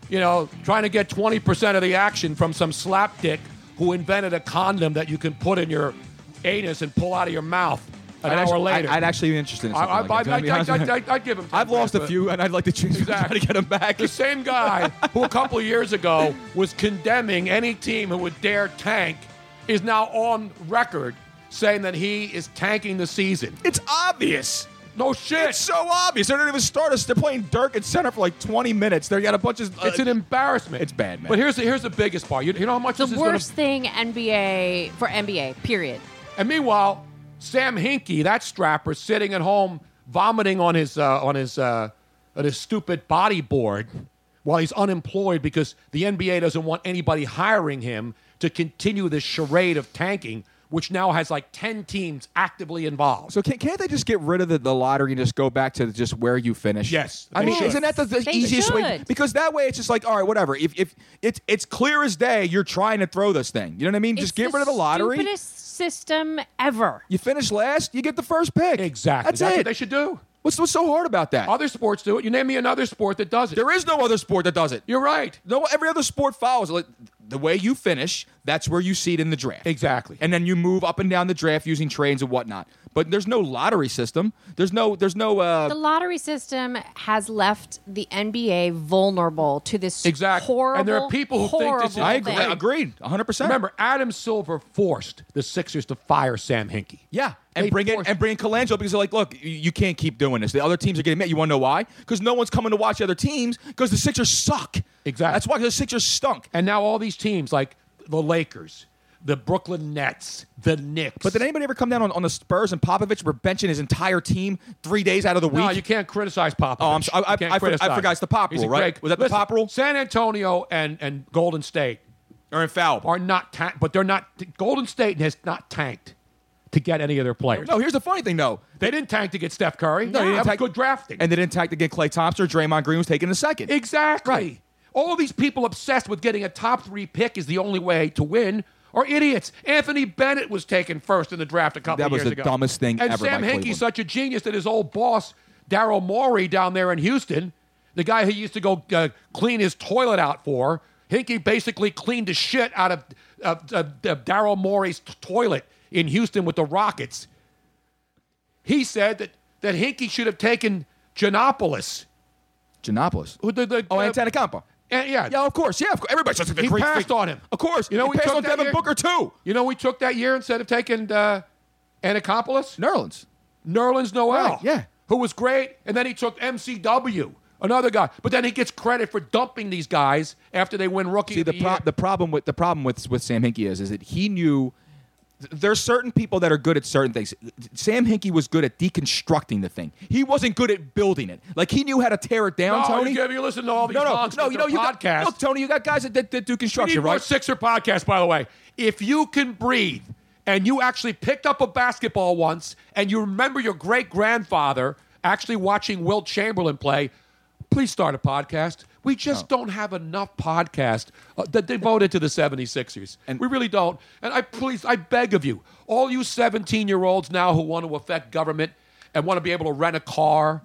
you know, trying to get 20% of the action from some slapdick who invented a condom that you can put in your anus and pull out of your mouth an I'd hour actually, later. I'd, I'd actually be interested in I- something I- like that. I- Do you wanna be honest I- I- with you? I- I'd give him I've lost a but- few, and I'd like to choose try to get him back. the same guy who a couple of years ago was condemning any team who would dare tank is now on record saying that he is tanking the season. It's obvious. No shit. It's so obvious. They don't even start us. They're playing Dirk at center for like 20 minutes. They got a bunch of. uh, It's an embarrassment. It's bad, man. But here's the, here's the biggest part. You, you know how much The this worst is thing NBA for NBA, period. gonna, And meanwhile, Sam Hinkie, that strapper, sitting at home vomiting on his uh, on his uh, on his stupid body board while he's unemployed because the NBA doesn't want anybody hiring him to continue this charade of tanking, which now has like ten teams actively involved. So can, can't they just get rid of the, the lottery and just go back to just where you finish? Yes. I they mean, should. isn't that the, the They easiest way? should. Because that way it's just like, all right, whatever. If, if it's it's clear as day, you're trying to throw this thing. You know what I mean? just get rid of the lottery. Stupidest system ever. You finish last, you get the first pick. Exactly. That's, That's it. what they should do. What's, what's so hard about that? Other sports do it. You name me another sport that does it. There is no other sport that does it. You're right. No, every other sport follows. Like, the way you finish, that's where you seed in the draft. Exactly. And then you move up and down the draft using trades and whatnot. But there's no lottery system. There's no. There's no. Uh, The lottery system has left the NBA vulnerable to this Exactly. horrible. and there are people who think this is horrible thing. agreed 100%. Remember, Adam Silver forced the Sixers to fire Sam Hinkie. Yeah, and bring in and bring in Colangelo because they're like, look, you- you can't keep doing this. The other teams are getting mad. You want to know why? Because no one's coming to watch the other teams because the Sixers suck. Exactly. That's why the Sixers stunk. And now all these teams like the Lakers, the Brooklyn Nets, the Knicks. But did anybody ever come down on, on the Spurs and Popovich were benching his entire team three days out of the week? No, you can't criticize Popovich. Oh, I'm sorry. I, You can't I, I, for- I criticize forgot it's the pop him. rule, He's a right? great- Was that the Listen, pop rule? San Antonio and, and Golden State are infallible. Are not ta- but they're not Golden State has not tanked to get any of their players. No, here's the funny thing, though. They didn't tank to get Steph Curry. No, they didn't that was tank- good drafting. And they didn't tack to get Clay Thompson or Draymond Green was taken in a second. Exactly. All these people obsessed with getting a top three pick is the only way to win are idiots. Anthony Bennett was taken first in the draft a couple That of was years the ago. dumbest thing and ever Sam by Hinkie's Cleveland. such a genius that his old boss, Daryl Morey, down there in Houston, the guy who used to go uh, clean his toilet out for, Hinkie basically cleaned the shit out of, of, of, of Daryl Morey's t- toilet in Houston with the Rockets. He said that, that Hinkie should have taken Giannopoulos. Giannopoulos. Who the, the, Oh, uh, Antetokounmpo. and yeah, Yeah, of course. Yeah, of course. Everybody's just he great passed freak. on him. Of course. You know, he we passed took on that Devin year- Booker too. You know, we took that year instead of taking uh, Anacopoulos, Nerlens, Nerlens Noel, Right, yeah. who was great, and then he took MCW, another guy. But then he gets credit for dumping these guys after they win rookie See of the, the, pro- year. the problem with the problem with with Sam Hinkie is is that he knew th- there's certain people that are good at certain things. Sam Hinkie was good at deconstructing the thing. He wasn't good at building it. Like he knew how to tear it down. No, you Tony, give- you listen to all these no, no, monks no. with You know their you podcasts. got look, Tony. You got guys that, that, that do We construction, need more right? Sixer podcast, by the way. If you can breathe and you actually picked up a basketball once and you remember your great grandfather actually watching Will Chamberlain play, please start a podcast. We just don't have enough podcast uh, that devoted to the 76ers. And we really don't. And I please, I beg of you, all you 17 year olds now who want to affect government and want to be able to rent a car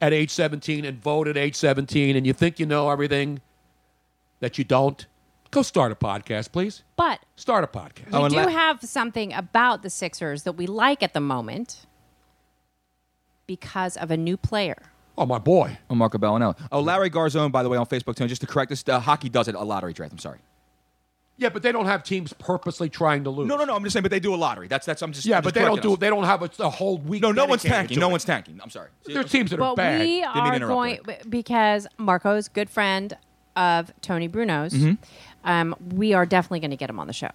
at age 17 and vote at age 17 and you think you know everything that you don't, go start a podcast, please. But Start a podcast. Oh, we do have something about the Sixers that we like at the moment because of a new player. Oh my boy, oh Marco Bellinelli. Oh Larry Garzone, by the way, on Facebook too. Just to correct this, uh, hockey does it a lottery draft. I'm sorry. yeah, but they don't have teams purposely trying to lose. No, no, no. I'm just saying, but they do a lottery. That's that's. I'm just yeah, I'm but just they don't correcting do. us. They don't have a, a whole week. No, no one's dedicated tanking. to No it. one's tanking. I'm sorry. There's teams that are But bad. we are going because Marco's good friend of Tony Bruno's. Mhm. Mm-hmm. Um, we are definitely going to get him on the show.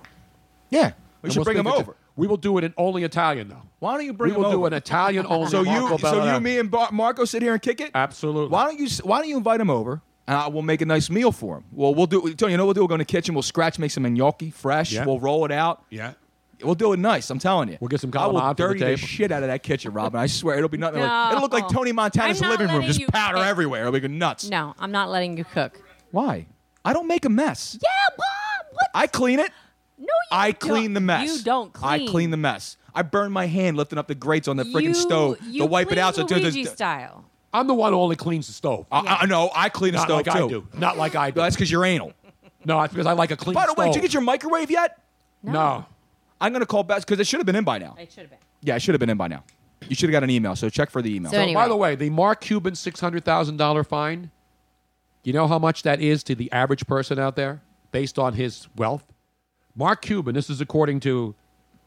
Yeah, we should bring him over. We will do it in only Italian though. Why don't you bring We will him do over? an Italian only. So you, Marco so Bellinelli. you, me, and Bar- Marco sit here and kick it. Absolutely. Why don't you? s- Why don't you invite him over? And I, we'll make a nice meal for him. Well, we'll do. Tony, you know what we'll do? We'll go in the kitchen. We'll scratch, make some gnocchi fresh. Yeah. We'll roll it out. Yeah. We'll do it nice. I'm telling you. We'll get some. I calamari will to the dirty the, table. shit out of that kitchen, Robin. I swear, it'll be nothing. Like, it'll look like No. Tony Montana's I'm not living room, letting just you powder cook. everywhere. It'll be nuts. No, I'm not letting you cook. Why? I don't make a mess. Yeah, Bob. I clean it. No, you I don't. clean the mess. You don't I clean. clean the mess. I burn my hand lifting up the grates on the freaking You- stove you to wipe it clean out. So it does- Luigi style. I'm the one who only cleans the stove. I, I- I know. I clean a Not stove like I too. do. Not like I do. That's because you're anal. No, it's because I like a clean. By the way, did you stove. get your microwave yet? No. I'm gonna call Best because it should have been in by now. It should have been. Yeah, it should have been in by now. You should have got an email. So check for the email. So, by the way, the Mark Cuban six hundred thousand dollar fine. You know how much that is to the average person out there, based on his wealth. Mark Cuban. This is according to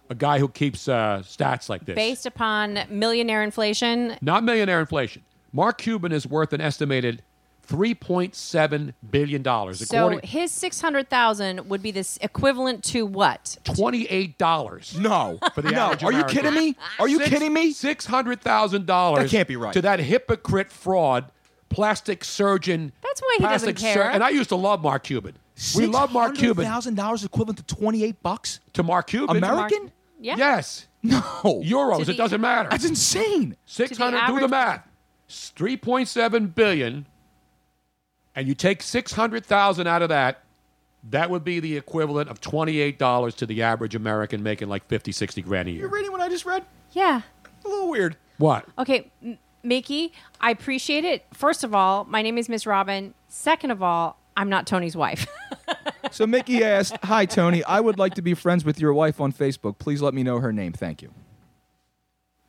a guy who keeps uh, stats like this. Based upon millionaire inflation, Not millionaire inflation. Mark Cuban is worth an estimated three point seven billion dollars. so his six hundred thousand would be this equivalent to what? twenty eight dollars. No, for the No. average Are you American. kidding me? Are you Six- kidding me? Six hundred thousand dollars. That can't be right. To that hypocrite fraud, plastic surgeon. That's why he plastic doesn't care. and I used to love Mark Cuban. We love Mark Cuban. Thousand dollars equivalent to twenty eight bucks. To Mark Cuban, American? Mark- Yeah. Yes. No. Euros. To it the- doesn't matter. Oh. That's insane. Six hundred. Do the average- math. Three point seven billion. And you take six hundred thousand out of that. That would be the equivalent of twenty-eight dollars to the average American making like 50, 60 grand a year. Reading what I just read, Yeah. a little weird. What? Okay, M- Mickey, I appreciate it. First of all, my name is Miss Robin. Second of all, I'm not Tony's wife. So Mickey asked, "Hi Tony, I would like to be friends with your wife on Facebook. Please let me know her name. Thank you."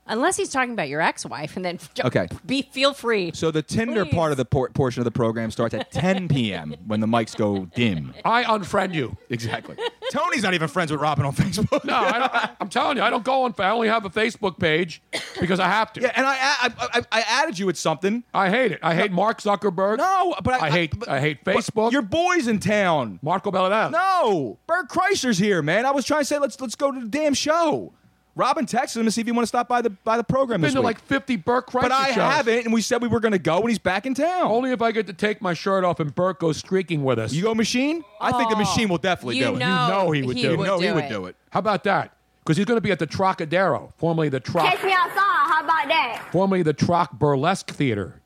Unless he's talking about your ex-wife, and then Okay. be feel free. So the Tinder part of the por- portion of the program starts at 10 p.m. when the mics go dim. I unfriend you. Exactly. Tony's not even friends with Robin on Facebook. No, I don't, I'm telling you, I don't go on. I only have a Facebook page because I have to. Yeah, and I, I, I, I added you with something. I hate it. I hate Mark Zuckerberg. No, but I, I hate. but- I hate but Facebook. Your boy's in town. Marco Bellinelli. No, Bert Kreischer's here, man. I was trying to say let's let's go to the damn show. Robin texted him to see if you want to stop by the by the program I've this been to week. like 50 Burke Kreischer but I shows. haven't, and we said we were going to go, and he's back in town. Only if I get to take my shirt off and Burke goes streaking with us. You go machine? I think the Oh, machine will definitely you do it. know know he would he do it. would No, he do would it. do it. How about that? Because he's going to be at the Trocadero, formerly the Troc, Catch me outside. How about that? formerly the Troc Burlesque Theater.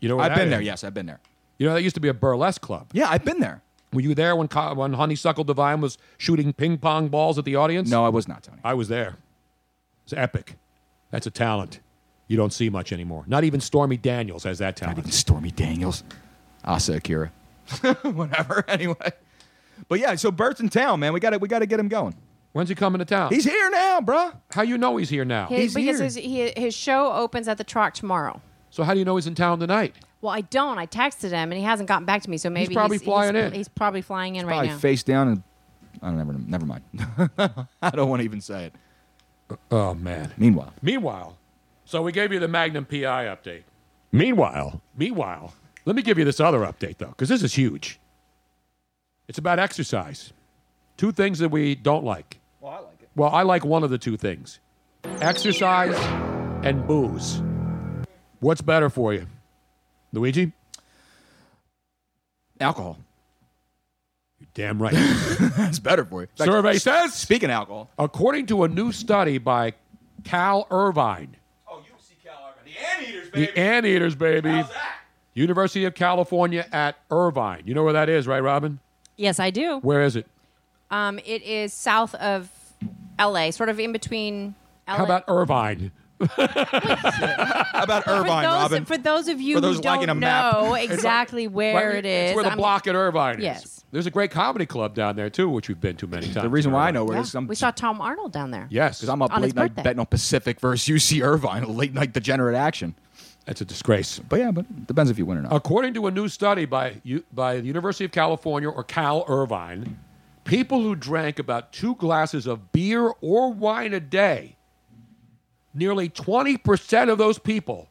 You know, where I've that been is? there. Yes, I've been there. You know that used to be a burlesque club. Yeah, I've been there. Were you there when Co- when Honeysuckle Divine was shooting ping pong balls at the audience? No, I was not, Tony. I was there. It's epic. That's a talent you don't see much anymore. Not even Stormy Daniels has that talent. Stormy Daniels. Ah, Asa Akira. Whatever. Anyway. But yeah, so Bert's in town, man. We got to we got to get him going. When's he coming to town? He's here now, bruh. How you know he's here now? His- because his he, his show opens at the truck tomorrow. so how do you know he's in town tonight? Well, I don't. I texted him, and he hasn't gotten back to me. So maybe probably flying he's, in. He's probably flying in right Probably now. face down and I don't never never mind. I don't want to even say it. Oh man. Meanwhile, Meanwhile, so we gave you the Magnum PI update. Meanwhile, meanwhile, Let me give you this other update, though, because this is huge. It's about exercise. Two things that we don't like. Well, I like it. Well, I like one of the two things exercise and booze. What's better for you, Luigi? Alcohol. You're damn right. That's better for you. In fact, Survey s- says. Speaking of alcohol, According to a new study by Cal Irvine. Oh, you see Cal Irvine. The Anteaters, baby. The Anteaters, baby. University of California at Irvine. You know where that is, right, Robin? Yes, I do. Where is it? Um, it is south of LA, sort of in between. LA. How about Irvine? How about for Irvine, those, Robin? For those of you For those who liking a don't map. know It's like- exactly where it is, It's where the I'm- block at Irvine is. Yes. There's a great comedy club down there, too, which we've been to many times. the reason why I know where Yeah, it is, 'cause I'm we saw Tom Arnold down there. Yes, because I'm up On his late night birthday. betting on Pacific versus UC Irvine, late night degenerate action. That's a disgrace. But yeah, but depends if you win or not. According to a new study by, U- by the University of California or Cal Irvine, people who drank about two glasses of beer or wine a day, nearly 20% of those people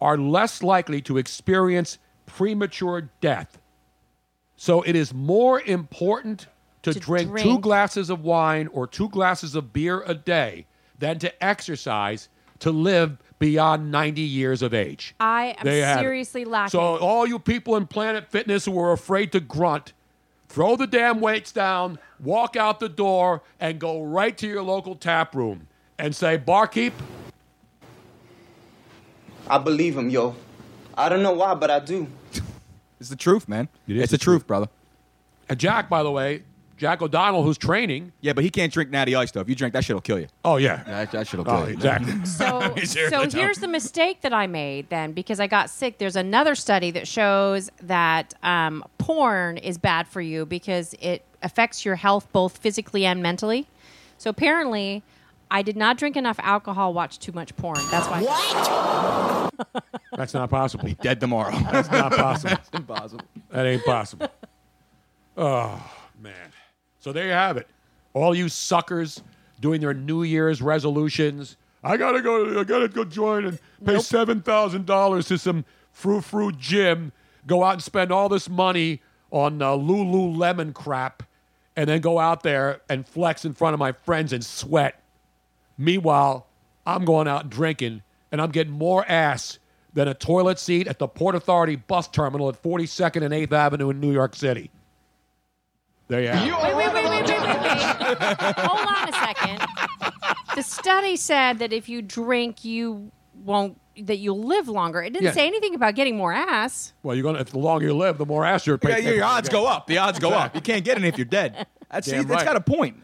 are less likely to experience premature death. So it is more important to, drink, two drink. glasses of wine or two glasses of beer a day than to exercise to live beyond 90 years of age. I am They had it. seriously lacking. So all you people in Planet Fitness who are afraid to grunt, throw the damn weights down, walk out the door, and go right to your local tap room and say, "Barkeep, I believe him, yo. I don't know why, but I do. It's the truth, man. it's the truth, brother. And Jack, by the way, Jack O'Donnell, who's training. Yeah, but he can't drink natty ice, though. If you drink that shit, will kill you. Oh, yeah. That, that shit will kill Oh, you. exactly. So, Sure, so that's how- here's the mistake that I made then because I got sick. There's another study that shows that um, porn is bad for you because it affects your health both physically and mentally. So apparently, I did not drink enough alcohol, watch too much porn. That's why. that's not possible. Be dead tomorrow. That's not possible. It's impossible. That ain't possible." Oh man. So there you have it. All you suckers doing their New Year's resolutions. I gotta go. I gotta go join and pay seven thousand dollars to some frou frou gym. Go out and spend all this money on uh, Lululemon crap, and then go out there and flex in front of my friends and sweat. Meanwhile, I'm going out and drinking, and I'm getting more ass than a toilet seat at the Port Authority bus terminal at 42nd and 8th Avenue in New York City. There you have it. Wait, wait, wait, wait, wait, wait, wait. Hold on a second. The study said that if you drink, you won't, that you'll live longer. It didn't Yeah. say anything about getting more ass. Well, you're gonna. If the longer you live, the more ass you're Yeah, paying. yeah, your odds go up. The odds go up. You can't get it if you're dead. That's, see, Damn that's right. got a point.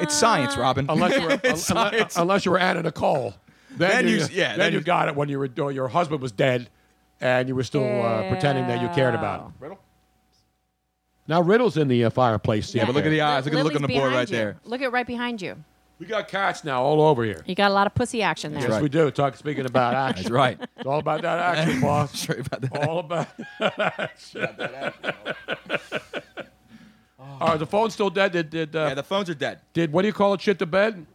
it's science, Robin. Unless you were, It's unless, science. unless you were Anna Nicole, then, Then you, you- yeah, then, then you you- got it when you were or your husband was dead, and you were still uh, pretending that you cared about him. Riddle? Now Riddle's in the uh, fireplace. Yeah, but look at the eyes. Look at the look Lily's on the board right behind you. there. Look at right behind you. We got cats now all over here. You got a lot of pussy action there. yes, we do. Talk speaking about action. That's right. It's all about that action, boss. All about that action. All right, the phone's still dead. Did, did uh, Yeah, the phones are dead. did what do you call it? Shit to bed.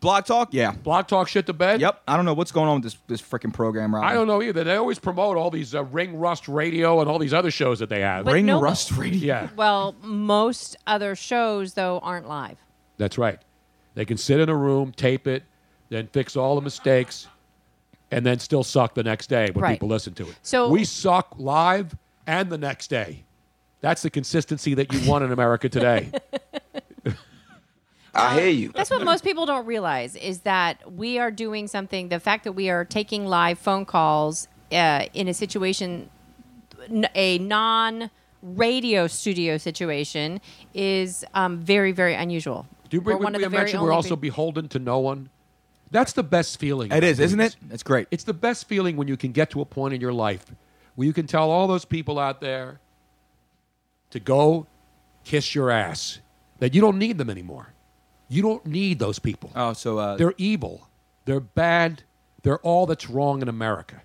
Block talk? Yeah. Block talk shit to bed? Yep. I don't know what's going on with this, this freaking program, Robin. I don't know either. They always promote all these uh, Ring Rust Radio and all these other shows that they have. But Ring no- Rust Radio. Yeah, Well, most other shows though aren't live. that's right. They can sit in a room, tape it, then fix all the mistakes, and then still suck the next day when Right. people listen to it. So- we suck live and the next day. That's the consistency that you want in America today. I hear you. That's what most people don't realize is that we are doing something. The fact that we are taking live phone calls uh, in a situation, n- a non radio studio situation, is um, very very unusual. Do you We're bring, one we, of we the very mention we're only also peop- beholden to no one? That's the best feeling. It is, isn't it? That's great. It's the best feeling when you can get to a point in your life where you can tell all those people out there to go kiss your ass, that you don't need them anymore. You don't need those people. Oh, so uh, They're evil. They're bad. They're all that's wrong in America.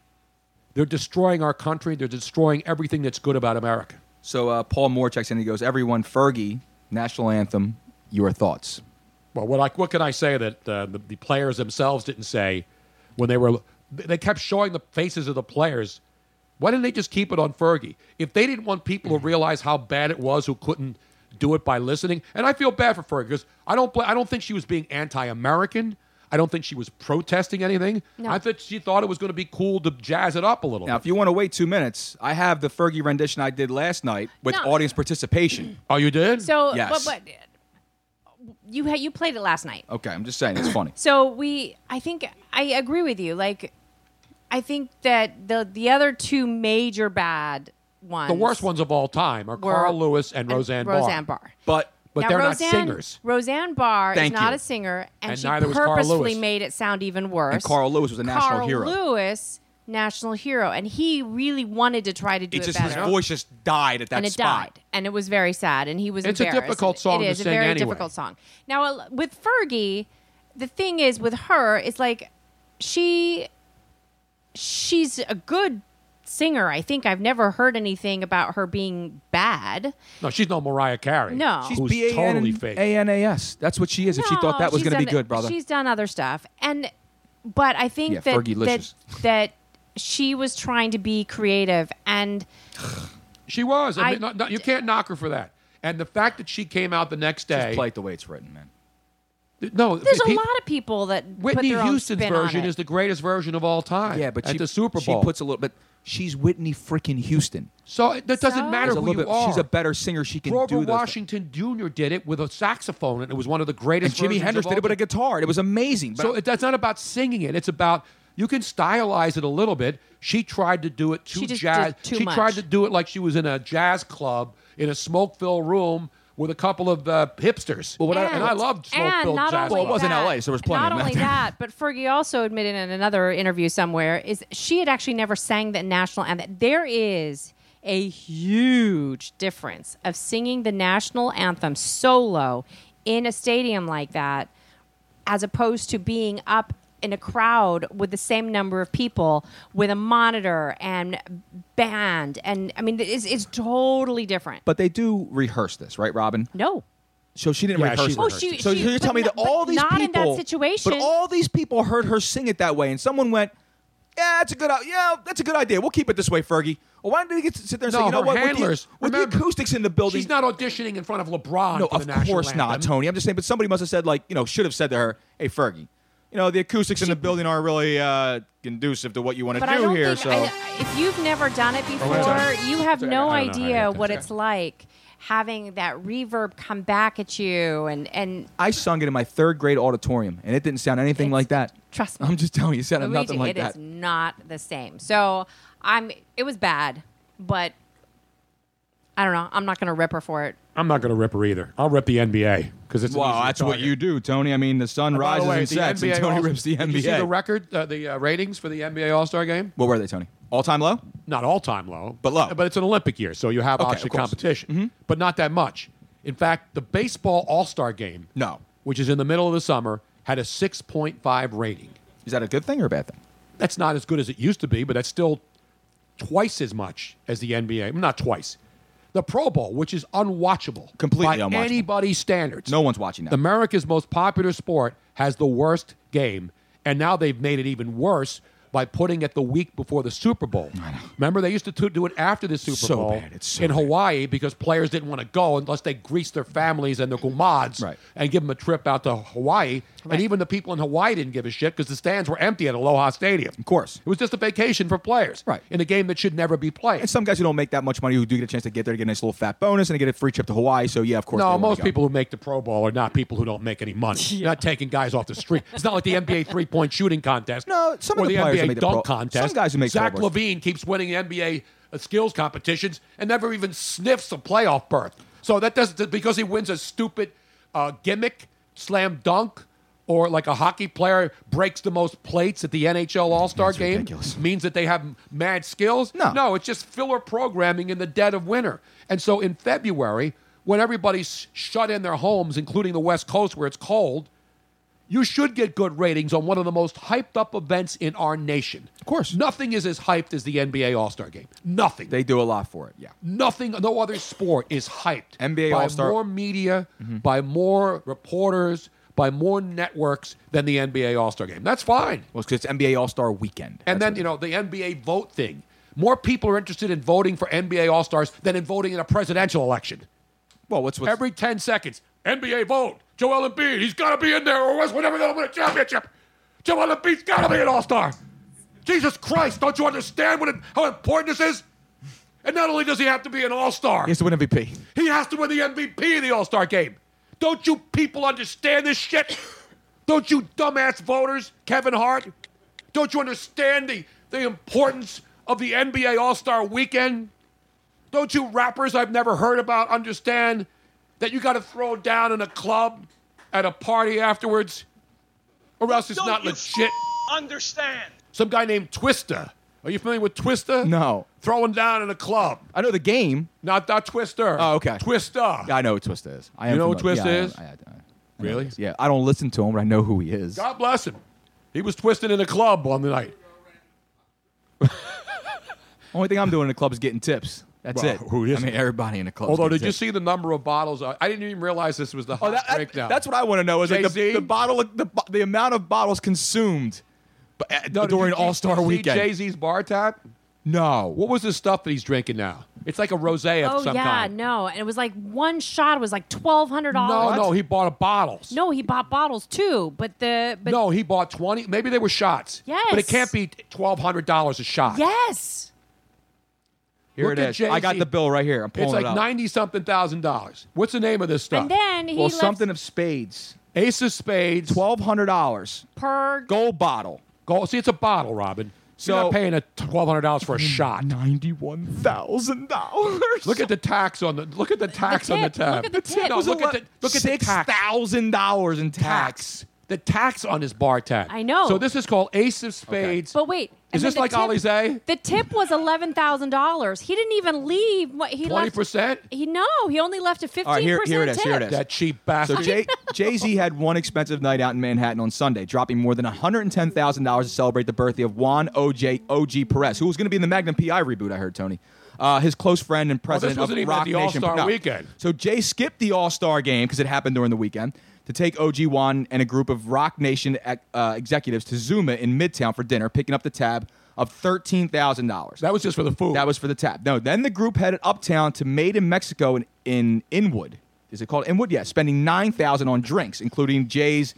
They're destroying our country. They're destroying everything that's good about America. so uh, Paul Moore checks in and he goes, Everyone, Fergie, national anthem, your thoughts. Well, what, I, what can I say that uh, the, the players themselves didn't say when they were? They kept showing the faces of the players Why didn't they just keep it on Fergie? If they didn't want people to realize how bad it was who couldn't do it by listening, and I feel bad for Fergie because I don't, bl- I don't think she was being anti-American. I don't think she was protesting anything. No. I think she thought it was going to be cool to jazz it up a little. Now, if you want to wait two minutes, I have the Fergie rendition I did last night with No. audience participation. Oh, you did? So, yes. but, but you ha- you played it last night. okay, I'm just saying it's funny. So we, I think, I agree with you. Like, I think that the the other two major bad ones, The worst ones of all time are Were- Carl Lewis and Roseanne Barr. Roseanne Barr. But but Now, they're Roseanne- not singers. Roseanne Barr Thank is not you. a singer, and, And she neither was Carl purposefully Lewis. made it sound even worse. And Carl Lewis was a national Carl hero. Lewis, national hero, and he really wanted to try to do It it, just his better. voice just died at that and it spot. died, and it was very sad, and he was. It's a embarrassed. difficult song It to is sing a very anyway. difficult song. Now uh, with Fergie, the thing is with her is like she she's a good singer. I think I've never heard anything about her being bad. No, she's no Mariah Carey. No. She's who's B-A-N-N- totally fake. A-N-A-S. That's what she is. if she thought No, that was she's going to be done- good, brother. She's done other stuff, and but I think Yeah, that, that Fergie-licious. that she was trying to be creative, and She was. I, I- mean, no, no, you can't knock her for that. And the fact that she came out the next day. Just play it the way it's written, man. No, there's pe- a lot of people that Whitney put their own Houston's spin on version it. is the greatest version of all time. Yeah, but at she, the Super Bowl, she puts a little. But she's Whitney freaking Houston. So it- that doesn't So? matter There's a who little you bit- are. she's a better singer. She can Grover do those Washington Jr. did it with a saxophone, and it was one of the greatest. And Jimi Hendrix did it with a guitar. It was amazing. but- so it, that's not about singing it. It's about you can stylize it a little bit. She tried to do it too She just jazz. did too she much. tried to do it like she was in a jazz club in a smoke-filled room with a couple of uh, hipsters. Well, what I- and, I loved and smoke-filled not jazz. only that- Not of only that, but Fergie also admitted in another interview somewhere is she had actually never sang the national anthem. There is a huge difference of singing the national anthem solo in a stadium like that, as opposed to being up in a crowd with the same number of people with a monitor and band and i mean it's, it's totally different But they do rehearse this, right, Robin? No. So she didn't Yeah, rehearse. she it. Oh, rehearsed she- it. so she- you're but telling me no- that all but these not people, in that situation. but all these people heard her sing it that way, and someone went, "Yeah, that's a good, i- yeah, that's a good idea. We'll keep it this way, Fergie." Well, why didn't they get to sit there and No, say, "You know her what?" with the- handlers- with the, acoustics in the building, She's not auditioning in front of LeBron. no, for the of national course not, anthem. Tony. I'm just saying, but somebody must have said, like, you know, should have said to her, "Hey, Fergie, you know, the acoustics in the building aren't really uh, conducive to what you want to But do I don't here." think so I- if you've never done it Oh, wait a before, second. you have Sorry, no I don't know how to idea get what this it's like having that reverb come back at you and and I sung it in my third grade auditorium, and it didn't sound anything like that. Trust me. I'm just telling you, it sounded Luigi, nothing like it that. is not the same. So I'm it was bad, but I don't know. I'm not going to rip her for it. I'm not going to rip her either. I'll rip the NBA because it's an Wow, easy that's what target. you do, Tony. I mean, the sun By the rises way, and the sets, and NBA Tony also- rips the Did NBA. you see the record, uh, the uh, ratings for the NBA All Star game? what were they, Tony? All time low? Not all time low, but low. But it's an Olympic year, so you have Okay, obviously of course. Mm-hmm. competition, but not that much. In fact, the baseball All Star game, no, which is in the middle of the summer, had a 6.5 rating. Is that a good thing or a bad thing? That's not as good as it used to be, but that's still twice as much as the NBA. Not twice. The Pro Bowl, which is unwatchable Completely by unwatchable. anybody's standards. No one's watching that. America's most popular sport has the worst game, and now they've made it even worse by putting it the week before the Super Bowl. Remember, they used to do- do it after the Super So Bowl bad. It's so in Hawaii because players didn't want to go unless they greased their families and their gumads and give them a trip out to Hawaii. And even the people in Hawaii didn't give a shit because the stands were empty at Aloha Stadium. Of course. It was just a vacation for players right. in a game that should never be played. And some guys who don't make that much money who do get a chance to get there, get a nice little fat bonus, and they get a free trip to Hawaii. So yeah, of course. they No, wanna most go. people who make the Pro Bowl are not people who don't make any money. You're not taking guys off the street. It's not like the NBA three point shooting contest. No, some or of the players who NBA make the dunk Pro- contest. some guys who make Zach Pro Bowls. Levine keeps winning NBA skills competitions and never even sniffs a playoff berth. So that doesn't because he wins a stupid uh, gimmick slam dunk. Or like a hockey player breaks the most plates at the NHL All Star game means that they have mad skills. No, no, it's just filler programming in the dead of winter. And so in February, when everybody's shut in their homes, including the West Coast where it's cold, you should get good ratings on one of the most hyped up events in our nation. Of course. Nothing is as hyped as the NBA All Star game. Nothing. They do a lot for it, yeah. Nothing, no other sport is hyped NBA by All-Star- more media, by more reporters, by more networks than the NBA All Star game. That's fine. Well, because it's NBA All Star weekend. And then, you know, the NBA vote thing. More people are interested in voting for NBA All Stars than in voting in a presidential election. Well, what's, what's every ten seconds? NBA vote. Joel Embiid. He's got to be in there, or else we're never going to win a championship. Joel Embiid's got to be an All Star. Jesus Christ! Don't you understand what it, how important this is? And not only does he have to be an All Star, He has to win MVP. he has to win the MVP of the All Star game. Don't you people understand this shit? Don't you dumbass voters, Kevin Hart? Don't you understand the, the importance of the NBA All Star weekend? Don't you rappers I've never heard about understand that you got to throw down in a club at a party afterwards? Or else it's not legit. Understand. Some guy named Twista. Are you familiar with Twista? No. Throwing down in a club. I know the game. Not that Twister. Oh, okay. Twister. Yeah, I know what Twista is. I You am know what familiar- Twista yeah, I- is? I- I- I know what Really? it is. yeah, I don't listen to him, but I know who he is. God bless him. He was twisting in a club on the night. Only thing I'm doing in the club is getting tips. That's Well, it. who I isn't? mean, everybody in the club. Although, did you see the number of bottles? I I didn't even realize this was the hot breakdown. Oh, That's what I want to know is like the, uh, Jay-Z? the bottle, the, bo- the amount of bottles consumed b- at- during All Star Weekend. Jay Z's bar tab. No. What was the stuff that he's drinking now? It's like a rosé of Oh some yeah, kind. no. And it was like one shot was like twelve hundred No, dollars. no, he bought a bottles. No, he bought bottles too, but the but no, he bought twenty. Maybe they were shots. but it Yes. can't be twelve hundred dollars a shot. yes. Here Look it at is. I got Jay-Z. the bill right here. I'm pulling It's like it up. ninety something thousand dollars. What's the name of this stuff? And then he well, left something of spades. Ace of Spades. Twelve hundred dollars. per Gold bottle. Gold. See, it's a bottle, Robin. So So- You're not paying a twelve hundred dollars for a shot. Ninety-one thousand dollars. Look at the tax on the. Look at the tax on the tip. Look tab. at the tip. No, Was look ele- at the. Look at the tax. thousand dollars in tax. The tax on his bar tab. I know. So this is called Ace of Spades. But Is wait, and then this the like tip- Alize? The tip was eleven thousand dollars. He didn't even leave. What he Twenty left? percent. He no, he only left a fifteen All right, percent here, here it is. tip. Here it is. That cheap bastard. So Jay Jay Z had one expensive night out in Manhattan on Sunday, dropping more than one hundred and ten thousand dollars to celebrate the birthday of Juan OJ OG Perez, who was going to be in the Magnum PI reboot. I heard Tony, uh, his close friend and this president wasn't of even Rock at the Nation. All-Star weekend. So Jay skipped the All Star game because it happened during the weekend to take OG Juan and a group of Rock Nation ec- uh, executives to Zuma in Midtown for dinner, picking up the tab of thirteen thousand dollars. That was just for the food. That was for the tab. No, then the group headed uptown to Made in Mexico in, in Inwood. Is it called Inwood? Yeah, spending nine thousand on drinks, including Jay's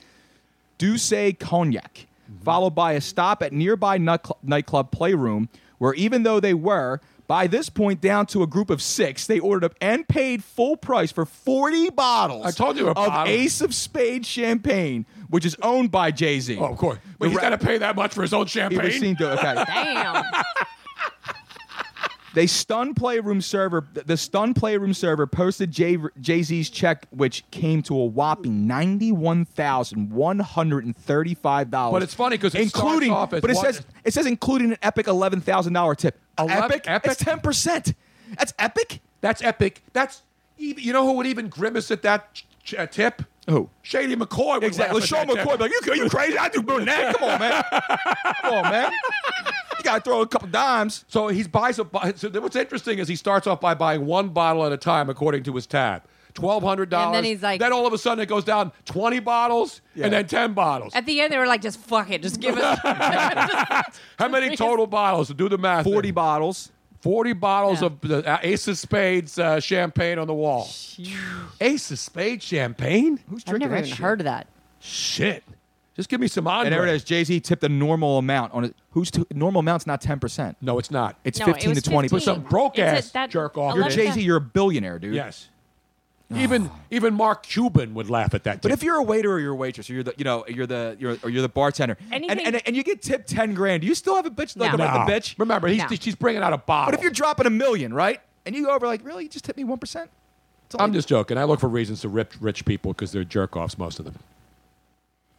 Douce Cognac, followed by a stop at nearby nut cl- nightclub Playroom, where even though they were by this point down to a group of six, they ordered up and paid full price for forty bottles. I told you a of bottle. Ace of Spades champagne, which is owned by Jay Z. Oh, of course. But he's got to pay that much for his own champagne. Damn. They stunned playroom server. The stunned playroom server posted Jay Jay Z's check, which came to a whopping ninety one thousand one hundred and thirty five dollars. But it's funny 'cause it starts including, off as but it one- says it says including an epic eleven thousand dollar tip. Eleven- epic, epic? It's ten percent. That's epic. That's epic. That's even. You know who would even grimace at that ch- ch- uh, tip? Who? Shady McCoy. Would Exactly. laugh at Sean that tip. McCoy, be like you, you crazy? I do more than that. Come on, man. Come on, man. You gotta throw a couple dimes. So he buys a. bo- So then what's interesting is he starts off by buying one bottle at a time, according to his tab. Twelve hundred dollars. And then he's like- Then all of a sudden it goes down twenty bottles, and then ten bottles. At the end, they were like, "Just fuck it, just give us." How many total bottles? Do the math. there. Forty bottles. Forty bottles of the uh, Ace of Spades uh, champagne on the wall. Ace of Spades champagne. Who's I've never that even shit? heard of that. Shit. Just give me some Andre. And there it is. Jay Z tipped a normal amount on it. Who's t- normal amount's not ten percent. No, it's not. It's No, it fifteen was to twenty. 15. Some broke It's a- ass that jerk off. You're Eleven Jay Z. You're a billionaire, dude. Ah. Yes. Even even Mark Cuban would laugh at that. But tip. if you're a waiter or you're a waitress, or you're the you know you're the you're or you're the bartender, and, Anything- and and you get tipped ten grand, you still have a bitch like No. about the No. bitch. Remember, he's, No. she's bringing out a bottle. But if you're dropping a million, right, and you go over like, really, you just hit me one percent. I'm just joking. I look for reasons to rip rich people because they're jerk offs, most of them.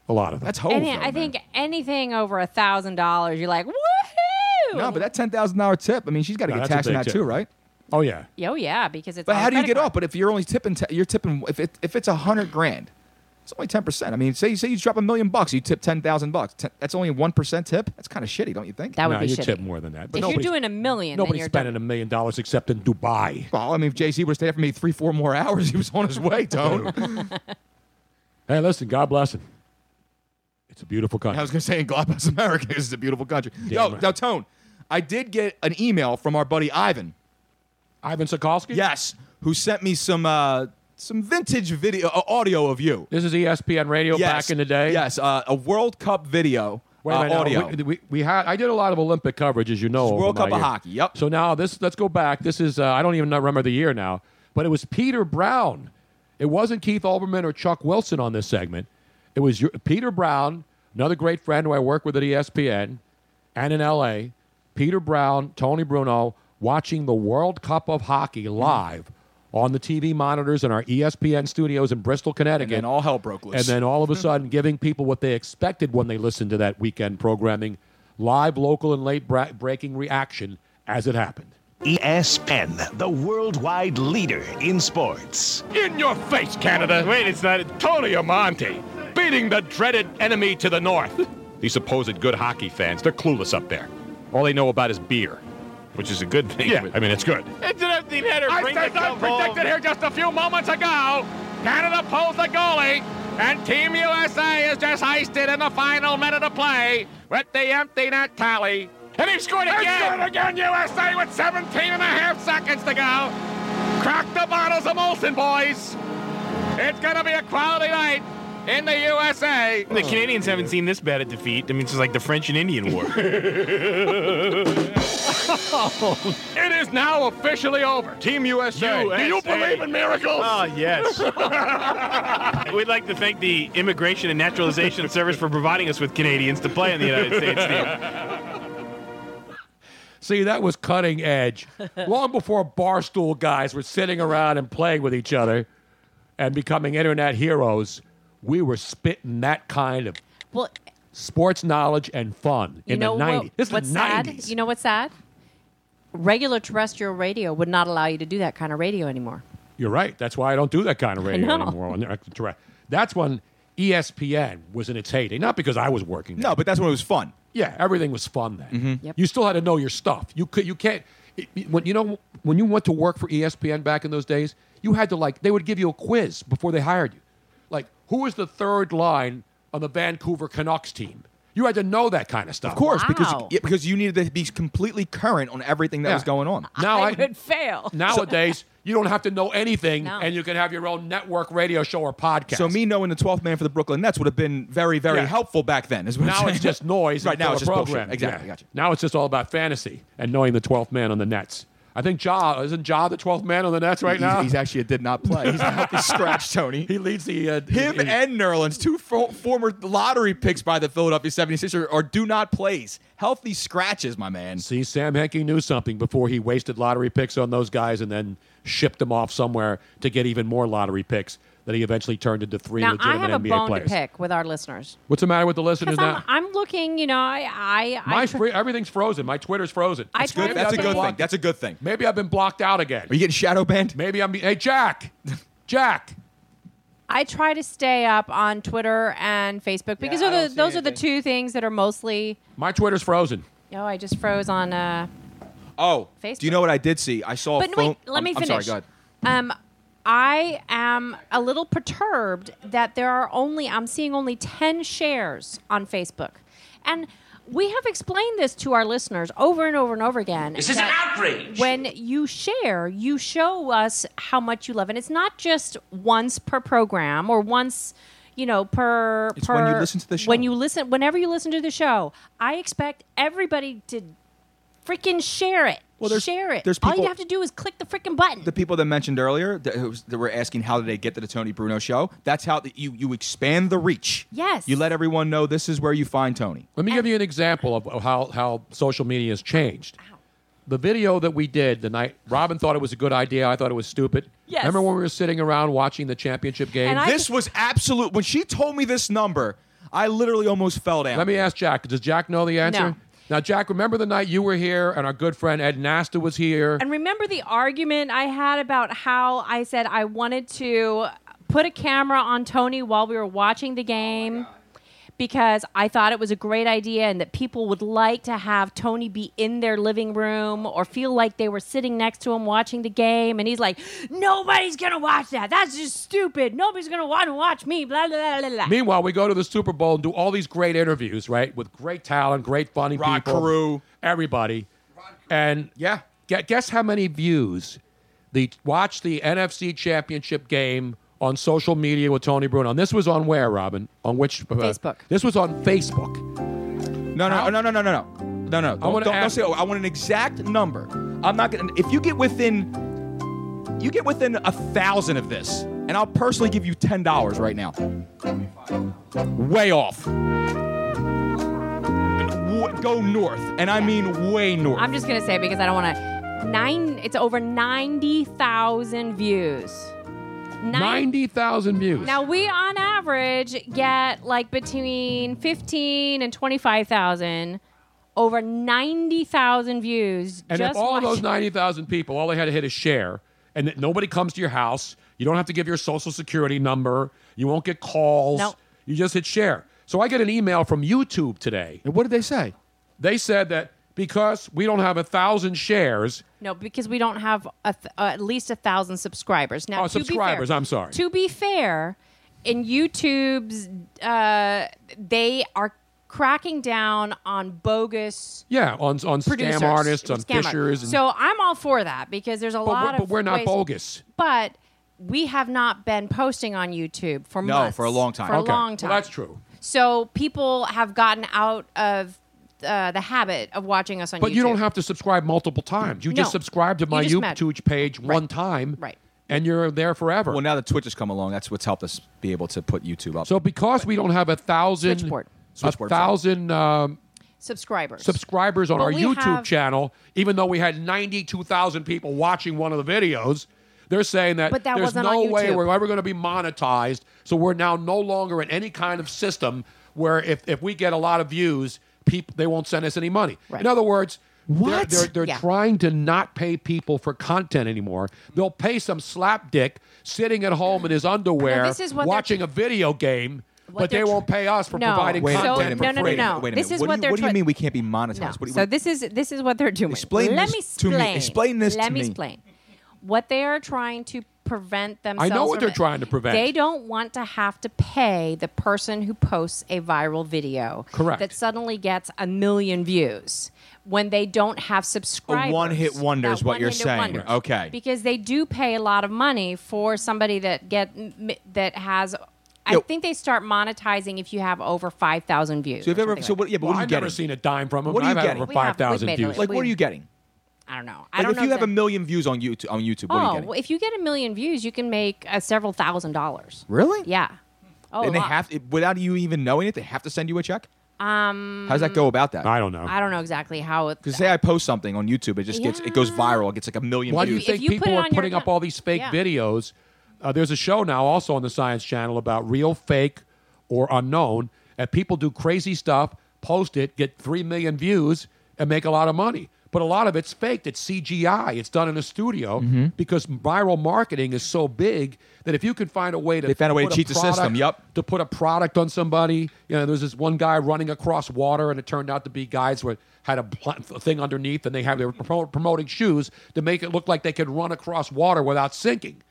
A lot of them. That's hoes. Any- though, I man. think anything over a thousand dollars, you're like, "Woohoo!" no, but that ten thousand dollar tip. I mean, she's got to No, get that's a taxed on big that tip. too, right? Oh yeah. Oh yeah, because it's. But on how do you credit get card. off? But if you're only tipping, te- you're tipping. If it if it's a hundred grand, it's only ten percent. I mean, say say you drop a million bucks, you tip ten thousand bucks. Ten- That's only one percent tip. That's kind of shitty, don't you think? That would no, be you shitty. tip more than that. But if you're nobody's- doing a million, then nobody's you're spending done. a million dollars except in Dubai. well, I mean, if Jay Z would stay after me three, four more hours, he was on his way, Tone. Hey, listen, God bless him. It's a beautiful country. I was going to say, in God bless America, this is a beautiful country. Damn Yo, right. now, Tone, I did get an email from our buddy Ivan. Ivan Sokolsky? Yes, who sent me some uh, some vintage video uh, audio of you. This is E ESPN Radio back in the day. Yes, uh, a World Cup video. Wait a uh, minute, no, audio. We, we, we had I did a lot of Olympic coverage, as you know. over World my Cup of year. hockey, Yep. So now this let's go back. This is uh, I don't even remember the year now, but it was Peter Brown. It wasn't Keith Olbermann or Chuck Wilson on this segment. It was your, Peter Brown, another great friend who I work with at E ESPN, and in L.A. Peter Brown, Tony Bruno watching the World Cup of hockey live. On the TV monitors in our E ESPN studios in Bristol, Connecticut. then all hell broke loose. And then all of a sudden giving people what they expected when they listened to that weekend programming live, local, and late bra- breaking reaction as it happened. E ESPN, the worldwide leader in sports. In your face, Canada! Wait, it's not Tony Amonte beating the dreaded enemy to the north. These supposed good hockey fans, they're clueless up there. All they know about is beer, which is a good thing. Yeah, I mean, it's good. It's an empty netter. I Bring said the I cup home. predicted here just a few moments ago. Canada pulls the goalie, and Team USA is just hoisted in the final minute of play with the empty net tally. And he scored again. scored again, USA, with 17 and a half seconds to go. Crack the bottles of Molson, boys. It's going to be a quality night in the USA. The Canadians haven't seen this bad a defeat. I mean, it's just like the French and Indian War. It is now officially over. Team USA. Do you USA. believe in miracles? Oh, yes. We'd like to thank the Immigration and Naturalization Service for providing us with Canadians to play in the United States team. See, that was cutting edge. Long before barstool guys were sitting around and playing with each other and becoming internet heroes, we were spitting that kind of Well, sports knowledge and fun you in know the 90s. what, this is what's the 90s. sad? You know what's sad? Regular terrestrial radio would not allow you to do that kind of radio anymore. You're right. That's why I don't do that kind of radio know. anymore. on direct- direct. That's when E ESPN was in its heyday. Not because I was working. No, but that's when it was fun. Mm-hmm. Yeah, everything was fun then. You still had to know your stuff. You could. You can't. it- it- when you know when you went to work for E ESPN back in those days, you had to like they would give you a quiz before they hired you. Like who was the third line on the Vancouver Canucks team? You had to know that kind of stuff. Of course, because yeah, because you needed to be completely current on everything that Yeah. was going on. Now I- would fail. Nowadays, you don't have to know anything, No. and you can have your own network radio show or podcast. So me knowing the 12th man for the Brooklyn Nets would have been very, very Yeah. helpful back then. Is what I'm now it's saying. just noise. Right and now fill it's a just program. bullshit. Exactly. Yeah. Gotcha. Now it's just all about fantasy and knowing the twelfth man on the Nets. I think Ja isn't Ja the twelfth man on the Nets right He's- now. he's actually a did not play. He's a healthy scratch, Tony. He leads the uh, Him and Nerlens, two fo- former lottery picks by the Philadelphia 76ers, are do not plays. Healthy scratches, my man. See, Sam Henke knew something before he wasted lottery picks on those guys and then shipped them off somewhere to get even more lottery picks that he eventually turned into three now I legitimate have a NBA bone players. to pick with our listeners. What's the matter with the listeners Because now? I'm, I'm looking, you know, I, I, I My free, everything's frozen. My Twitter's frozen. I That's good- tried that's to- a good thing. That's a good thing. Maybe I've been blocked out again. Are you getting shadow banned? Maybe I'm. be- Hey, Jack. Jack. I try to stay up on Twitter and Facebook because I are don't the, see those are the two things that are mostly. My Twitter's frozen. Oh, I just froze on. Uh, Oh, Facebook. do you know what I did see? I saw. a But no, phone- wait, let I'm- me I'm sorry, finish. go ahead. um, I am a little perturbed that there are only I'm seeing only ten shares on Facebook, and we have explained this to our listeners over and over and over again. This is an that outrage. When you share, you show us how much you love, and it's not just once per program or once. You know, per It's per when you listen to the show. When you listen, whenever you listen to the show, I expect everybody to freaking share it. Well, there's- share it. there's All you people- have to do is click the freaking button. The people that mentioned earlier that, who was- that were asking how did they get to the Tony Bruno show. That's how the, you you expand the reach. Yes. You let everyone know this is where you find Tony. Let me give you an example of how, how social media has changed. The video that we did the night, Robin thought it was a good idea. I thought it was stupid. Yes. Remember when we were sitting around watching the championship game? this was absolute. When she told me this number, I literally almost fell down. Let me ask Jack. Does Jack know the answer? No. Now, Jack, remember the night you were here and our good friend Ed Nasta was here? And remember the argument I had about how I said I wanted to put a camera on Tony while we were watching the Oh game because I thought it was a great idea and that people would like to have Tony be in their living room or feel like they were sitting next to him watching the game. And he's like, nobody's going to watch that. That's just stupid. Nobody's going to want to watch me. Blah, blah, blah, blah, blah. Meanwhile, we go to the Super Bowl and do all these great interviews, right? With great talent, great funny Rod people. Carew. Everybody. And yeah, gue- guess how many views the watch the NFC Championship game on social media with Tony Bruno. And this was on where, Robin? On which? Uh, Facebook. This was on Facebook. No, no, no, no, no, no, no, no, no. I wanna Don't, don't ask- say. Oh, I want an exact number. I'm not gonna. If you get within, you get within a thousand of this, and I'll personally give you ten dollars right now. Way off. W- Go north, and I mean way north. I'm just gonna say because I don't want to. Nine. It's over ninety thousand views. Nine- Ninety thousand views. Now we, on average, get like between fifteen and twenty-five thousand. Over ninety thousand views. And just if all watching- those 90,000 people, all they had to hit is share, and that nobody comes to your house, you don't have to give your social security number, you won't get calls, Nope. you just hit share. So I get an email from YouTube today. And what did they say? They said that because we don't have a 1,000 shares, No, because we don't have a th- uh, at least a thousand subscribers now. Oh, to be subscribers, fair- I'm sorry. To be fair, in YouTube's, uh, they are cracking down on bogus yeah, on, on producers, scam artists, on scam art- fishers. And, So I'm all for that because there's a but, lot we're, of but we're not ways- bogus. But we have not been posting on YouTube for No, months. for a long time. For Okay. a long time. Well, that's true. So people have gotten out of uh, the habit of watching us on But YouTube. you don't have to subscribe multiple times. You just No. subscribe to You my just met- YouTube page one time, Right. and you're there forever. Well, now that Twitch has come along, that's what's helped us be able to put YouTube up. So because we don't have a thousand, Switchboard. a Switchboard, sorry. thousand um, subscribers. subscribers on But our we YouTube have- channel, even though we had ninety-two thousand people watching one of the videos, they're saying that, But that there's wasn't no on way YouTube. we're ever going to be monetized. So we're now no longer in any kind of system where if, if we get a lot of views, people they won't send us any money. In other words. they're- What? They're, they're Yeah. trying to not pay people for content anymore. They'll pay some slapdick sitting at home in his underwear this is what they're- watching a video game, What but they they're won't pay us for No. providing Wait a content. minute, no, no, no, for free. no. Wait a This minute. is What what do you- they're what do you try- mean we can't be monetized? No. so this is this is what they're doing. Explain Let this me to me. explain. Explain this Let to me me. explain. What they are trying to prevent themselves. what from- they're trying to prevent. They don't want to have to pay the person who posts a viral video. Correct. That suddenly gets a million views when they don't have subscribers. one-hit wonder That is what you're one-hit saying. wonder. Okay. Because they do pay a lot of money for somebody that get m- that has. I Yo. think they start monetizing if you have over five thousand views. So if or ever, something so like what? Yeah, but Well, what are you I've getting? never seen a dime from them. What are you I've had getting? over We have- 5,000 we've made views. it. Like, what are We've- you getting? that. I don't know. I Like, don't if know you if have that- a million views on YouTube, on YouTube, what are you Oh, getting? well, if you get a million views, you can make uh, several thousand dollars. Really? Yeah. Oh, and a they lot. have to, without you even knowing it, they have to send you a check. Um, How does that go about that? Mm. I don't know. I don't know exactly how. It, Because say I post something on YouTube, it just gets it goes viral. It gets like a million Why do you views. think you put people it are on your putting up account- all these fake Yeah. videos? Uh, there's a show now also on the Science Channel about real, fake, or unknown, and people do crazy stuff, post it, get three million views, and make a lot of money. But a lot of it's faked. It's CGI. It's done in a studio Mm-hmm. because viral marketing is so big that if you can find a way to They found a way to put cheat the product- system, yup. to put a product on somebody. You know, there's this one guy running across water, and it turned out to be guys who had a pl- thing underneath, and they have they were pro- promoting shoes to make it look like they could run across water without sinking,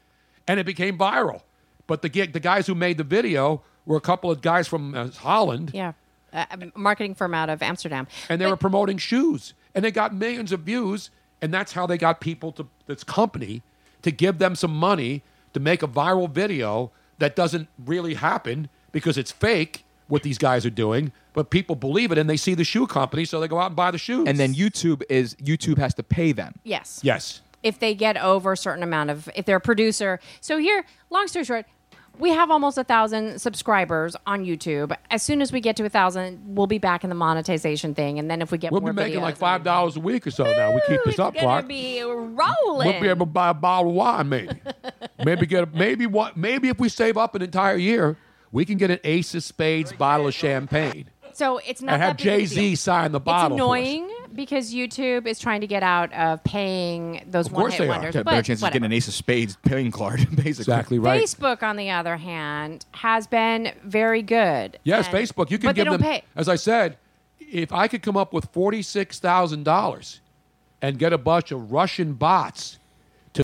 and it became viral. But the gig, the guys who made the video were a couple of guys from uh, Holland, yeah, uh, a marketing firm out of Amsterdam. and they were promoting shoes, and they got millions of views, and that's how they got people to this company to give them some money to make a viral video that doesn't really happen because it's fake what these guys are doing, but people believe it and they see the shoe company, so they go out and buy the shoes. And then YouTube is YouTube has to pay them. Yes. Yes. If they get over a certain amount of, if they're a producer. So here, long story short, we have almost a thousand subscribers on YouTube. As soon as we get to a thousand, we'll be back in the monetization thing, and then if we get We'll more be making videos, like five dollars a week or so now. We keep this up, it's gonna Clark. be rolling. We'll be able to buy a bottle of wine, maybe. maybe get a, maybe what maybe if we save up an entire year, we can get an Ace of Spades bottle of champagne. So it's not and have that big of a Jay Z deal. sign the bottle. for us. It's annoying because YouTube is trying to get out of paying those Of one course hit they are. wonders. Okay, but better chances of whatever. getting an ace of spades paying card, basically. Exactly Facebook, on the other hand, has been very good. Yes, And- Facebook. You can but give they don't them. pay. As I said, if I could come up with forty-six thousand dollars and get a bunch of Russian bots to.